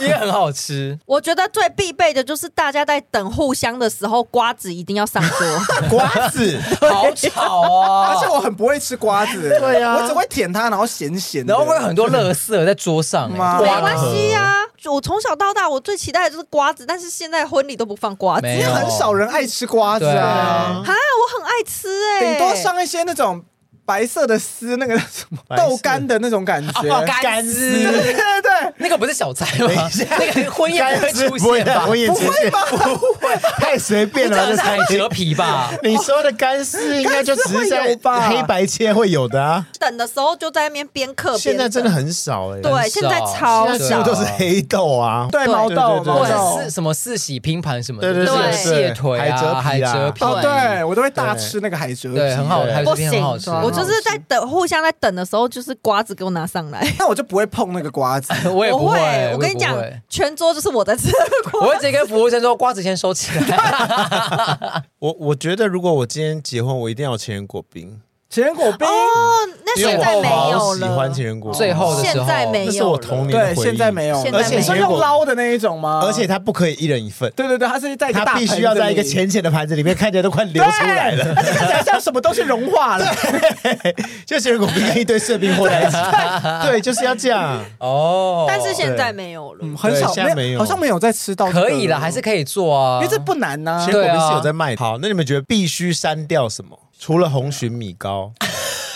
Speaker 5: 因为很好吃。
Speaker 3: 我觉得最必备的就是大家在等互相的时候，瓜子一定要上桌。
Speaker 2: 瓜子，
Speaker 5: 好吵
Speaker 4: 而且
Speaker 5: 哦，
Speaker 4: 我很不会吃瓜子，对
Speaker 2: 啊
Speaker 4: 我只会舔它，然后咸咸的，
Speaker 5: 然后会有很多垃圾在桌上、
Speaker 4: 妈
Speaker 5: 哎
Speaker 3: 没
Speaker 5: 瓜
Speaker 3: 关系啊呀、我从小到大我最期待的就是瓜子，但是现在婚礼都不放瓜子
Speaker 5: 没
Speaker 4: 因为
Speaker 5: 有
Speaker 4: 很少人爱吃瓜子啊，
Speaker 3: 哈，我很爱吃哎、
Speaker 4: 顶多上一些那种白色的丝，那个叫什么
Speaker 2: 白色
Speaker 4: 豆干的那种感觉，
Speaker 5: [laughs] 哦，干
Speaker 2: 干
Speaker 5: 丝，
Speaker 4: [laughs] 对对对对，
Speaker 5: 那个不是小菜吗？那个婚宴不会出
Speaker 2: 不会
Speaker 5: 现吧
Speaker 2: 吧？？我也不会，不会，太随便
Speaker 5: 你
Speaker 2: 了
Speaker 5: 讲
Speaker 2: 吧。
Speaker 5: 的
Speaker 2: 这
Speaker 5: 是海
Speaker 2: 餐厅
Speaker 5: 蜇皮吧？
Speaker 2: 你说的干丝应该就只是
Speaker 4: 干丝会
Speaker 2: 在
Speaker 4: 有吧
Speaker 2: 黑白切会有的啊，
Speaker 3: 等的时候就在那边边嗑边
Speaker 2: 现在真的
Speaker 3: 等
Speaker 2: 很少哎。
Speaker 3: 对，现在超
Speaker 5: 现
Speaker 2: 现
Speaker 5: 在
Speaker 2: 在几乎
Speaker 3: 少
Speaker 5: 就。
Speaker 2: 都是黑豆啊。
Speaker 4: 对
Speaker 3: 对
Speaker 4: 毛豆
Speaker 2: 对对对
Speaker 4: 毛
Speaker 5: 或者
Speaker 4: 豆
Speaker 5: 是，什么四喜拼盘什么的，
Speaker 2: 对对
Speaker 5: 就是有
Speaker 3: 对
Speaker 5: 蟹腿啊、海
Speaker 2: 海
Speaker 5: 蜇
Speaker 2: 蜇
Speaker 5: 皮
Speaker 2: 皮
Speaker 5: 啊，
Speaker 4: 哦，对我都会大吃那个海蜇皮，
Speaker 5: 对，很好，
Speaker 4: 对
Speaker 5: 海蜇
Speaker 3: 不
Speaker 5: 皮
Speaker 3: 行
Speaker 5: 很好吃。
Speaker 3: 我就是在等互相在等的时候，就是瓜子给我拿上来。
Speaker 4: 那我就不会碰那个瓜子，
Speaker 5: 我也不
Speaker 3: 我
Speaker 5: 会，
Speaker 3: 会，我跟你
Speaker 5: 也
Speaker 3: 讲
Speaker 5: 不会，
Speaker 3: 全桌就是我在吃的
Speaker 5: 我
Speaker 3: 瓜
Speaker 5: 会直接跟服务生说瓜子先收起来。
Speaker 2: 我我觉得如果我今天结婚，我一定要有情人果冰，
Speaker 4: 情人果冰，
Speaker 3: 哦，那
Speaker 2: 因为
Speaker 3: 现
Speaker 2: 我
Speaker 3: 在没有
Speaker 2: 好喜欢
Speaker 3: 了。
Speaker 2: 情人果冰。
Speaker 5: 最后的时
Speaker 3: 现
Speaker 5: 候，
Speaker 3: 在没
Speaker 2: 那是我童年
Speaker 4: 对，
Speaker 2: 的回忆。
Speaker 4: 现在没有，
Speaker 3: 现在
Speaker 2: 而且
Speaker 3: 没
Speaker 4: 你说
Speaker 2: 情人
Speaker 4: 用
Speaker 2: 果
Speaker 4: 捞的那一种吗？
Speaker 2: 而且它不可以一人一份，
Speaker 4: 对对对，它是在一个大
Speaker 2: 它必须要在一个浅浅的盘子里面，看起来都快流
Speaker 4: 流
Speaker 2: 出来了。
Speaker 4: 它就看起来像什么东西融化了。
Speaker 2: 就情人果冰跟一堆碎冰混在一起，对，就是要这样。
Speaker 5: 哦，
Speaker 3: 但是现在没有了，
Speaker 4: 嗯， [laughs] 很少
Speaker 2: 对现在
Speaker 4: 没
Speaker 2: 没
Speaker 4: 有，
Speaker 2: 有
Speaker 4: 好像没有再吃到这个
Speaker 5: 可以了，还是可以做
Speaker 4: 因
Speaker 5: 啊，
Speaker 4: 为这不难呐、
Speaker 2: 其实
Speaker 5: 对
Speaker 2: 我
Speaker 5: 啊
Speaker 2: 们 [laughs] 是有在卖的。好，那你们觉得必须删掉什么？除了红鲟米糕，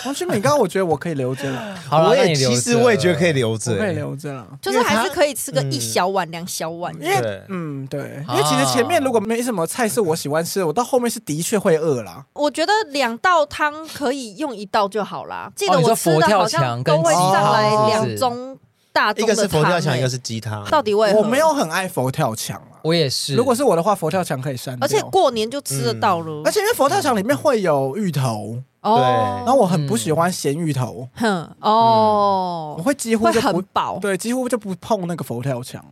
Speaker 4: 黄曲米糕我觉得我可以留着
Speaker 5: [laughs]
Speaker 4: 了，
Speaker 5: 好了，
Speaker 2: 我
Speaker 5: 那
Speaker 2: 也
Speaker 5: 你留
Speaker 2: 其
Speaker 5: 着
Speaker 2: 实我也觉得可以。留
Speaker 4: 我
Speaker 2: 着、
Speaker 4: 可以
Speaker 2: 欸
Speaker 4: 留着了。
Speaker 3: 就是还是可以吃个
Speaker 2: 因为
Speaker 3: 一
Speaker 2: 它
Speaker 3: 小碗、两小碗。
Speaker 4: 因为
Speaker 2: 对
Speaker 4: 嗯对，因为其实前面如果没什么菜是我喜欢吃的，我到后面是的确会饿啦。
Speaker 3: 我觉得两道汤可以用一道就好啦。记得
Speaker 5: 你说
Speaker 3: 我吃
Speaker 5: 佛
Speaker 3: 的
Speaker 5: 跳
Speaker 3: 好像
Speaker 5: 墙跟
Speaker 3: 都会
Speaker 5: 鸡
Speaker 4: 汤
Speaker 3: 上来
Speaker 4: 是不
Speaker 5: 是
Speaker 3: 两盅大盅
Speaker 2: 一个是
Speaker 3: 的
Speaker 2: 佛跳
Speaker 3: 汤
Speaker 2: 墙，
Speaker 3: 欸
Speaker 2: 一个是鸡汤。
Speaker 3: 到底为何？
Speaker 4: 我没有，很爱佛跳墙啊，
Speaker 5: 我也是，
Speaker 4: 如果是我的话，佛跳墙可以删掉。
Speaker 3: 而且过年就吃得到了
Speaker 4: 而。且因为佛跳墙里面会有芋头，然后
Speaker 3: 哦，
Speaker 4: 我很不喜欢咸芋头，
Speaker 3: 哼，
Speaker 4: 我
Speaker 3: 哦，
Speaker 4: 会几乎
Speaker 3: 会
Speaker 4: 就不
Speaker 3: 很饱。
Speaker 4: 对，几乎就不碰那个佛跳墙了。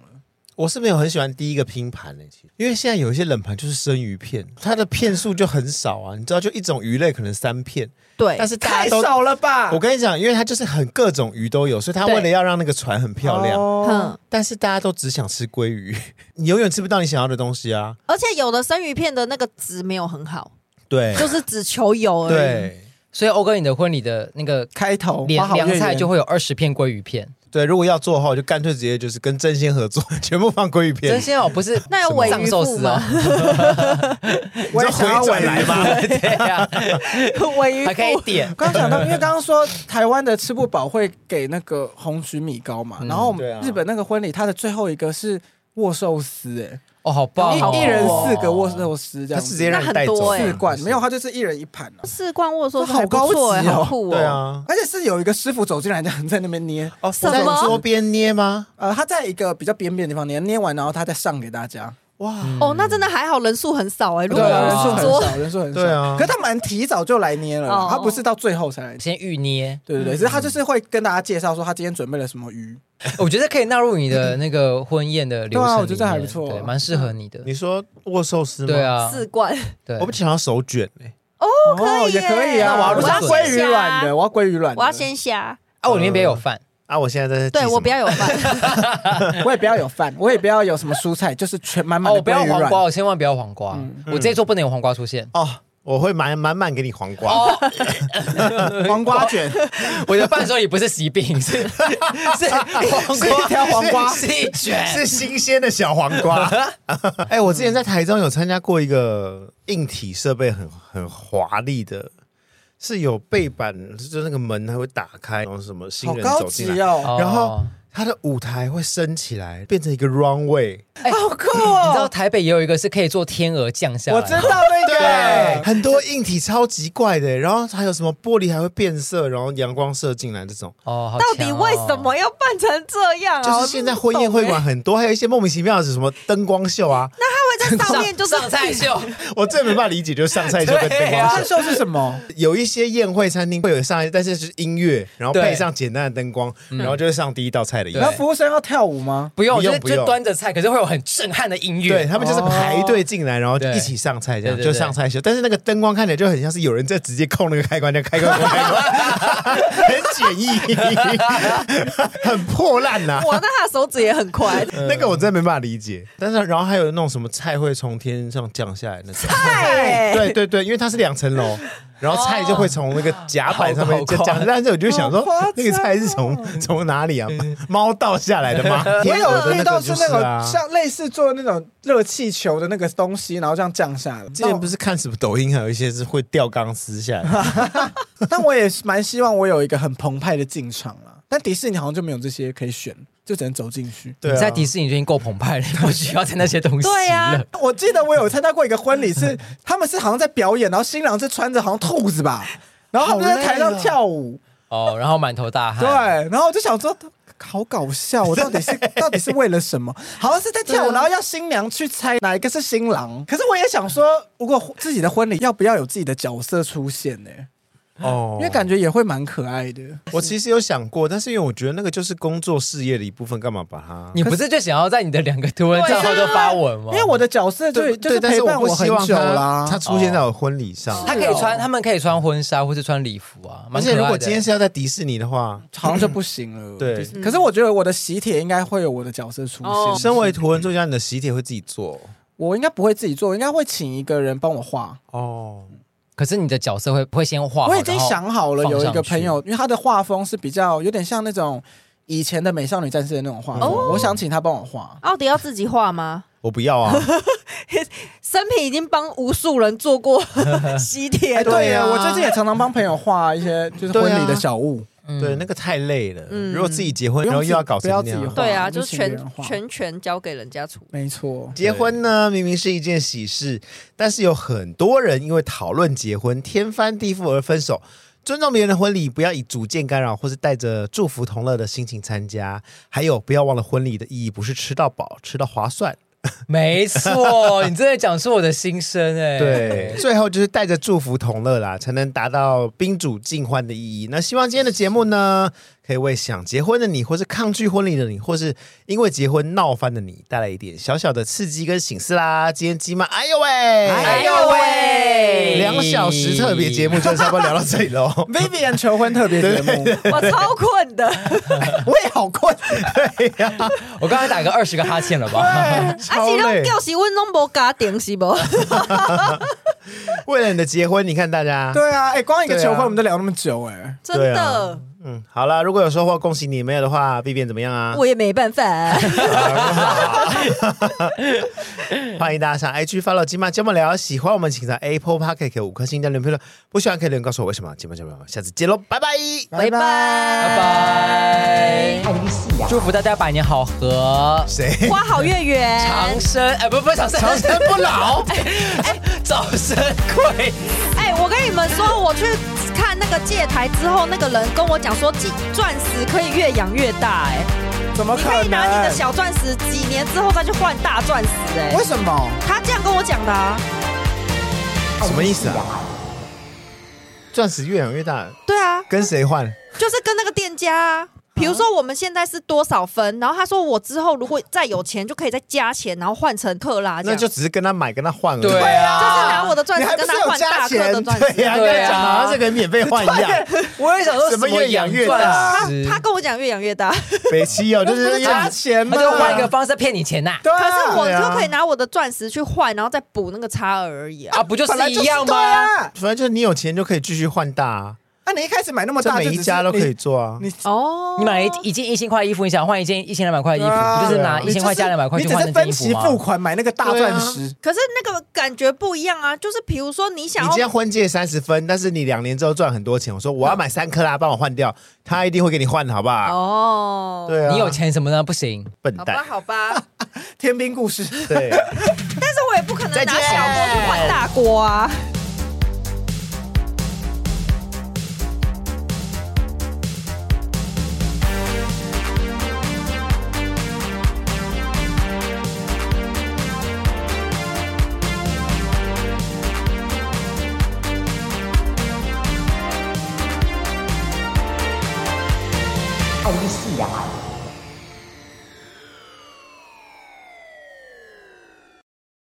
Speaker 2: 我是没有很喜欢第一个拼盘欸诶、其实因为现在有一些冷盘就是生鱼片，它的片数就很少啊。你知道，就一种鱼类可能三片，
Speaker 3: 对
Speaker 2: 但，是大
Speaker 4: 太
Speaker 2: 家都。
Speaker 4: 少了吧？
Speaker 2: 我跟你讲，因为它就是很各种鱼都有，所以它
Speaker 3: 对
Speaker 2: 为了要让那个船很漂亮，
Speaker 4: 哦
Speaker 3: 哼，
Speaker 2: 但是大家都只想吃鲑鱼， [laughs] 你永远吃不到你想要的东西啊。
Speaker 3: 而且有的生鱼片的那个值没有很好，
Speaker 2: 对
Speaker 3: 就是只求油而已。
Speaker 2: 对
Speaker 5: 所以欧哥你的婚礼的那个
Speaker 4: 开头花
Speaker 5: 凉
Speaker 4: 好月
Speaker 5: 凉菜
Speaker 4: 圆
Speaker 5: 就会有二十片鲑鱼片，
Speaker 2: 对，如果要做的话，我就干脆直接就是跟真鲜合作，全部放鲑鱼片
Speaker 5: 真，鲜哦，
Speaker 4: [laughs]
Speaker 5: 不是
Speaker 3: 那有尾
Speaker 5: 藏
Speaker 3: 鱼
Speaker 5: 寿
Speaker 3: 腹
Speaker 5: 司哦
Speaker 3: 吗？，
Speaker 2: 你知道回转来
Speaker 3: [laughs]
Speaker 2: 吗？
Speaker 5: 对啊呀，
Speaker 3: 尾鱼
Speaker 5: 还可以
Speaker 3: 腹
Speaker 5: 点。
Speaker 4: 刚刚讲到，因为刚刚说台湾的吃不饱会给那个红曲米糕嘛，
Speaker 5: 嗯
Speaker 4: 然后
Speaker 2: 对啊
Speaker 4: 日本那个婚礼，它的最后一个是握寿司、欸，
Speaker 5: 哦，好
Speaker 4: 哎、
Speaker 5: 棒哦！
Speaker 4: 一一人四个握寿司
Speaker 2: [laughs]
Speaker 4: 这
Speaker 2: 他
Speaker 4: 样
Speaker 2: 直
Speaker 4: 子，
Speaker 2: 接让你带
Speaker 3: 那很
Speaker 2: 走
Speaker 3: 多欸
Speaker 4: 四罐，没有，它就是一人一盘、啊、
Speaker 3: 四罐握寿司
Speaker 4: 这好
Speaker 3: 还不错哎，
Speaker 4: 高级哦
Speaker 3: 好酷哦。
Speaker 2: 对，啊，
Speaker 4: 而且是有一个师傅走进来，这样在那边捏，
Speaker 2: 哦，
Speaker 3: 什
Speaker 2: 在
Speaker 3: 么
Speaker 2: 桌边捏吗？
Speaker 4: 呃，他在一个比较边边的地方捏，捏完然后他再上给大家。
Speaker 2: 哇，
Speaker 3: 哦，那真的还好，人数很少哎。如
Speaker 4: 嗯对
Speaker 3: 果
Speaker 5: 有
Speaker 4: 啊，
Speaker 5: 人
Speaker 4: 人数
Speaker 5: 数
Speaker 4: 很
Speaker 3: 桌
Speaker 4: 少，人数很少。
Speaker 2: 对啊
Speaker 4: 可他蛮提早就来捏了啦
Speaker 3: 哦，
Speaker 4: 他不是到最后才来捏。
Speaker 5: 先预捏，
Speaker 4: 对对对，只是他就是会跟大家介绍说他今天准备了什么鱼。
Speaker 5: 我觉得可以纳入你的那个婚宴的流程里面。
Speaker 4: 对啊我觉得这还不错
Speaker 5: 对，蛮适合你的。
Speaker 2: 你说握寿司吗？
Speaker 5: 对，啊，
Speaker 3: 四罐，
Speaker 5: 对
Speaker 2: 我，不想要手卷哎，
Speaker 4: 哦
Speaker 3: 可以耶
Speaker 4: 也可以啊。
Speaker 5: 那我要
Speaker 4: 我
Speaker 5: 先
Speaker 4: 鲑鱼
Speaker 3: 虾
Speaker 4: 卵的，我要鲑鱼卵的，
Speaker 3: 我要先虾。
Speaker 5: 啊，我里面别有饭，
Speaker 2: 啊，我现在在
Speaker 3: 对我不要有
Speaker 4: [laughs]
Speaker 3: 饭，
Speaker 4: 我也不要有饭，我也不要有什么蔬菜，就是全满满
Speaker 5: 哦，
Speaker 4: 的
Speaker 5: 不要
Speaker 4: 呃鲑鱼
Speaker 5: 黄
Speaker 4: 卵。
Speaker 5: 瓜，我千万不要黄瓜
Speaker 4: 嗯，
Speaker 5: 我这一桌不能有黄瓜出现。
Speaker 2: 哦，我会满满满给你黄瓜。
Speaker 5: 哦，
Speaker 4: 黄瓜卷，嗯
Speaker 5: 我的伴手礼不是喜饼，
Speaker 4: [laughs]
Speaker 5: 是是黄
Speaker 4: 是一
Speaker 5: 瓜，
Speaker 4: 条黄瓜。
Speaker 5: 是一卷，
Speaker 2: [laughs] 是新鲜的小黄瓜。 [laughs] 哎、我之前在台中有参加过一个硬体设备很很华丽的，是有背板，就那个门还会打开，然后什么新
Speaker 4: 好
Speaker 2: 人
Speaker 4: 高
Speaker 2: 走进
Speaker 4: 级
Speaker 2: 来，
Speaker 4: 哦！
Speaker 5: 哦
Speaker 2: 然后它的舞台会升起来，变成一个 runway，
Speaker 4: 好酷
Speaker 5: 哎你知道
Speaker 4: 哦！
Speaker 5: 台北也有一个是可以做天鹅降下来
Speaker 4: 我
Speaker 5: 的，
Speaker 4: 知道那个，
Speaker 2: 很多硬体超级怪的，欸然后还有什么玻璃还会变色，然后阳光射进来这种。
Speaker 5: 哦，好
Speaker 3: 到
Speaker 5: 强
Speaker 3: 底
Speaker 5: 哦
Speaker 3: 为什？么要办成这样啊？欸
Speaker 2: 就是现在婚宴会馆很多，还有一些莫名其妙的什么灯光秀啊，
Speaker 3: 我在 [laughs] 上面就是
Speaker 5: 上菜秀，
Speaker 2: 我最没办法理解就是上菜就跟灯
Speaker 5: 对
Speaker 2: 光秀
Speaker 5: 啊
Speaker 4: 那时候是什么？
Speaker 2: 有一些宴会餐厅会有上来，但是是音乐，然后配
Speaker 5: 对
Speaker 2: 上简单的灯光，然后就会上第一道菜的音
Speaker 5: 嗯对
Speaker 4: 然
Speaker 2: 乐
Speaker 4: 后。服务生要跳舞吗？
Speaker 5: 不用，
Speaker 2: 不用
Speaker 5: 就是
Speaker 2: 不用
Speaker 5: 就端着菜，可是会有很震撼的音
Speaker 2: 对
Speaker 5: 乐。
Speaker 2: 他们就是排队进来，然后一起上菜，这样
Speaker 5: 哦对对
Speaker 2: 就
Speaker 5: 对
Speaker 2: 上菜秀。但是那个灯光看起来就很像是有人在直接控那个开关，就
Speaker 5: [laughs]
Speaker 2: 开关开关，很简易，很破烂啊 [laughs]
Speaker 5: [laughs]
Speaker 2: 呐、
Speaker 3: [laughs] 哇，那他的手指也很快。
Speaker 4: 嗯
Speaker 2: 那个我真的没办法理解。但是然后还有那种什么菜会从天上降下来那种，
Speaker 3: 菜
Speaker 2: 对对对，因为它是两层楼，然后菜就会从那个甲板上面
Speaker 5: 好
Speaker 2: 就
Speaker 5: 夸张
Speaker 2: 降。但是我就想说
Speaker 4: 哦好夸张哦，
Speaker 2: 那个菜是从从哪里啊？
Speaker 4: 嗯
Speaker 2: 猫倒下来的
Speaker 4: [laughs]
Speaker 2: 吗？
Speaker 4: 我
Speaker 2: 天鹅
Speaker 4: 有
Speaker 2: 的
Speaker 4: 遇
Speaker 2: 那
Speaker 4: 到
Speaker 2: 种就
Speaker 4: 是那
Speaker 2: 是
Speaker 4: 个
Speaker 2: 啊。
Speaker 4: 像类似做那种热气球的那个东西，然后这样降下来。
Speaker 2: 之前不是看什么抖音，还有一些是会掉钢丝下来。
Speaker 4: 哦但但我也是蛮希望我有一个很澎湃的进场啦。但迪士尼好像就没有这些可以选，就只能走进去。
Speaker 2: [laughs] 对、啊，
Speaker 5: 你在迪士尼就已经够澎湃了，你 [laughs] 不需要在那些东西了。
Speaker 3: 对啊
Speaker 4: 我记得我有参加过一个婚礼是，
Speaker 2: [laughs]
Speaker 4: 他们是好像在表演，然后新郎是穿着好像兔子吧，然后他们就在台
Speaker 2: 啊
Speaker 4: 上跳舞，
Speaker 5: 哦，然后满头大汗。
Speaker 4: 对，然后我就想说。好搞笑！我到
Speaker 2: [laughs]
Speaker 4: 底是到底是为了什么？好像是在跳舞，然后要新娘去猜哪一个是新郎。可是我也想说，如果自己的婚礼要不要有自己的角色出现呢、
Speaker 2: 哦
Speaker 4: 因为感觉也会蛮可爱的。
Speaker 2: 我其实有想过，但是因为我觉得那个就是工作事业的一部分，干嘛把它？
Speaker 5: 你不是就想要在你的两个图文账号都发文吗？
Speaker 4: 因为我的角色就
Speaker 2: 对
Speaker 4: 就是
Speaker 2: 但
Speaker 4: 陪
Speaker 2: 是
Speaker 4: 伴
Speaker 2: 不
Speaker 4: 很
Speaker 2: 希望
Speaker 4: 久
Speaker 2: 它
Speaker 4: 啦。
Speaker 2: 它出现在我婚礼上。
Speaker 5: 他可以穿，他们可以穿婚纱或是穿礼服
Speaker 2: 啊
Speaker 5: 啊。
Speaker 2: 而
Speaker 5: 蛮可
Speaker 2: 且
Speaker 5: 爱的
Speaker 2: 如果今天是要在迪士尼的话，
Speaker 4: 好像就不行了。
Speaker 2: 对嗯
Speaker 4: 就是可是我觉得我的喜帖应该会有我的角色出
Speaker 3: 哦
Speaker 4: 现。
Speaker 2: 身为图文作家，你的喜帖会自己做
Speaker 4: 我应该不会自己做，我应该会请一个人帮我画。
Speaker 2: 哦。
Speaker 5: 可是你的角色会会先画好，
Speaker 4: 我已经
Speaker 5: 然后
Speaker 2: 啊
Speaker 4: 想好了，
Speaker 5: 放上
Speaker 4: 有
Speaker 5: 去
Speaker 4: 一个朋友，因为他的画风是比较有点像那种以前的美少女战士的那种画风，
Speaker 5: 嗯
Speaker 3: 哦
Speaker 4: 我想请他帮我画。
Speaker 3: 奥迪要自己画吗？
Speaker 2: 我不要啊！
Speaker 3: 生平已经帮无数人做过 [laughs] 喜帖
Speaker 4: 哎，
Speaker 3: 了，
Speaker 4: 对呀、
Speaker 2: 啊
Speaker 4: 我最近也常常帮朋友画一些就是婚礼的小物，
Speaker 5: 嗯
Speaker 2: 对，那个太累了。
Speaker 3: 嗯
Speaker 2: 如果自己结婚，
Speaker 4: 不用
Speaker 2: 然后又要
Speaker 4: 自己
Speaker 2: 搞成那
Speaker 4: 不要自己
Speaker 2: 样
Speaker 4: 画，
Speaker 3: 对啊，
Speaker 4: 我们
Speaker 3: 就是
Speaker 4: 请别人
Speaker 3: 全
Speaker 4: 画
Speaker 3: 全权交给人家处理。
Speaker 4: 没错。
Speaker 2: 结婚呢，明明是一件喜事，但是有很多人因为讨论结婚天翻地覆而分手。尊重别人的婚礼，不要以主见干扰，或是带着祝福同乐的心情参加。还有，不要忘了婚礼的意义不是吃到饱，吃到划算。
Speaker 5: 没错，你真的讲出我的心声哎。
Speaker 2: 对，最后就是带着祝福同乐啦，才能达到宾主尽欢的意义。那希望今天的节目呢，可以为想结婚的你，或是抗拒婚礼的你，或是因为结婚闹翻的你，带来一点小小的刺激跟醒思啦。今天鸡妈，哎呦喂，
Speaker 5: 哎呦
Speaker 3: 哎
Speaker 5: 喂，
Speaker 2: 两小时特别节目就差不多聊到这里喽。
Speaker 4: [laughs]
Speaker 5: [laughs]
Speaker 4: Vivian 求婚特别节 [laughs] 目，
Speaker 3: 我超困
Speaker 4: [laughs]
Speaker 3: 的，而
Speaker 4: 我也好困，
Speaker 5: 我刚才打个二十个哈欠了吧？
Speaker 2: 超
Speaker 3: 且
Speaker 2: 累
Speaker 3: 用吊洗温拢无加点是
Speaker 4: [laughs]
Speaker 3: 不？
Speaker 4: 啊
Speaker 2: 为了你的结婚，你看大家。
Speaker 4: 对啊，哎、光一个
Speaker 2: 对啊
Speaker 4: 求婚我们都聊那么久、哎，
Speaker 3: 真
Speaker 2: 对
Speaker 3: 的
Speaker 2: 啊，嗯，好了，如果有收获，恭喜你；没有的话，B 变怎么样啊？
Speaker 3: 我也没办法。
Speaker 2: [laughs] 欢迎大家上 IG follow 金马这么聊。喜欢我们，请在 Apple p o c k e t 给五颗星加留言评论。不喜欢可以留言告诉我为什么。金马这么聊，下次见喽，拜拜。
Speaker 3: 拜拜
Speaker 5: [laughs] 拜拜，
Speaker 1: 啊
Speaker 5: 祝福大家百年好合，
Speaker 2: 谁？
Speaker 3: 花好月圆， [laughs]
Speaker 5: 长生哎不不长生
Speaker 2: 长生不老。
Speaker 5: [laughs] 哎早生贵子，
Speaker 3: 哎、我跟你们说，我去看那个戒台之后，那个人跟我讲说，金钻石可以越养越大、
Speaker 4: 怎么
Speaker 3: 哎，你
Speaker 4: 可
Speaker 3: 可以拿你的
Speaker 4: 能？
Speaker 3: 小钻石，几年之后再去换大钻石、哎
Speaker 4: 为，什么？
Speaker 3: 他这样跟我讲的啊。
Speaker 2: 什么意思啊？钻石越养越大，
Speaker 3: 对啊，
Speaker 2: 跟谁换？
Speaker 3: 就是跟那个店家、啊。比如说我们现在是多少分，然后他说我之后如果再有钱就可以再加钱，然后换成克拉这
Speaker 2: 那
Speaker 3: 样，
Speaker 2: 就只是跟他买，跟他换而已。
Speaker 5: 对啊
Speaker 3: 就是拿我的钻
Speaker 4: 你
Speaker 3: 石
Speaker 4: 还
Speaker 3: 跟
Speaker 4: 不是
Speaker 3: 他
Speaker 4: 有
Speaker 3: 换
Speaker 4: 加
Speaker 3: 大颗的
Speaker 4: 钱
Speaker 3: 钻石。
Speaker 2: 对呀，
Speaker 5: 对啊
Speaker 2: 跟他讲好像是可以免费换一样。
Speaker 5: 我也想说
Speaker 2: 什么越养越大
Speaker 5: 大
Speaker 3: 他跟我讲越养越大，
Speaker 4: 啊
Speaker 3: 可
Speaker 2: 北七哦，就是
Speaker 4: 加钱
Speaker 5: 他
Speaker 4: 吗？
Speaker 5: 就换一个方式骗你钱呐。
Speaker 4: 对啊，
Speaker 3: 是我
Speaker 2: 对啊
Speaker 3: 就可以拿我的钻石去换，然后再补那个差额而已啊。
Speaker 5: 啊，不就
Speaker 4: 本来
Speaker 5: 是一样
Speaker 4: 对
Speaker 5: 吗？
Speaker 4: 啊
Speaker 2: 反正就是你有钱就可以继续换大啊，
Speaker 4: 那、你一开始买那么
Speaker 2: 这
Speaker 4: 大，
Speaker 2: 每一家都可以做啊。
Speaker 4: 你。你
Speaker 3: 哦，
Speaker 5: 你买一一件一千块的衣服，你想换一件一千两百块的衣服，不就是拿
Speaker 2: 对啊
Speaker 5: 一千块加两百块
Speaker 4: 你
Speaker 5: 去
Speaker 4: 只
Speaker 5: 换
Speaker 4: 是
Speaker 5: 那件
Speaker 4: 分
Speaker 5: 衣服
Speaker 4: 期
Speaker 5: 吗？
Speaker 4: 付款买那个大钻石，
Speaker 3: 可是那个感觉不一样啊，就是比如说你想
Speaker 2: 你今天
Speaker 3: 要，
Speaker 2: 婚戒三十分，但是你两年之后赚很多钱，我说我要买三克拉，帮我换掉，他一定会给你换的，好不好？
Speaker 3: 哦，
Speaker 2: 对啊，
Speaker 5: 你有钱什么的不行？
Speaker 2: 笨
Speaker 3: 好吧
Speaker 2: 蛋，
Speaker 3: 好
Speaker 2: [laughs]
Speaker 3: 吧，
Speaker 4: 天兵故事。
Speaker 2: 对。
Speaker 3: 但是我也不可能
Speaker 2: 再
Speaker 3: 拿
Speaker 2: 见
Speaker 3: 小锅去换大锅啊。
Speaker 1: 一世啊。